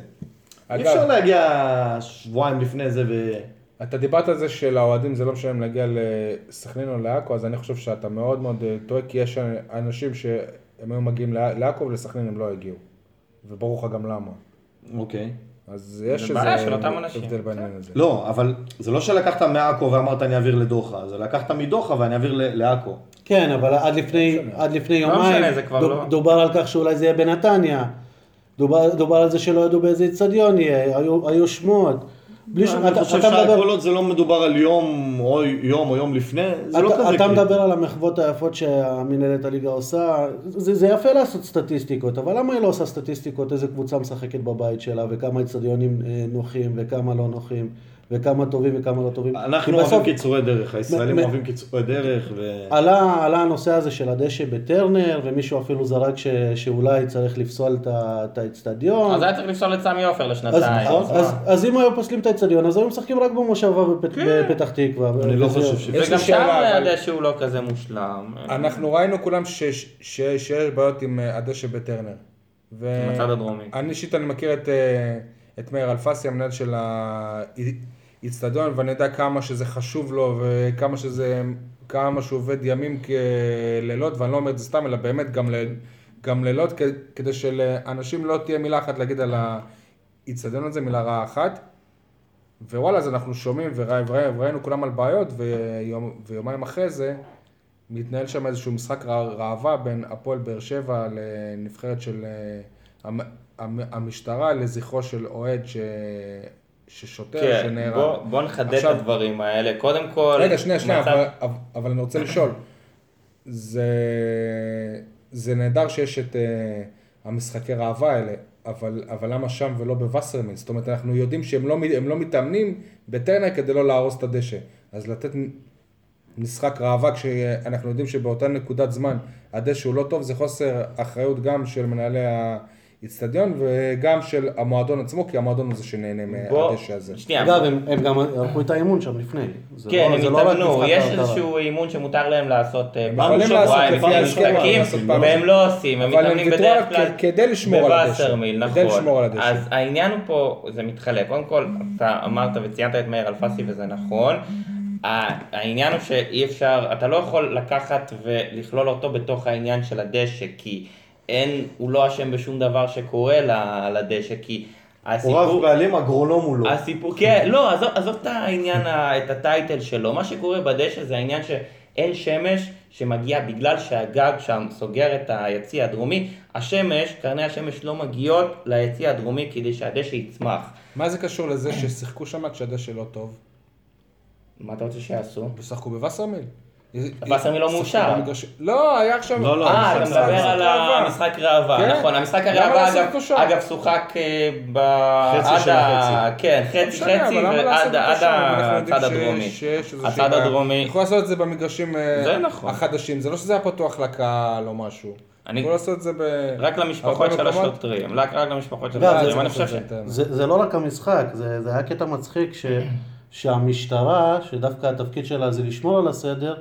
Speaker 2: אגב-
Speaker 3: אפשר להגיע שבועיים לפני זה ו...
Speaker 2: אתה דיברת על זה שלאוהדים זה לא משנה אם להגיע לסכנין או לעכו, אז אני חושב שאתה מאוד מאוד אה, טועה, כי יש אנשים שהם היו מגיעים לע- לעכו ולסכנין הם לא הגיעו. וברור לך גם למה.
Speaker 3: אוקיי.
Speaker 2: אז יש
Speaker 4: זה
Speaker 2: איזה
Speaker 4: בעיה של אותם אנשים. כן.
Speaker 2: הבדל בעניין הזה.
Speaker 3: לא, אבל זה לא שלקחת מעכו ואמרת אני אעביר לדוחה, זה לקחת מדוחה ואני אעביר ל- לעכו.
Speaker 5: כן, אבל עד לפני, עד לפני
Speaker 4: לא משנה,
Speaker 5: יומיים
Speaker 4: זה כבר
Speaker 5: דוב-
Speaker 4: לא-
Speaker 5: דובר על כך שאולי זה יהיה בנתניה. דובר, דובר על זה שלא ידעו באיזה אצטדיון יהיה, היו, היו שמועות. בלי ש...
Speaker 3: לא, אני
Speaker 5: אתה,
Speaker 3: חושב
Speaker 5: אתה, מדבר,
Speaker 3: שהכל עוד זה לא מדובר על יום או יום או יום לפני, זה לא
Speaker 5: אתה,
Speaker 3: כזה
Speaker 5: אתה
Speaker 3: קריטי.
Speaker 5: מדבר על המחוות היפות שהמנהלת הליגה עושה, זה, זה יפה לעשות סטטיסטיקות, אבל למה היא לא עושה סטטיסטיקות איזה קבוצה משחקת בבית שלה, וכמה אצטדיונים אה, נוחים, וכמה לא נוחים, וכמה טובים וכמה לא טובים? כי
Speaker 3: אנחנו
Speaker 5: בסוף-
Speaker 3: אוהבים קיצורי דרך, הישראלים
Speaker 5: מ-
Speaker 3: אוהבים קיצורי דרך, ו...
Speaker 5: עלה, עלה הנושא הזה של הדשא בטרנר, ומישהו אפילו זרק ש, שאולי צריך לפסול את ה- את האצטדיון.
Speaker 4: אז היה צריך לפסול את סמי עופר
Speaker 5: אז,
Speaker 4: לשנתיים.
Speaker 5: אז,
Speaker 4: מה?
Speaker 5: אז, אז אם היו פוסלים את האצטדיון, אז היו משחקים רק במושבה בפת,
Speaker 4: כן.
Speaker 5: בפתח תקווה.
Speaker 3: אני לא
Speaker 5: וזהו.
Speaker 3: חושב ש...
Speaker 2: יש לי
Speaker 4: וגם שם
Speaker 2: שאלה, אבל-
Speaker 4: הדשא הוא לא כזה מושלם.
Speaker 2: אנחנו ראינו כולם שיש- שיש שיש בעיות עם אה, הדשא בטרנר. ו-
Speaker 4: עם הצד הדרומי.
Speaker 2: אני אישית אני מכיר את, אה, את מאיר אלפסי, המנהל של האיצטדיון, ואני יודע כמה שזה חשוב לו וכמה שזה, כמה שהוא עובד ימים כלילות, ואני לא אומר את זה סתם, אלא באמת גם, ל, גם לילות, כ- כדי שלאנשים לא תהיה מילה אחת להגיד על האיצטדיון הזה, מילה רעה אחת. ווואלה, אז אנחנו שומעים וראי- וראי- וראינו כולם על בעיות, ויום, ויומיים אחרי זה מתנהל שם איזשהו משחק רע- ראווה בין הפועל באר שבע לנבחרת של אה, המ, המ, המשטרה לזכרו של אוהד ש, ששוטר
Speaker 4: כן,
Speaker 2: שנהרג.
Speaker 4: בוא- בוא נחדד את
Speaker 2: עכשיו-
Speaker 4: הדברים האלה. קודם כל...
Speaker 2: רגע, שנייה, שנייה,
Speaker 4: מצב-
Speaker 2: אבל, אבל- אבל אני רוצה לשאול. זה, זה נהדר שיש את uh, אה, המשחקי ראווה האלה, אבל, אבל למה שם ולא בווסרמיל? זאת אומרת, אנחנו יודעים שהם לא, הם לא מתאמנים בטרנר כדי לא להרוס את הדשא. אז לתת משחק ראווה כשאנחנו יודעים שבאותה נקודת זמן הדשא הוא לא טוב, זה חוסר אחריות גם של מנהלי האיצטדיון וגם של המועדון עצמו, כי המועדון הוא זה שנהנה
Speaker 4: בוא,
Speaker 2: מהדשא הזה.
Speaker 4: שנייה,
Speaker 5: אגב, הם הם גם ערכו את האימון שם לפני. זה
Speaker 4: כן,
Speaker 5: לא-
Speaker 4: הם
Speaker 5: זה לא רק
Speaker 4: התאמנו,
Speaker 5: משחק
Speaker 4: יש
Speaker 5: ההרכבה.
Speaker 4: איזשהו אימון שמותר להם לעשות אה, פעם
Speaker 2: יכולים
Speaker 4: בשבוע,
Speaker 2: לעשות
Speaker 4: הם
Speaker 2: לפי
Speaker 4: לפעמים
Speaker 2: ההסכם, אבל
Speaker 4: משחקים,
Speaker 2: לעשות פעם
Speaker 4: והם
Speaker 2: בשבוע.
Speaker 4: לא עושים, הם
Speaker 2: אבל הם
Speaker 4: מתאמנים
Speaker 2: ויתרו
Speaker 4: בדרך
Speaker 2: עליו
Speaker 4: כלל
Speaker 2: כ- כדי לשמור על הדשא.
Speaker 4: בווסרמיל,
Speaker 2: כדי לשמור על
Speaker 4: נכון.
Speaker 2: הדשא.
Speaker 4: אז העניין הוא פה, זה מתחלק, קודם כל, אתה אמרת וציינת את מאיר אלפסי וזה נכון. ה- העניין הוא שאי אפשר, אתה לא יכול לקחת ולכלול אותו בתוך העניין של הדשא, כי אין, הוא לא אשם בשום דבר שקורה ל- לדשא, כי
Speaker 3: הוא
Speaker 4: הסיפור...
Speaker 3: רב בעלים אגרונום הוא לא.
Speaker 4: הסיפור, כן, לא, עזוב, עזוב את העניין, ה- את הטייטל שלו, מה שקורה בדשא זה העניין שאין שמש שמגיעה בגלל שהגג שם סוגר את היציע הדרומי, השמש, קרני השמש לא מגיעות ליציע הדרומי כדי שהדשא יצמח.
Speaker 2: מה זה קשור לזה ששיחקו שם כשהדשא לא טוב
Speaker 4: מה אתה רוצה שיעשו?
Speaker 2: ושחקו בווסרמיל?
Speaker 4: וסרמיל אה, לא
Speaker 2: שיחקו
Speaker 4: מאושר.
Speaker 2: במגרש- לא, היה עכשיו...
Speaker 3: לא, לא,
Speaker 4: אה, אתה
Speaker 3: המשחק
Speaker 4: מדבר
Speaker 3: זה
Speaker 4: על
Speaker 2: ראווה.
Speaker 4: המשחק ראווה,
Speaker 2: כן.
Speaker 4: נכון, המשחק
Speaker 2: למה
Speaker 4: הראווה
Speaker 2: לעשות
Speaker 4: אגב,
Speaker 2: אותו שם?
Speaker 4: אגב שוחק אה, ב... עד
Speaker 3: של
Speaker 4: ה-
Speaker 3: החצי.
Speaker 4: כן,
Speaker 2: לא
Speaker 4: חצי
Speaker 2: משנה,
Speaker 4: חצי
Speaker 2: אבל למה לעשות
Speaker 4: ועד
Speaker 2: אותו
Speaker 4: עד
Speaker 2: שם? אנחנו יודעים
Speaker 4: הצד
Speaker 2: ש-
Speaker 4: הדרומי.
Speaker 2: שיש איזושהי
Speaker 4: הצד
Speaker 2: בעיה.
Speaker 4: הדרומי.
Speaker 2: יכולים לעשות את זה במגרשים אה,
Speaker 4: זה נכון.
Speaker 2: החדשים, זה לא שזה היה פתוח לקהל או משהו.
Speaker 4: אני-
Speaker 2: יכולים לעשות את זה ב... אה,
Speaker 4: רק למשפחות
Speaker 2: הרבה
Speaker 4: של
Speaker 2: מקומות.
Speaker 4: השוטרים, רק רק למשפחות של
Speaker 5: לא, זה
Speaker 4: השוטרים,
Speaker 5: צריך
Speaker 4: אני חושב ש...
Speaker 5: זה, זה לא רק המשחק, זה, זה היה קטע מצחיק ש, שהמשטרה, שדווקא התפקיד שלה זה לשמור על הסדר,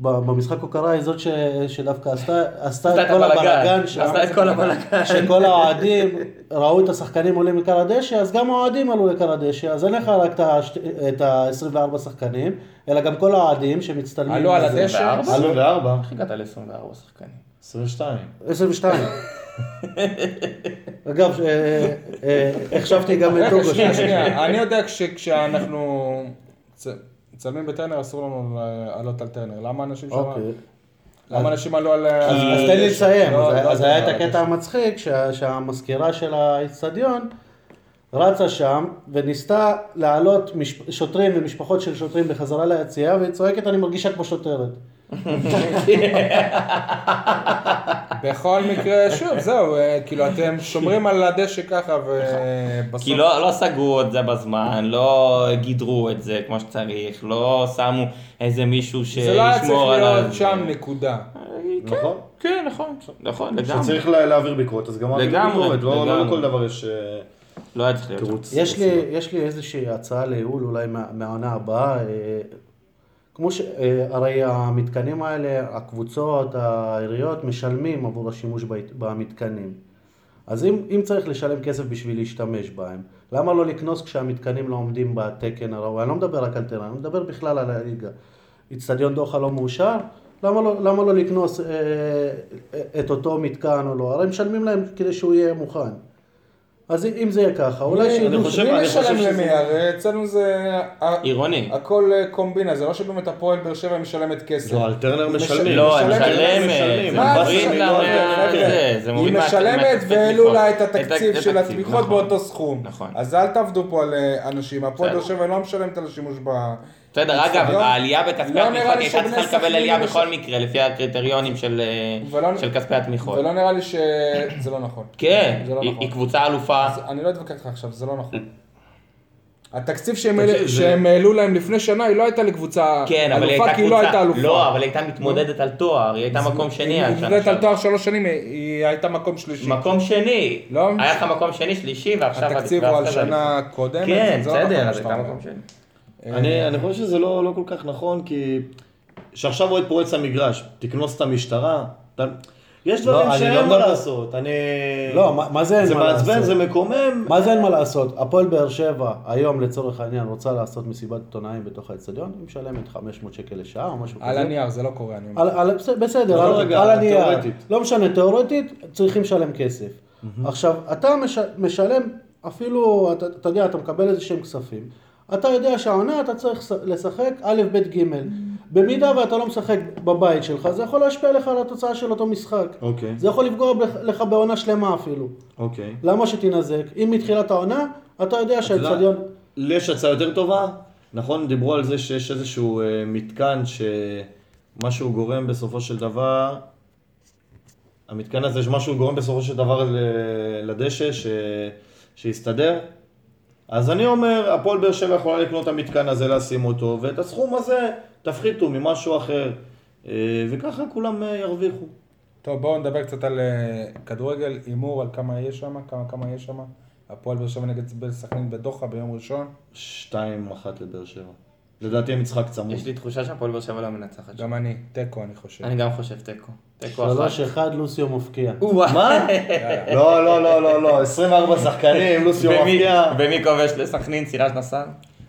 Speaker 5: ב- במשחק הוקרה היא זאת ש, שדווקא עשתה, עשתה את כל
Speaker 4: הבלגן,
Speaker 5: הבלאגן שם,
Speaker 4: עשתה את כל הבלגן.
Speaker 5: שכל האוהדים ראו את השחקנים עולים לכר הדשא, אז גם האוהדים עלו לכר הדשא, אז אין לך רק את ה- את ה-24 שחקנים, אלא גם כל האוהדים שמצטלמים.
Speaker 2: עלו על
Speaker 5: בזה.
Speaker 2: הדשא,
Speaker 3: 24,
Speaker 4: איך הגעת ל-24 שחקנים?
Speaker 3: 22.
Speaker 5: 22. אגב, אה, אה, החשבתי גם את
Speaker 2: רגע,
Speaker 5: אוגו.
Speaker 2: שנייה, שנייה, אני יודע כשאנחנו מצלמים בטרנר אסור לנו לעלות על טרנר, למה אנשים שם...
Speaker 5: אוקיי.
Speaker 2: למה אנשים עלו על...
Speaker 5: אז
Speaker 2: על-
Speaker 5: אז תן לי לסיים,
Speaker 2: אה, לא,
Speaker 5: אז-
Speaker 2: לא,
Speaker 5: אז
Speaker 2: לא,
Speaker 5: היה
Speaker 2: לא,
Speaker 5: את
Speaker 2: לא.
Speaker 5: הקטע המצחיק שה- שהמזכירה של האיצטדיון רצה שם וניסתה להעלות משפ- שוטרים ומשפחות של שוטרים בחזרה ליציאה והיא צועקת אני מרגישה כמו שוטרת.
Speaker 2: בכל מקרה, שוב, זהו, אה, כאילו, אתם שומרים על הדשא ככה, ובסוף...
Speaker 4: כי לא, לא סגרו את זה בזמן, לא גידרו את זה כמו שצריך, לא שמו איזה מישהו
Speaker 2: זה לא היה צריך
Speaker 4: שישמור על...
Speaker 2: להיות שם, נקודה.
Speaker 3: נכון?
Speaker 4: כן, נכון, נכון, לגמרי.
Speaker 3: כשצריך לה- להעביר ביקורת, אז גם מעבירים
Speaker 4: לגמרי,
Speaker 3: ביקורת. לא לא
Speaker 4: לגמרי.
Speaker 3: לכל דבר יש אה,
Speaker 4: לא היה צריך להיות שם.
Speaker 3: תירוץ.
Speaker 5: יש לי- יש לי איזושהי הצעה לייעול אולי מה- מהעונה הבאה. אה, כמו ש... אה, הרי המתקנים האלה, הקבוצות, העיריות, משלמים עבור השימוש בית- במתקנים. אז אם, אם צריך לשלם כסף בשביל להשתמש בהם, למה לא לקנוס כשהמתקנים לא עומדים בתקן הראוי? אני לא מדבר רק על טרנר, אני מדבר בכלל על הליגה. אצטדיון דוחה לא מאושר, למה לא, למה לא לקנוס אה, אה, את אותו מתקן או לא? הרי משלמים להם כדי שהוא יהיה מוכן. אז אם זה יהיה ככה, אולי שידעו...
Speaker 2: אני
Speaker 3: חושב-
Speaker 2: חושב, אני
Speaker 3: אני חושב
Speaker 2: משלם
Speaker 3: שזה-
Speaker 2: למי? הרי אצלנו זה...
Speaker 4: עירוני.
Speaker 2: הכל אה, קומבינה, זה לא שבאמת הפועל באר שבע משלמת כסף.
Speaker 3: לא, על טרנר משלמים.
Speaker 4: לא, הם
Speaker 2: משלמת,
Speaker 4: משלמת,
Speaker 3: משלמים.
Speaker 4: זה
Speaker 2: מה,
Speaker 4: מוריד
Speaker 2: משלמת?
Speaker 4: לה
Speaker 2: לא,
Speaker 4: מה-
Speaker 2: חבר'ה,
Speaker 4: זה, זה מוריד
Speaker 2: היא
Speaker 4: מה-
Speaker 2: משלמת
Speaker 4: מהתקציב
Speaker 2: והעלו לה את
Speaker 4: התמיכות.
Speaker 2: התקציב של
Speaker 4: התקציב,
Speaker 2: התמיכות
Speaker 4: נכון.
Speaker 2: באותו סכום.
Speaker 4: נכון.
Speaker 2: אז אל תעבדו פה על אה, אנשים, הפועל באר
Speaker 4: בסדר.
Speaker 2: שבע לא משלמת על השימוש ב...
Speaker 4: בסדר, אגב,
Speaker 2: לא-
Speaker 4: העלייה בכספי
Speaker 2: לא נראה
Speaker 4: התמיכות,
Speaker 2: לי
Speaker 4: היא הייתה
Speaker 2: שבני
Speaker 4: צריכה לקבל
Speaker 2: סכנין
Speaker 4: עלייה
Speaker 2: למשל-
Speaker 4: בכל מקרה, לפי הקריטריונים של אה,
Speaker 2: ולא-
Speaker 4: של כספי התמיכות.
Speaker 2: ולא נראה לי שזה לא נכון.
Speaker 4: נכון. כן,
Speaker 2: זה לא
Speaker 4: היא-
Speaker 2: נכון.
Speaker 4: היא קבוצה אלופה.
Speaker 2: אז אני לא אתווכח איתך עכשיו, זה לא נכון.
Speaker 4: אה.
Speaker 2: התקציב שהם
Speaker 3: תקשיב,
Speaker 2: העלו-
Speaker 3: זה-
Speaker 2: שהם העלו להם לפני שנה, היא לא הייתה לקבוצה
Speaker 4: כן, אבל היא
Speaker 2: אלופה,
Speaker 4: הייתה
Speaker 2: כי היא לא הייתה
Speaker 4: קבוצה,
Speaker 2: אלופה.
Speaker 4: לא, אבל היא לא הייתה מתמודדת על תואר, היא הייתה מקום שני.
Speaker 2: היא
Speaker 4: השנה
Speaker 2: נבנית על
Speaker 4: שעברה.
Speaker 2: תואר שלוש שנים, היא- היא הייתה מקום שלישי.
Speaker 4: מקום שני.
Speaker 2: לא.
Speaker 4: היה לך מקום שני, שלישי, ועכשיו...
Speaker 2: התקציב
Speaker 4: ועכשיו
Speaker 2: הוא על
Speaker 4: זה
Speaker 2: שנה
Speaker 4: אליפות.
Speaker 2: קודמת.
Speaker 4: כן,
Speaker 2: זה לא נכון
Speaker 4: בסדר,
Speaker 2: מה
Speaker 4: אז
Speaker 2: שאתה
Speaker 4: הייתה
Speaker 2: אומר.
Speaker 4: מקום שני.
Speaker 5: אה.
Speaker 3: אני, אני חושב שזה לא, לא כל כך נכון, כי שעכשיו אוהד פורץ למגרש, תקנוס את המשטרה, אתה... יש דברים
Speaker 5: אני לא
Speaker 3: שאין מה
Speaker 5: מדבר-
Speaker 3: לעשות, אני...
Speaker 5: לא, מה- מה זה אין
Speaker 3: זה
Speaker 5: מה
Speaker 3: מעצבן,
Speaker 5: לעשות?
Speaker 3: זה מקומם.
Speaker 5: מה זה אין מה לעשות? הפועל באר שבע היום לצורך העניין רוצה לעשות מסיבת עיתונאים בתוך האצטדיון, היא משלמת 500 שקל לשעה או משהו
Speaker 2: על
Speaker 5: כזה.
Speaker 2: הנייר, זה לא קורה, אני אומר.
Speaker 5: על- על- בס- בסדר,
Speaker 3: לא,
Speaker 5: על-
Speaker 3: רגע,
Speaker 5: על הנייר.
Speaker 3: תיאורטית.
Speaker 5: לא משנה, תיאורטית צריכים לשלם כסף. עכשיו, אתה מש- משלם אפילו, אתה אתה יודע, אתה מקבל איזה שהם כספים. אתה יודע שהעונה אתה צריך ס- לשחק א', ב', ג'. במידה ואתה לא משחק בבית שלך, זה יכול להשפיע עליך על התוצאה של אותו משחק.
Speaker 3: אוקיי,
Speaker 5: זה יכול לפגוע בך- לך בעונה שלמה אפילו.
Speaker 3: אוקיי.
Speaker 5: למה שתינזק? אם מתחילת העונה, אתה יודע
Speaker 3: יודע-
Speaker 5: שהאצטדיון...
Speaker 3: לי יש הצעה יותר טובה. נכון, דיברו על זה שיש איזשהו אה, מתקן שמה שהוא גורם בסופו של דבר המתקן הזה, יש משהו גורם בסופו של דבר ל- לדשא ש... שיסתדר. אז אני אומר, הפועל באר שבע יכולה לקנות את המתקן הזה, לשים אותו, ואת הסכום הזה תפחיתו ממשהו אחר, אה, וככה כולם אה, ירוויחו.
Speaker 2: טוב, בואו נדבר קצת על אה, כדורגל, הימור, על כמה יש שם, כמה כמה יש שם. הפועל באר שבע נגד בל סכנין בדוחה ביום ראשון.
Speaker 3: 2-1 לבאר שבע. לדעתי המשחק צמוד.
Speaker 4: יש לי תחושה שהפועל באר שבע לא מנצחת.
Speaker 2: גם כן. אני, תיקו אני חושב.
Speaker 4: אני גם חושב תיקו. תיקו אחת.
Speaker 5: שלוש אחד לוסיו מפקיע.
Speaker 4: מה?
Speaker 3: לא, לא, לא, לא, לא, 24 שחקנים, לוסיו מפקיע.
Speaker 4: ומי כובש לסכנין? סירז נסאר?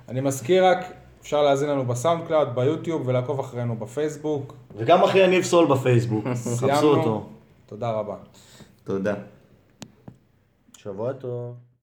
Speaker 2: אני מזכיר רק, אפשר להאזין לנו בסאונד קלאוד, ביוטיוב ולעקוב אחרינו בפייסבוק.
Speaker 3: וגם אחי יניב סול בפייסבוק,
Speaker 2: סיימנו.
Speaker 3: חפשו אותו.
Speaker 2: תודה רבה.
Speaker 4: תודה.
Speaker 5: שבוע טוב.